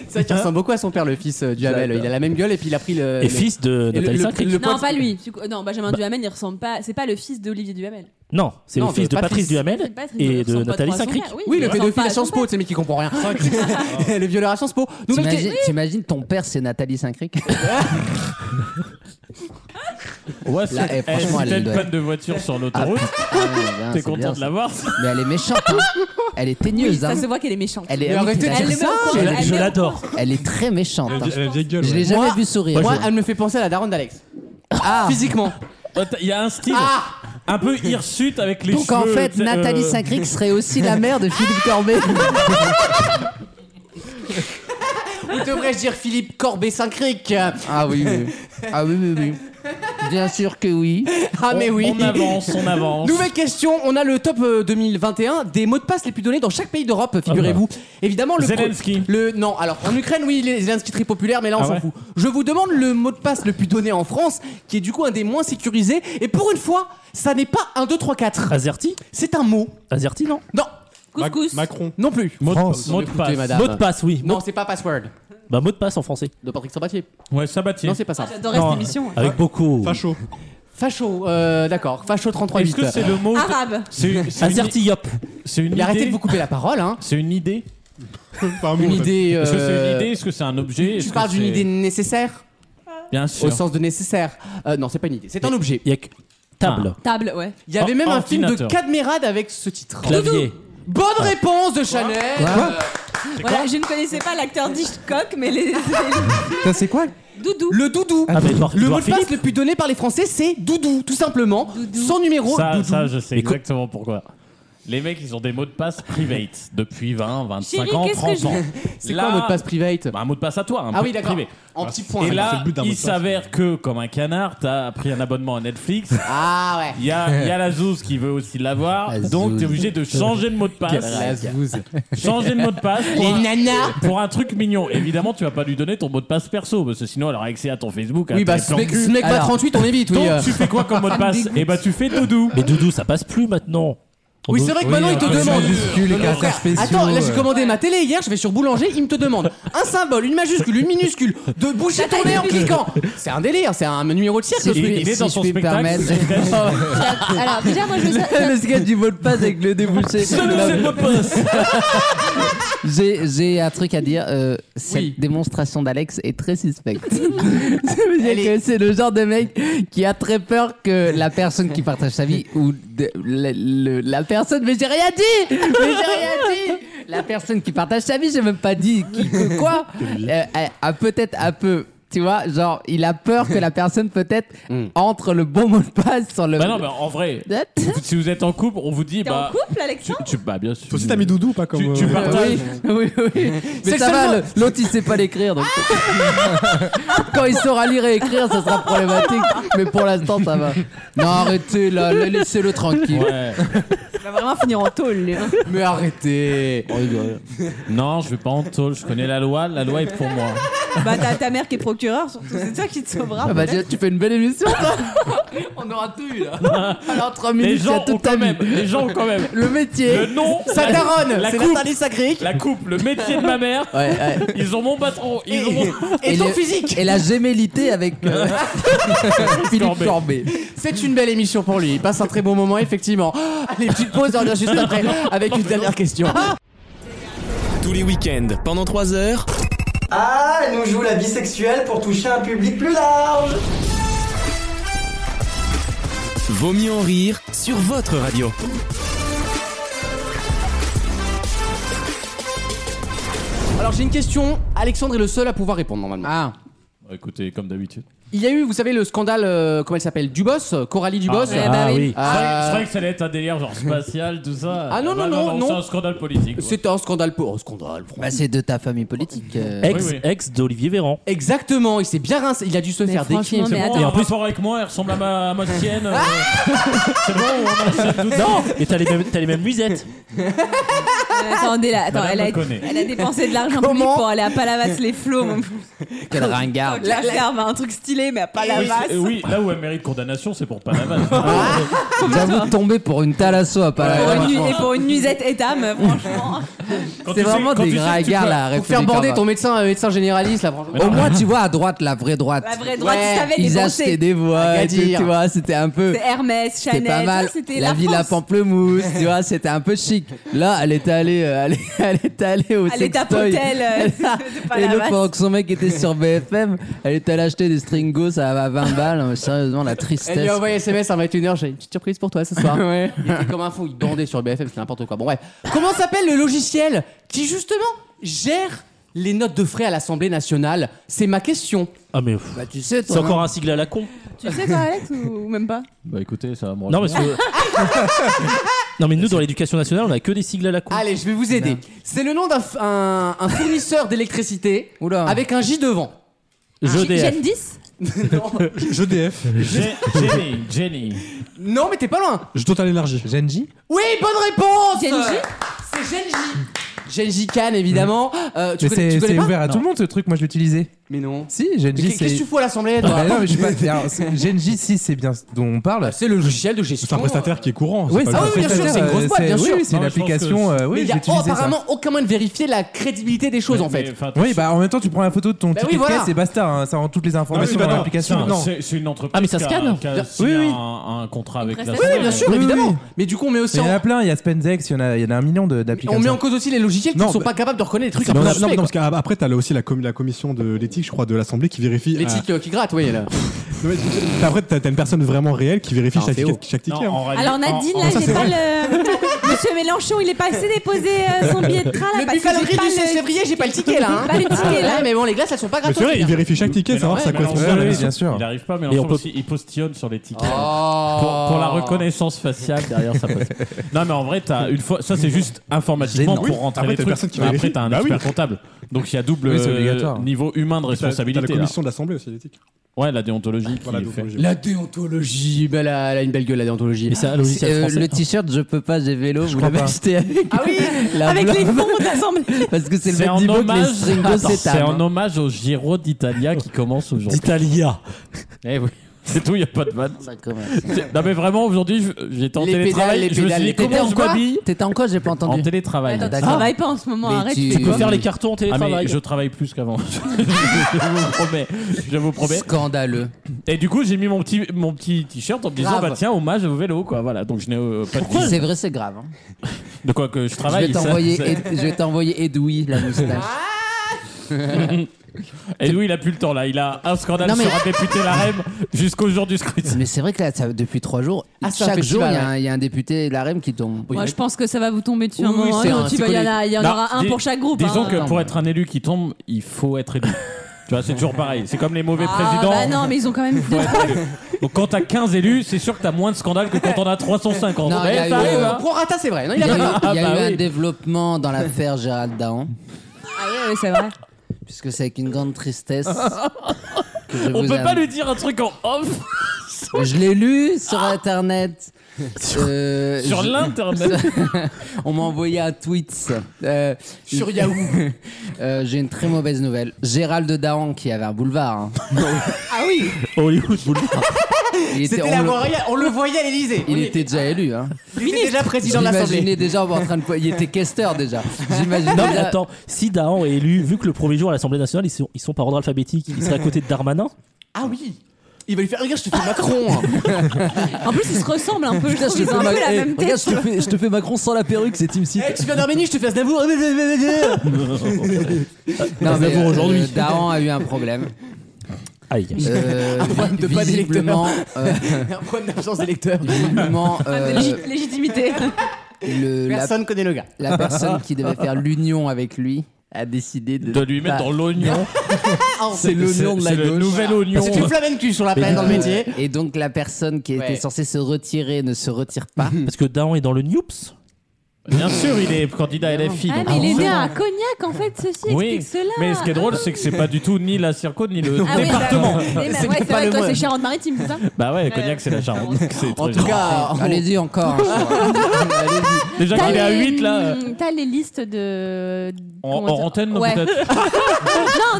Speaker 2: C'est vrai qu'il ressemble beaucoup à son père, le fils euh, du Hamel. Il a la même gueule Hein et puis il a pris le.
Speaker 8: Et fils de
Speaker 2: le-
Speaker 8: Nathalie
Speaker 2: le-
Speaker 8: Saint-Cricq.
Speaker 2: le-
Speaker 3: Non,
Speaker 2: pote-
Speaker 3: pas lui. Du coup- Non, Benjamin Duhamel, il ressemble pas. C'est pas le fils d'Olivier Duhamel.
Speaker 8: Non, c'est
Speaker 2: Non,
Speaker 8: le fils
Speaker 2: de
Speaker 8: de Patrice,
Speaker 2: Patrice.
Speaker 8: Duhamel
Speaker 3: Patrice, il
Speaker 8: et de
Speaker 3: ressemble pas
Speaker 8: Nathalie
Speaker 3: trop à son
Speaker 8: Saint-Cric.
Speaker 3: père.
Speaker 2: Oui, le
Speaker 3: il ressemble
Speaker 2: pédophile
Speaker 3: pas
Speaker 2: à
Speaker 3: son
Speaker 2: Sciences Po, c'est le mec qui comprend rien. <laughs> le violeur à Sciences Po. Nous, mais-
Speaker 12: T'imagines- T'imagines ton père, c'est Nathalie Saint-Cric
Speaker 6: Ouais,
Speaker 12: Là, eh,
Speaker 6: c'est eh, si
Speaker 12: franchement, elle Ah,
Speaker 6: t'as
Speaker 12: est
Speaker 6: une
Speaker 12: douée.
Speaker 6: panne de voiture sur l'autoroute. T'es content de l'avoir
Speaker 12: Mais elle est méchante. hein. Elle est
Speaker 3: Oui,
Speaker 12: teigneuse.
Speaker 3: ça
Speaker 12: hein.
Speaker 3: se voit qu'elle est méchante.
Speaker 12: Elle est,
Speaker 2: Mais
Speaker 12: oui,
Speaker 2: arrêtez
Speaker 12: t'as
Speaker 2: de
Speaker 12: raison.
Speaker 3: Elle le met au courant.
Speaker 8: Je-
Speaker 3: elle
Speaker 8: Je
Speaker 3: le met au courant.
Speaker 8: l'adore.
Speaker 12: Elle est très méchante. hein.
Speaker 7: Elle a une vieille gueule.
Speaker 12: Je l'ai
Speaker 7: ouais.
Speaker 12: jamais
Speaker 2: Moi-
Speaker 12: vu sourire.
Speaker 2: Moi, elle me fait penser à la daronne d'Alex.
Speaker 12: Ah.
Speaker 2: Physiquement.
Speaker 6: Il y a un style
Speaker 2: Ah
Speaker 6: un peu hirsute avec les
Speaker 12: Donc
Speaker 6: cheveux.
Speaker 12: en fait,
Speaker 6: euh,
Speaker 12: Nathalie Saint-Cric serait aussi la mère de Philippe Corbet.
Speaker 2: Ou devrais-je dire Philippe Corbet Saint-Cric
Speaker 12: <laughs> Ah oui, oui. Ah oui, oui, oui. <laughs> Bien sûr que oui.
Speaker 2: Ah, mais oui.
Speaker 6: On avance, on avance.
Speaker 2: Nouvelle question, on a le top euh, 2021 des mots de passe les plus donnés dans chaque pays d'Europe, figurez-vous. Évidemment, le.
Speaker 6: Ah bah. Zelensky.
Speaker 2: Le, non, alors en Ukraine, oui, les Zelensky très populaire, mais là on
Speaker 6: Ah
Speaker 2: s'en
Speaker 6: ouais
Speaker 2: fout. Je vous demande le mot de passe le plus donné en France, qui est du coup un des moins sécurisés. Et pour une fois, ça n'est pas 1, 2, 3, 4.
Speaker 6: Ah.
Speaker 8: Azerty
Speaker 2: C'est un mot.
Speaker 8: Azerty, non
Speaker 2: Non,
Speaker 3: Couscous.
Speaker 7: Macron.
Speaker 2: non plus.
Speaker 6: Mot de-
Speaker 7: France.
Speaker 6: mot de
Speaker 2: Écoutez,
Speaker 6: passe.
Speaker 2: madame.
Speaker 8: Mot de passe, oui.
Speaker 2: Non, c'est pas password
Speaker 8: Bah, mot de passe en français.
Speaker 2: de Patrick Sabatier.
Speaker 6: Ouais, Sabatier.
Speaker 2: Non, c'est pas ça.
Speaker 3: J'adorais cette émission.
Speaker 8: Avec beaucoup.
Speaker 7: <laughs> Facho.
Speaker 2: Facho, euh, d'accord. Facho 33
Speaker 6: Est-ce que c'est le mot
Speaker 3: Arabe.
Speaker 6: C'est c'est une,
Speaker 8: Azerty, yop.
Speaker 6: c'est une
Speaker 2: Il a arrêté
Speaker 6: idée.
Speaker 2: de vous couper la parole, hein.
Speaker 6: C'est une idée.
Speaker 7: Pas un mot,
Speaker 2: Une
Speaker 7: en fait.
Speaker 2: idée.
Speaker 6: Est-ce que c'est
Speaker 2: euh,
Speaker 6: une idée Est-ce que c'est un objet Est-ce
Speaker 2: Tu
Speaker 6: que
Speaker 2: parles d'une
Speaker 6: c'est-
Speaker 2: idée nécessaire
Speaker 6: Bien
Speaker 2: au
Speaker 6: sûr.
Speaker 2: sens de nécessaire. Euh, non, c'est pas une idée, c'est un objet.
Speaker 8: Y a que- Table.
Speaker 3: Table, ouais.
Speaker 2: Il y avait même un film de
Speaker 6: Ordinateur.
Speaker 2: Cadmerade avec ce titre.
Speaker 8: Clavier.
Speaker 2: Bonne réponse de Chanel. Euh,
Speaker 3: Voilà, je ne connaissais pas l'acteur d'Hitchcock, mais les.
Speaker 5: Putain, c'est quoi
Speaker 3: Doudou.
Speaker 2: Le doudou.
Speaker 8: Ah, mais Edouard-
Speaker 2: le mot
Speaker 8: Edouard
Speaker 2: de passe
Speaker 8: Philippe.
Speaker 2: le plus donné par les Français, c'est doudou, tout simplement. Sans numéro,
Speaker 6: Ça,
Speaker 2: doudou.
Speaker 6: ça, je sais exactement pourquoi. Les mecs, ils ont des mots de passe private depuis 20, 25
Speaker 3: Chérie,
Speaker 6: ans,
Speaker 3: qu'est-ce que
Speaker 6: 30
Speaker 3: je-
Speaker 6: ans.
Speaker 2: <laughs> C'est
Speaker 6: Là-
Speaker 2: quoi un mot de passe private
Speaker 6: Bah, Un mot de passe à toi, un
Speaker 2: Ah
Speaker 6: peu
Speaker 2: oui, d'accord.
Speaker 6: privé.
Speaker 2: En petit point.
Speaker 6: Et
Speaker 7: c'est
Speaker 6: là,
Speaker 7: le but d'un mot de
Speaker 6: il
Speaker 7: passe.
Speaker 6: s'avère que, comme un canard, t'as pris un abonnement à Netflix.
Speaker 2: Ah ouais.
Speaker 6: Il y a, il y
Speaker 2: <laughs>
Speaker 6: a la Zouz qui veut aussi l'avoir.
Speaker 12: La
Speaker 6: Donc,
Speaker 12: Zouz.
Speaker 6: t'es obligé de changer de mot de passe. Changer de mot de passe pour,
Speaker 2: Les
Speaker 6: un,
Speaker 2: nanas.
Speaker 6: pour un truc mignon. Évidemment, tu vas pas lui donner ton mot de passe perso, parce que sinon, elle aura accès à ton Facebook. à
Speaker 2: Oui,
Speaker 6: tes
Speaker 2: bah,
Speaker 6: plans
Speaker 2: Smec-
Speaker 6: cul.
Speaker 2: Smecma
Speaker 12: Alors.
Speaker 2: 38, on évite, oui.
Speaker 6: Donc,
Speaker 2: euh.
Speaker 6: tu fais quoi comme mot de passe Et bah, tu fais doudou.
Speaker 8: Mais Doudou, ça passe plus maintenant.
Speaker 2: Oui, c'est vrai que maintenant, il te
Speaker 5: Les
Speaker 2: demande.
Speaker 5: majuscules, Ah, les caractères spéciaux.
Speaker 2: Attends, là j'ai
Speaker 5: euh.
Speaker 2: commandé ma télé hier, je vais sur Boulanger, il me te demande un symbole, une majuscule, une minuscule, deux bougies tournées en cliquant. C'est un délire, c'est un numéro de cirque.
Speaker 12: Si
Speaker 2: ce
Speaker 12: je
Speaker 2: truc.
Speaker 12: puis-
Speaker 6: Il est
Speaker 12: si
Speaker 6: dans
Speaker 12: je
Speaker 6: son
Speaker 12: puis me
Speaker 6: spectacle.
Speaker 12: <laughs> permettre.
Speaker 3: Alors, déjà, moi, je veux ça.
Speaker 12: <laughs> Le sketch du mot de passe avec le débouché. J'ai, j'ai un truc à dire. euh, cette
Speaker 2: Oui.
Speaker 12: démonstration d'Alex est très suspecte. Ça veut dire que c'est le genre de mec qui a très peur que la personne qui partage sa vie ou de- le- le- la personne. Mais j'ai rien dit Mais j'ai rien dit La personne qui partage sa vie, j'ai même pas dit qui que quoi, euh, a, a euh, ah, peut-être un peu tu vois, genre, il a peur que la personne peut-être entre le bon mot de passe sur le.
Speaker 6: Bah non, mais en vrai, vous- si vous êtes en couple, on vous dit.
Speaker 12: T'es en
Speaker 6: bah,
Speaker 12: couple,
Speaker 3: Alexandre
Speaker 6: tu, tu- Bah bien sûr.
Speaker 7: Toi aussi, t'as mis doudou, pas comme.
Speaker 6: Tu- tu
Speaker 7: euh,
Speaker 6: partages.
Speaker 12: Oui, oui, oui.
Speaker 7: C'est
Speaker 12: Mais
Speaker 7: le
Speaker 12: ça
Speaker 7: seul
Speaker 12: va,
Speaker 7: mot.
Speaker 12: le- l'autre il sait pas l'écrire. Donc... Ah Quand il saura lire et écrire, ça sera problématique. Mais pour l'instant, ça va. Non, arrêtez là, la- laissez-le tranquille.
Speaker 3: va vraiment finir en tôle. lui, hein.
Speaker 12: Mais arrêtez
Speaker 6: <laughs> Non, je vais pas en tôle, je connais la loi, la loi est pour moi.
Speaker 3: <laughs> Bah, t'as ta mère qui est procureure, surtout. C'est ça qui te sauvera.
Speaker 6: Ah bah,
Speaker 3: peut-être.
Speaker 12: tu fais une belle émission, toi On aura tout eu là. Alors, 3 minutes,
Speaker 6: les
Speaker 12: il y a
Speaker 6: gens ont
Speaker 12: toute ta
Speaker 6: quand
Speaker 12: vie.
Speaker 6: même, les gens ont quand même.
Speaker 12: Le métier.
Speaker 6: Le nom,
Speaker 12: Sa
Speaker 6: la-
Speaker 12: daronne.
Speaker 6: la
Speaker 12: C'est
Speaker 6: coupe.
Speaker 12: Nathalie Sacré.
Speaker 6: La coupe, le métier de ma mère. Ils ont mon patron, ils ont mon...
Speaker 12: le- Et la gémellité avec euh, <laughs> Philippe Corbet.
Speaker 2: C'est une belle émission pour lui. Il passe un très bon moment, effectivement. Ah, Allez, petite pause, on revient juste après avec une dernière question.
Speaker 1: Tous les week-ends, pendant 3 heures.
Speaker 14: Ah, elle nous joue la bisexuelle pour toucher un public plus large.
Speaker 1: Vaut mieux en rire sur votre radio.
Speaker 2: Alors, j'ai une question. Alexandre est le seul à pouvoir répondre normalement. Ah.
Speaker 6: Écoutez, comme d'habitude.
Speaker 2: Il y a eu, vous savez, le scandale, euh, comment elle s'appelle Dubos euh, Coralie Dubos
Speaker 12: Eh
Speaker 3: bah
Speaker 6: Ah,
Speaker 12: ben
Speaker 2: Euh,
Speaker 6: Je croyais que ça allait être un délire genre spatial, tout ça.
Speaker 2: Ah non, non,
Speaker 6: Bah,
Speaker 2: non, non.
Speaker 6: C'est un scandale politique. quoi.
Speaker 2: C'est un scandale pour. oh, scandale. Eh
Speaker 12: Bah, c'est de ta famille politique. euh.
Speaker 8: Ex, ex d'Olivier Véran.
Speaker 2: Exactement, il s'est bien rincé. Il a dû se faire des
Speaker 8: franchement,
Speaker 2: films.
Speaker 8: mais attends. Et en plus-
Speaker 6: Rapport avec moi, elle ressemble à ma, à ma sienne. euh, c'est bon, on enchaîne tout de suite.
Speaker 8: Non, et t'as les mêmes, t'as les mêmes musettes.
Speaker 3: Euh, Attendez là, attends,
Speaker 8: Madame
Speaker 3: elle a,
Speaker 8: me connaît.
Speaker 3: elle a dépensé de l'argent public pour aller à Palavas les flots. Mon...
Speaker 12: Quel ringard.
Speaker 3: La ferme, un truc stylé, mais à
Speaker 6: Oui,
Speaker 3: Palavas.
Speaker 6: c'est- euh, oui, là où elle mérite condamnation, c'est pour Panama.
Speaker 12: J'avoue tomber pour une thalasso à
Speaker 3: Pour
Speaker 12: Palavas.
Speaker 3: une nu- et pour une nuisette étame, franchement.
Speaker 12: C'est vraiment des ringards là.
Speaker 2: Pour faire bander ton médecin, euh, médecin généraliste là, franchement.
Speaker 12: Au moins, tu vois, à droite, la vraie droite.
Speaker 3: La vraie droite, ils savaient
Speaker 12: Ils
Speaker 3: dépenser.
Speaker 12: achetaient des voix, et tout, tu vois, c'était un peu.
Speaker 3: C'est Hermès,
Speaker 12: C'était
Speaker 3: Chanel,
Speaker 12: pas mal.
Speaker 3: ça, c'était
Speaker 12: La
Speaker 3: la,
Speaker 12: villa
Speaker 3: France.
Speaker 12: Pamplemousse, tu vois, c'était un peu chic. Là, elle était allée, euh, elle, est- elle était allée au
Speaker 3: À l'étape
Speaker 12: sextoy.
Speaker 3: hôtel, Ah, euh,
Speaker 12: Elle-
Speaker 3: de Palavas.
Speaker 12: <laughs> Et l'autre, pendant que son mec était sur BFM, elle était allée acheter des stringos à 20 balles. Non, mais Sérieusement, la
Speaker 2: Elle lui
Speaker 12: tristesse.
Speaker 2: a envoyé SMS à 21h, j'ai une petite surprise pour toi ce
Speaker 7: <laughs>
Speaker 2: soir. Il était comme un fou, il bandait sur le BFM, c'était n'importe quoi. Bon, bref. Comment s'appelle le logiciel qui, justement, gère les notes de frais à l'Assemblée nationale C'est ma question.
Speaker 8: Ah, mais.
Speaker 12: tu sais,
Speaker 8: C'est encore un sigle à
Speaker 12: Ah,
Speaker 8: la con.
Speaker 3: Tu le sais, toi, Alex, ou ou même pas
Speaker 6: Bah écoutez, ça va me
Speaker 8: Non, mais c'est- <laughs> Non, mais nous, dans l'éducation nationale, on a que des sigles à
Speaker 1: hein.
Speaker 8: la con.
Speaker 12: Ah,
Speaker 2: Allez, je vais vous aider. C'est le nom d'un f- un, un fournisseur d'électricité avec un J devant.
Speaker 3: Gen 10
Speaker 7: GDF.
Speaker 6: Jenny, Jenny.
Speaker 2: Non, mais t'es pas loin.
Speaker 7: Je total énergie. Genji
Speaker 2: Oui, bonne réponse
Speaker 7: Genji
Speaker 2: C'est Genji Genji Khan, évidemment. Euh, tu
Speaker 7: Mmh. Mais
Speaker 2: connais,
Speaker 7: c'est
Speaker 2: tu connais
Speaker 7: c'est
Speaker 2: pas
Speaker 7: ouvert à
Speaker 2: Non.
Speaker 7: tout le monde ce truc, moi je l'utilisais.
Speaker 2: Mais non.
Speaker 7: Si, Genji
Speaker 2: Mais
Speaker 7: c'est.
Speaker 2: qu'est- Qu'est-ce que tu fous à l'Assemblée, toi Ah,
Speaker 7: Bah non, mais je
Speaker 2: <laughs>
Speaker 7: suis pas. alors, c'est- Genji, si c'est bien dont on parle.
Speaker 2: C'est le logiciel de gestion.
Speaker 7: C'est un prestataire qui est courant.
Speaker 2: Oui,
Speaker 7: pas
Speaker 2: ça,
Speaker 7: le
Speaker 2: Ah oui, bien sûr,
Speaker 7: prestataire,
Speaker 2: c'est une grosse
Speaker 7: euh,
Speaker 2: boîte, bien
Speaker 7: oui,
Speaker 2: sûr.
Speaker 7: oui, c'est
Speaker 2: Non,
Speaker 7: une
Speaker 2: mais je pense
Speaker 7: application. euh,
Speaker 2: mais
Speaker 7: Oui,
Speaker 2: il n'y a
Speaker 7: j'ai utilisé ça.
Speaker 2: apparemment aucun moyen de vérifier la crédibilité des choses en fait.
Speaker 7: Oui, bah en même temps, tu prends la photo de ton
Speaker 2: Bah
Speaker 7: ticket
Speaker 2: oui,
Speaker 7: de caisse
Speaker 2: voilà.
Speaker 7: et basta. hein, Ça rend toutes les
Speaker 6: Non, mais
Speaker 7: informations
Speaker 6: bah
Speaker 7: dans
Speaker 6: non,
Speaker 7: l'application.
Speaker 6: c'est un-
Speaker 7: Non.
Speaker 6: C'est c'est une entreprise.
Speaker 7: Ah, mais ça
Speaker 6: qui a-
Speaker 7: scanne.
Speaker 6: qui a
Speaker 7: Oui,
Speaker 6: signé
Speaker 7: oui.
Speaker 6: Un, un contrat avec la.
Speaker 2: Oui, oui, bien sûr,
Speaker 7: Oui, oui,
Speaker 2: évidemment.
Speaker 7: oui.
Speaker 2: Mais du coup, on met aussi
Speaker 7: Il y en
Speaker 2: en,
Speaker 7: a plein, il y a Spendex, il y en a, il y en a un million de- d'applications.
Speaker 2: on met en cause aussi les logiciels qui ne sont pas capables de reconnaître les trucs.
Speaker 7: bah- Non,
Speaker 2: un peu suspects,
Speaker 7: non, non,
Speaker 2: quoi.
Speaker 7: parce qu'après, t'as là aussi la, com- la commission de l'éthique, je crois, de l'Assemblée qui vérifie. euh,
Speaker 2: L'éthique euh, qui gratte, oui. Là.
Speaker 7: non, mais t'as- Après, t'as t'as une personne vraiment réelle qui vérifie
Speaker 2: Non,
Speaker 7: chaque
Speaker 2: Théo.
Speaker 7: ticket. chaque ticket, hein.
Speaker 2: Ah,
Speaker 3: Alors Nadine, là, j'ai pas le. <laughs> Monsieur Mélenchon, il est pas assez déposé euh, son billet de train là.
Speaker 2: Le
Speaker 3: parce que
Speaker 2: Buffalo
Speaker 3: j'ai
Speaker 2: Grill
Speaker 3: pas
Speaker 2: du
Speaker 3: le-
Speaker 2: 16 février, j'ai pas <laughs> le ticket là. hein.
Speaker 3: Pas le ticket, là.
Speaker 2: Ouais, Mais bon, les glaces elles sont pas
Speaker 7: Mais
Speaker 2: gratuites.
Speaker 7: c'est vrai, il vérifie chaque ticket,
Speaker 6: Mais
Speaker 7: savoir
Speaker 6: non,
Speaker 7: ça
Speaker 6: mais
Speaker 7: correspond
Speaker 6: Mélenchon,
Speaker 7: à la
Speaker 6: il-
Speaker 7: bien sûr.
Speaker 6: Il arrive pas, mais
Speaker 7: Et on peut-
Speaker 6: il postillonne sur les tickets.
Speaker 7: Ah.
Speaker 2: Oh.
Speaker 6: Pour, pour la reconnaissance faciale derrière, ça
Speaker 7: <laughs>
Speaker 6: passe. Non, mais en vrai, t'as une fois, ça c'est juste informatiquement
Speaker 7: Gênant.
Speaker 6: pour
Speaker 7: Oui,
Speaker 6: rentrer
Speaker 7: après,
Speaker 6: les
Speaker 7: t'as
Speaker 6: trucs.
Speaker 7: personne qui
Speaker 6: mais après,
Speaker 7: vérifie.
Speaker 6: t'as un
Speaker 7: Bah oui.
Speaker 6: expert comptable. Donc il y a double
Speaker 7: Oui, c'est
Speaker 6: euh,
Speaker 7: obligatoire.
Speaker 6: niveau humain de
Speaker 7: T'as- t'as
Speaker 6: responsabilité.
Speaker 7: la
Speaker 6: là.
Speaker 7: commission de l'Assemblée aussi, l'éthique.
Speaker 6: Ouais, la déontologie. qui
Speaker 7: Voilà,
Speaker 6: est
Speaker 7: donc,
Speaker 6: faite.
Speaker 7: logique.
Speaker 2: La déontologie, bah, elle, a, elle a une belle gueule la déontologie. Ah,
Speaker 8: c'est un
Speaker 12: logiciel Euh, français. le t-shirt, je peux pas, j'ai vélo, vous
Speaker 2: crois
Speaker 12: l'avez
Speaker 2: pas.
Speaker 12: acheté avec.
Speaker 2: Ah <laughs> oui
Speaker 12: la
Speaker 2: Avec les
Speaker 12: blague.
Speaker 2: fonds <laughs> d'assemblée.
Speaker 12: Parce que c'est le
Speaker 6: C'est
Speaker 12: mec
Speaker 6: en,
Speaker 12: d'Ibo que les
Speaker 6: hommage...
Speaker 12: stringos
Speaker 6: Attends, c'est
Speaker 7: hein.
Speaker 12: s'étament.
Speaker 6: en hommage au Giro d'Italia qui commence aujourd'hui. D'Italia Eh oui. <laughs> C'est tout, il n'y a pas de vanne.
Speaker 12: bah,
Speaker 6: C'est- Non mais vraiment, aujourd'hui, je- j'étais en
Speaker 12: Les
Speaker 6: télétravail.
Speaker 12: pédales, les
Speaker 6: je me suis dit,
Speaker 12: pédales. T'étais
Speaker 6: comment
Speaker 12: en
Speaker 6: je
Speaker 12: quoi
Speaker 6: m'habille
Speaker 12: T'étais en quoi J'ai pas entendu.
Speaker 6: En télétravail.
Speaker 3: Attends, tu travailles pas en ce moment,
Speaker 6: Mais
Speaker 3: arrête.
Speaker 6: tu-
Speaker 12: Tu peux faire les
Speaker 8: cartons en
Speaker 6: Ah
Speaker 8: télétravail.
Speaker 6: mais je travaille plus qu'avant. <laughs> je vous promets. Je vous promets.
Speaker 12: Scandaleux.
Speaker 6: Et du coup, j'ai mis mon petit mon petit t-shirt en me disant
Speaker 12: Grave.
Speaker 6: bah tiens, hommage au vélo quoi. Voilà. Donc je n'ai euh, pas de
Speaker 12: C'est vrai, c'est grave. hein.
Speaker 6: de quoi que je
Speaker 12: Je
Speaker 6: travaille.
Speaker 12: vais
Speaker 6: ça-
Speaker 12: t'envoyer,
Speaker 6: ça-
Speaker 12: Ed- je vais t'envoyer Edoui la moustache.
Speaker 6: Et lui, il a plus le temps là. Il a un scandale
Speaker 12: Non, mais-
Speaker 6: sur un député la REM jusqu'au jour du scrutin.
Speaker 12: Mais c'est vrai que là, ça- depuis trois jours,
Speaker 6: Ah, c'est un
Speaker 12: chaque jour,
Speaker 6: festival,
Speaker 12: il y a un- il y, a un député LRM qui tombe.
Speaker 3: Moi, je pense que ça va vous tomber dessus un
Speaker 12: Oui, oui,
Speaker 3: moment.
Speaker 12: c'est
Speaker 3: ou
Speaker 12: un-
Speaker 3: autre.
Speaker 12: c'est
Speaker 3: Il va y en,
Speaker 12: collé-
Speaker 3: a- il y en
Speaker 6: Non,
Speaker 3: aura un
Speaker 12: hein.
Speaker 6: dis-
Speaker 3: pour chaque groupe.
Speaker 6: Disons
Speaker 3: hein.
Speaker 6: que pour être un élu qui tombe, il faut être élu. Tu vois, c'est toujours pareil. C'est comme les mauvais
Speaker 3: Ah,
Speaker 6: présidents.
Speaker 3: bah non, mais ils ont quand
Speaker 6: <laughs>
Speaker 3: même.
Speaker 6: Faut être sérieux. Donc quand t'as 15 élus, c'est sûr que t'as moins de scandales que quand t'en as 350.
Speaker 12: Non,
Speaker 6: Eh,
Speaker 12: il y a eu,
Speaker 6: ça arrive,
Speaker 12: euh,
Speaker 6: hein.
Speaker 2: Pour Rata, c'est vrai. Non,
Speaker 12: Il y a eu,
Speaker 6: Ah,
Speaker 12: il y a
Speaker 6: bah
Speaker 12: eu un
Speaker 6: oui.
Speaker 12: développement dans l'affaire Gérald Daon.
Speaker 3: Ah ouais, ouais, c'est vrai.
Speaker 12: Puisque c'est avec une grande tristesse que je
Speaker 6: On
Speaker 12: vous
Speaker 6: peut pas
Speaker 12: avoue.
Speaker 6: lui dire un truc en off.
Speaker 12: Je l'ai lu sur internet. Euh,
Speaker 6: Sur
Speaker 12: je-
Speaker 6: l'internet.
Speaker 12: <laughs> On m'a envoyé un tweet. Euh,
Speaker 2: Sur Yahoo.
Speaker 12: <laughs> Euh, J'ai une très mauvaise nouvelle. Gérald Daon, qui avait un boulevard. hein.
Speaker 2: Ah oui
Speaker 8: Hollywood Boulevard.
Speaker 12: Il était-
Speaker 2: C'était
Speaker 12: on
Speaker 2: la
Speaker 12: le-
Speaker 2: Montréal, on le voyait à l'Elysée.
Speaker 12: Il était déjà élu. Hein.
Speaker 2: Il était déjà président de
Speaker 12: J'imaginais
Speaker 2: l'Assemblée.
Speaker 12: déjà en train de. Il était caisseur déjà. J'imagine.
Speaker 8: Non mais
Speaker 12: déjà-
Speaker 8: attends, si Dahan est élu, vu que le premier jour à l'Assemblée nationale ils sont, ils sont par ordre alphabétique, il serait à côté de
Speaker 6: <laughs>
Speaker 8: Darmanin.
Speaker 2: Ah oui Il va lui faire Regarde, je te fais Macron hein.
Speaker 3: En plus, ils se ressemblent un peu. Je
Speaker 12: Putain,
Speaker 3: trouve, ils ont un peu la
Speaker 12: eh,
Speaker 3: même
Speaker 12: regarde,
Speaker 3: tête.
Speaker 12: je te, fais, je te fais Macron sans la perruque, c'est Team Site.
Speaker 2: Eh, Tu viens d'Arménie, je te fais
Speaker 6: <laughs>
Speaker 2: Aznavour
Speaker 12: Non, mais,
Speaker 8: Aznavour aujourd'hui.
Speaker 12: euh, Dahan a eu un problème.
Speaker 8: Aïe.
Speaker 12: Euh,
Speaker 2: Un problème de pas
Speaker 12: visiblement,
Speaker 2: d'électeurs.
Speaker 12: euh,
Speaker 2: Un problème d'absence d'électeurs.
Speaker 12: visiblement,
Speaker 3: Ah, de
Speaker 12: euh,
Speaker 3: légi-
Speaker 6: <laughs>
Speaker 3: légitimité. Ah,
Speaker 12: le- la,
Speaker 2: Personne connaît le gars.
Speaker 12: la personne qui devait faire l'union avec lui a décidé de,
Speaker 6: De lui mettre
Speaker 12: pas-
Speaker 6: dans l'oignon.
Speaker 12: Bah, <laughs> C'est l'oignon de la
Speaker 6: C'est le
Speaker 12: gauche.
Speaker 6: nouvel oignon.
Speaker 2: C'est une flamme cul sur la
Speaker 12: Mais
Speaker 2: planète dans le
Speaker 12: du
Speaker 2: métier.
Speaker 12: coup, Et donc la personne qui
Speaker 2: Ouais.
Speaker 12: était censée se retirer ne se retire pas.
Speaker 8: Parce que Dahan est dans le Newps.
Speaker 6: Bien sûr, il est candidat LFI.
Speaker 3: Ah,
Speaker 6: donc
Speaker 3: mais il est né
Speaker 6: forcément.
Speaker 3: à Cognac, en fait, ceci
Speaker 6: Oui,
Speaker 3: explique cela.
Speaker 6: mais ce qui est drôle, c'est que c'est pas du tout ni la circo ni le
Speaker 3: Ah oui, bah,
Speaker 6: département.
Speaker 3: oui, bah, ouais,
Speaker 6: C'est
Speaker 3: c'est
Speaker 6: pas
Speaker 3: vrai,
Speaker 6: le
Speaker 3: toi,
Speaker 6: mot.
Speaker 3: c'est Charente-Maritime, c'est ça
Speaker 6: Bah ouais, Cognac, c'est la Charente. donc c'est
Speaker 2: En
Speaker 6: très
Speaker 2: tout
Speaker 6: bien.
Speaker 2: cas, on-
Speaker 12: Allez-y encore. hein, je crois.
Speaker 6: déjà
Speaker 3: T'as
Speaker 6: qu'il est à
Speaker 3: les-
Speaker 6: 8 là.
Speaker 3: mm, T'as les listes de.
Speaker 6: En-
Speaker 3: comment
Speaker 6: en
Speaker 3: dire-
Speaker 6: antenne,
Speaker 3: Ouais.
Speaker 6: peut-être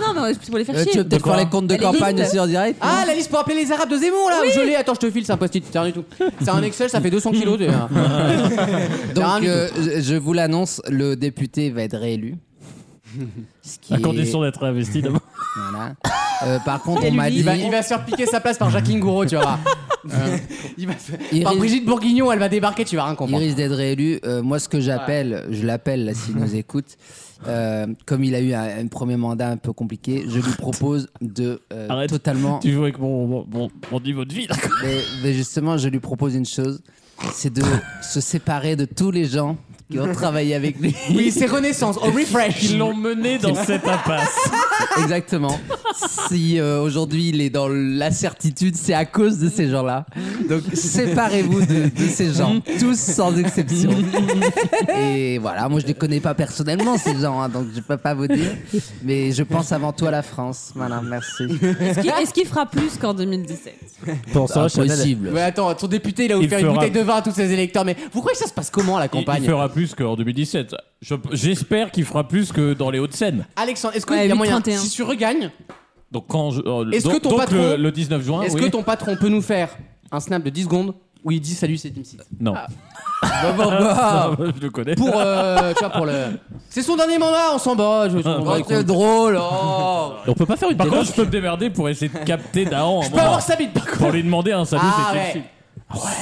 Speaker 3: Non, non, mais c'est pour les faire
Speaker 12: Euh,
Speaker 3: chier.
Speaker 12: tu veux peut-être faire les comptes de
Speaker 3: Elle est
Speaker 12: campagne
Speaker 3: liste.
Speaker 12: aussi en direct
Speaker 2: Ah, la liste pour appeler les Arabes de Zemmour là Je l'ai, attends, je te file, c'est un post-it, c'est rien du tout. C'est un Excel, ça fait
Speaker 6: <laughs>
Speaker 2: 200 kilos. de- rien
Speaker 12: Donc
Speaker 2: du
Speaker 12: euh, je- je vous l'annonce, le député va être réélu. Ce qui
Speaker 6: À
Speaker 12: est-
Speaker 6: condition d'être
Speaker 8: <laughs>
Speaker 6: investi d'abord.
Speaker 12: voilà. Euh, par contre, on m'a dit.
Speaker 2: Il va, il va se faire piquer sa place par Jacqueline Gouraud, tu
Speaker 6: <laughs>
Speaker 2: verras. Il va se-
Speaker 12: Il
Speaker 2: Par
Speaker 12: risque-
Speaker 2: Brigitte Bourguignon, elle va débarquer, tu vas rien
Speaker 12: Il
Speaker 2: comprendre.
Speaker 12: risque d'être réélu. Euh, moi, ce que j'appelle, je l'appelle là
Speaker 6: <laughs>
Speaker 12: s'il nous écoute, euh, comme il a eu un, un premier mandat un peu compliqué, je lui propose de euh,
Speaker 6: Arrête.
Speaker 12: totalement.
Speaker 6: Tu joues avec mon, mon, mon- mon niveau de vie. d'accord.
Speaker 12: Mais, mais justement, je lui propose une chose c'est de se séparer de tous les gens qui ont travaillé avec lui.
Speaker 2: Oui, c'est Renaissance, au refresh.
Speaker 6: Ils l'ont mené dans cette impasse.
Speaker 12: Exactement. Si euh, aujourd'hui il est dans l'incertitude, c'est à cause de ces gens-là. Donc séparez-vous de, de ces gens, tous sans exception. Et voilà, moi je ne les connais pas personnellement ces gens, hein, donc je peux pas vous dire. Mais je pense avant tout à la France. Voilà, merci.
Speaker 3: Est-ce qu'il- Est-ce qu'il fera plus qu'en 2017
Speaker 8: <laughs> Pour ça, Chanel-
Speaker 2: Ouais, attends, ton député, il a
Speaker 6: Il
Speaker 2: offert une
Speaker 6: fera-
Speaker 2: bouteille de vin à tous ses électeurs, mais vous croyez que ça se passe comment à la
Speaker 6: Il,
Speaker 2: campagne
Speaker 6: il fera plus qu'en 2017. Je- J'espère qu'il fera plus que dans les Hauts-de-Seine.
Speaker 2: Alexandre, est-ce qu'il
Speaker 3: Ouais,
Speaker 2: y a moyen,
Speaker 3: 8,31.
Speaker 2: si tu regagnes,
Speaker 6: Donc quand je, euh,
Speaker 2: Est-ce
Speaker 6: donc-
Speaker 2: que ton
Speaker 6: donc
Speaker 2: patron-
Speaker 6: le, le 19 juin,
Speaker 2: est-ce
Speaker 6: oui.
Speaker 2: que ton patron peut nous faire un snap de 10 secondes où il dit salut, c'est Team Six
Speaker 6: non.
Speaker 2: Bah, bah, bah.
Speaker 6: <laughs> je le
Speaker 2: <laughs>
Speaker 6: connais.
Speaker 2: Pour, euh, tu vois, pour le. <laughs> Ah, C'est son dernier mandat, on s'en bat. Je, on va-
Speaker 12: c'est drôle.
Speaker 2: <laughs>
Speaker 12: oh.
Speaker 8: On peut pas faire une
Speaker 6: Par contre,
Speaker 8: démarche.
Speaker 6: je peux me démerder pour essayer de capter Dahan.
Speaker 2: Je peux avoir sa bite, par
Speaker 6: Pour
Speaker 2: contre.
Speaker 6: lui demander un salut,
Speaker 2: Ah,
Speaker 6: c'est
Speaker 2: ouais.
Speaker 6: Chelsea.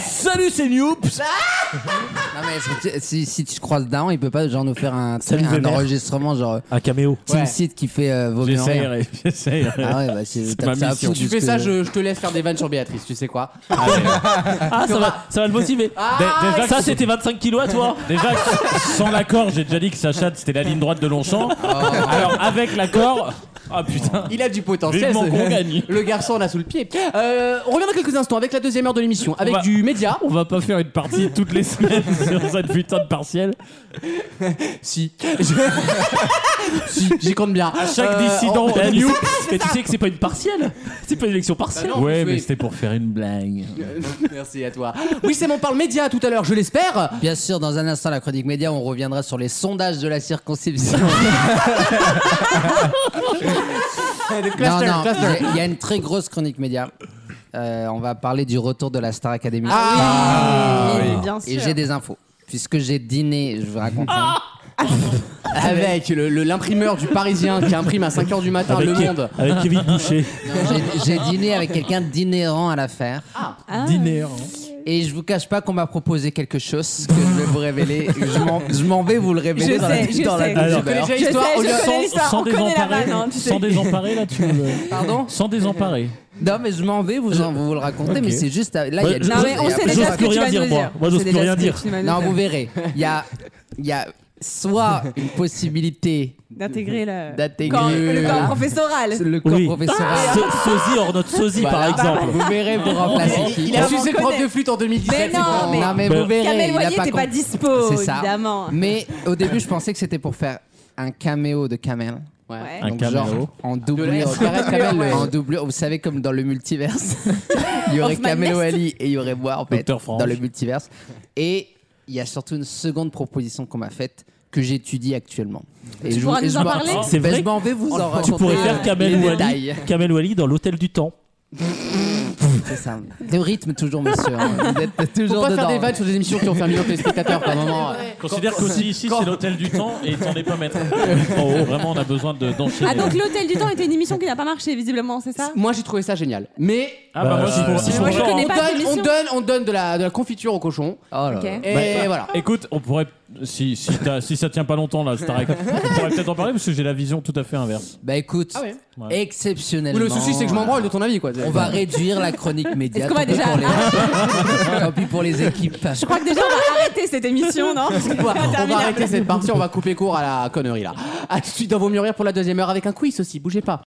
Speaker 2: Salut, c'est Newps.
Speaker 12: Non, mais est-ce que tu- si, si tu croises Daron, il peut pas genre nous faire un,
Speaker 8: Salut,
Speaker 12: un
Speaker 8: Weber.
Speaker 12: enregistrement genre
Speaker 8: Un caméo.
Speaker 12: Team
Speaker 2: Ouais.
Speaker 12: Site qui fait euh, vos
Speaker 6: J'essayerai. J'essayerai.
Speaker 12: Ah ouais, bah c'est
Speaker 6: C'est
Speaker 12: t'as
Speaker 6: ma
Speaker 12: que ça à
Speaker 6: mission.
Speaker 12: foutre,
Speaker 2: Tu fais
Speaker 12: parce
Speaker 2: ça,
Speaker 12: que-
Speaker 2: je, je te laisse faire des vannes sur Béatrice, tu sais quoi.
Speaker 8: Ah, ça va, ça va le motiver.
Speaker 6: Dé- déjà,
Speaker 8: ça,
Speaker 6: que-
Speaker 8: c'était 25 kilos à toi.
Speaker 6: déjà que- sans l'accord, j'ai déjà dit que sa chatte c'était la ligne droite de Longchamp. Alors avec l'accord, ah putain.
Speaker 2: Il a du potentiel.
Speaker 6: Vivement
Speaker 2: ce-
Speaker 6: qu'on gagne.
Speaker 2: <laughs> Le garçon, on l'a sous le pied. Euh, on revient dans quelques instants avec la deuxième heure de l'émission, avec
Speaker 6: va-
Speaker 2: du <laughs> média.
Speaker 6: On va pas faire une partie toutes les semaines <laughs> sur cette putain de partielle.
Speaker 2: Si. si, j'y compte bien. Euh, À
Speaker 6: Chaque dissident
Speaker 8: La
Speaker 6: la
Speaker 8: news.
Speaker 6: news.
Speaker 8: Mais tu sais que c'est pas une partielle. C'est pas une élection partielle.
Speaker 2: non,
Speaker 6: Ouais,
Speaker 2: je vais-
Speaker 6: mais c'était pour faire une blague.
Speaker 2: <laughs> Merci à toi. Oui, c'est mon parle média tout à l'heure, je l'espère.
Speaker 12: Bien sûr, dans un instant, la chronique média, on reviendra sur les sondages de la circonscription. non, non, il y a- il y, a une très grosse chronique média. Euh, on va parler du retour de la Star Academy.
Speaker 3: Ah oui, bien
Speaker 12: Et
Speaker 3: sûr.
Speaker 12: j'ai des infos. Puisque j'ai dîné, je vous raconte. hein.
Speaker 2: Ah. <laughs> Avec le- le- l'imprimeur du Parisien qui imprime à 5h du matin Le Monde.
Speaker 8: Avec Kevin Boucher.
Speaker 12: Non, j'ai- J'ai dîné avec quelqu'un d'inhérent à l'affaire.
Speaker 3: Ah.
Speaker 8: Dîner.
Speaker 12: Et je vous cache pas qu'on m'a proposé quelque chose que je vais vous révéler. Je m'en- Je m'en vais vous le révéler
Speaker 3: Je
Speaker 12: dans la
Speaker 3: sais, je
Speaker 12: dans la
Speaker 3: sais.
Speaker 12: douche
Speaker 8: Alors,
Speaker 12: d'hiver.
Speaker 2: déjà
Speaker 3: Je sais,
Speaker 2: l'histoire,
Speaker 3: je
Speaker 2: au lieu-
Speaker 3: connais l'histoire, on connaît la vanne, hein, tu sais.
Speaker 6: sans désemparer là, tu me-
Speaker 12: Pardon
Speaker 6: sans désemparer.
Speaker 12: Non, mais je m'en vais, vous, en- vous vous le racontez, mais c'est juste. à- Là, il y a
Speaker 8: Ouais,
Speaker 12: du-
Speaker 8: je-
Speaker 3: Non, mais on
Speaker 12: et
Speaker 3: sait
Speaker 12: après-
Speaker 8: j'ose
Speaker 3: déjà ce que
Speaker 8: plus
Speaker 3: tu
Speaker 8: rien
Speaker 3: vas
Speaker 8: dire,
Speaker 3: nous
Speaker 8: moi.
Speaker 3: dire.
Speaker 8: Moi, j'ose
Speaker 3: C'est
Speaker 8: plus
Speaker 3: déjà
Speaker 8: rien
Speaker 3: ce que
Speaker 8: dire.
Speaker 3: tu vas nous
Speaker 12: Non, vous verrez. Il y a, il y a soit une possibilité
Speaker 3: d'intégrer le,
Speaker 12: D'intégrer
Speaker 3: corps- le corps
Speaker 12: la-
Speaker 3: professoral.
Speaker 12: Le corps professoral.
Speaker 3: Ah.
Speaker 8: sosie hors notre sosie,
Speaker 12: Voilà.
Speaker 8: par exemple.
Speaker 12: Vous verrez vous
Speaker 6: Oh.
Speaker 12: remplacer qui.
Speaker 2: Il a sucé le prof de flûte en 2017.
Speaker 3: Mais
Speaker 2: c'est
Speaker 3: non,
Speaker 2: bon.
Speaker 3: mais-
Speaker 12: Non, mais
Speaker 2: Ben-
Speaker 6: Bah.
Speaker 12: vous verrez.
Speaker 3: Kamel
Speaker 12: il a
Speaker 3: Wayé était
Speaker 12: compris.
Speaker 3: pas dispo,
Speaker 12: C'est ça.
Speaker 3: évidemment.
Speaker 12: Mais au début, je pensais que c'était pour faire un caméo de Kamel.
Speaker 2: Un
Speaker 12: Donc
Speaker 2: caméo.
Speaker 12: genre en
Speaker 2: l'air.
Speaker 12: doublure,
Speaker 2: Carré de Kamel, ouais.
Speaker 12: en doublure, vous savez comme dans le multiverse, il y aurait
Speaker 2: Hoffman
Speaker 12: Kamel
Speaker 2: Nest.
Speaker 12: Ali et il y aurait moi en fait
Speaker 2: Dr. Frange.
Speaker 12: dans le multiverse. Et il y a surtout une seconde proposition qu'on m'a faite que j'étudie actuellement. Et
Speaker 8: Tu
Speaker 12: je-
Speaker 8: pourras
Speaker 12: et
Speaker 8: nous
Speaker 12: je
Speaker 8: en
Speaker 12: m'en-
Speaker 8: parler
Speaker 3: Ah,
Speaker 8: C'est
Speaker 12: Ben,
Speaker 8: vrai
Speaker 12: Je m'en vais
Speaker 6: Oh,
Speaker 12: vous en
Speaker 8: Tu
Speaker 12: raconter
Speaker 8: pourrais faire Kamel
Speaker 12: les
Speaker 8: Wally,
Speaker 12: détails.
Speaker 8: Kamel Wally dans l'hôtel du temps.
Speaker 12: C'est ça. Le rythme toujours, monsieur. hein. Vous êtes
Speaker 2: Faut
Speaker 12: toujours
Speaker 2: pas faire
Speaker 12: dedans.
Speaker 2: des vannes sur des émissions qui ont fait un million de téléspectateurs par
Speaker 6: <laughs>
Speaker 2: moment.
Speaker 6: Considère qu'aussi ici, c'est l'hôtel du temps et t'en es pas
Speaker 12: <laughs>
Speaker 6: maître. vraiment, on a besoin de- d'enchaîner.
Speaker 3: Ah, donc l'Hôtel du Temps était une émission qui n'a pas marché, visiblement, c'est ça
Speaker 2: Moi j'ai trouvé ça génial. Mais.
Speaker 6: Ah, bah, moi, si pour- si pour
Speaker 2: on,
Speaker 6: Moi, je genre-
Speaker 2: donne,
Speaker 6: connais pas cette
Speaker 2: on,
Speaker 6: émission.
Speaker 2: donne, on donne de la, de la confiture au cochon.
Speaker 12: Ah,
Speaker 6: là.
Speaker 2: Et
Speaker 6: Bah,
Speaker 2: voilà.
Speaker 6: Écoute, on pourrait. Si, si, t'as- si ça tient pas longtemps, là, Starac, on pourrait peut-être en parler parce que j'ai la vision tout à fait inverse.
Speaker 12: Bah écoute,
Speaker 3: Ah
Speaker 6: Ouais.
Speaker 12: exceptionnellement.
Speaker 6: Oui, le souci, c'est que je m'en
Speaker 2: branle de ton avis, quoi.
Speaker 12: euh, On va réduire la chronique média.
Speaker 3: Est-ce qu'on va
Speaker 12: tant pis
Speaker 3: déjà- Ah,
Speaker 12: pour les- Tant pis pour les équipes.
Speaker 3: Je crois que déjà on va arrêter cette émission, non Parce
Speaker 2: Bon,
Speaker 3: que
Speaker 2: <laughs> <laughs>
Speaker 3: c'est
Speaker 2: on va
Speaker 3: interminable.
Speaker 2: arrêter cette partie, on va couper court à la connerie là. A tout de suite dans Vos Mieux Rires pour la deuxième heure avec un quiz aussi, bougez pas.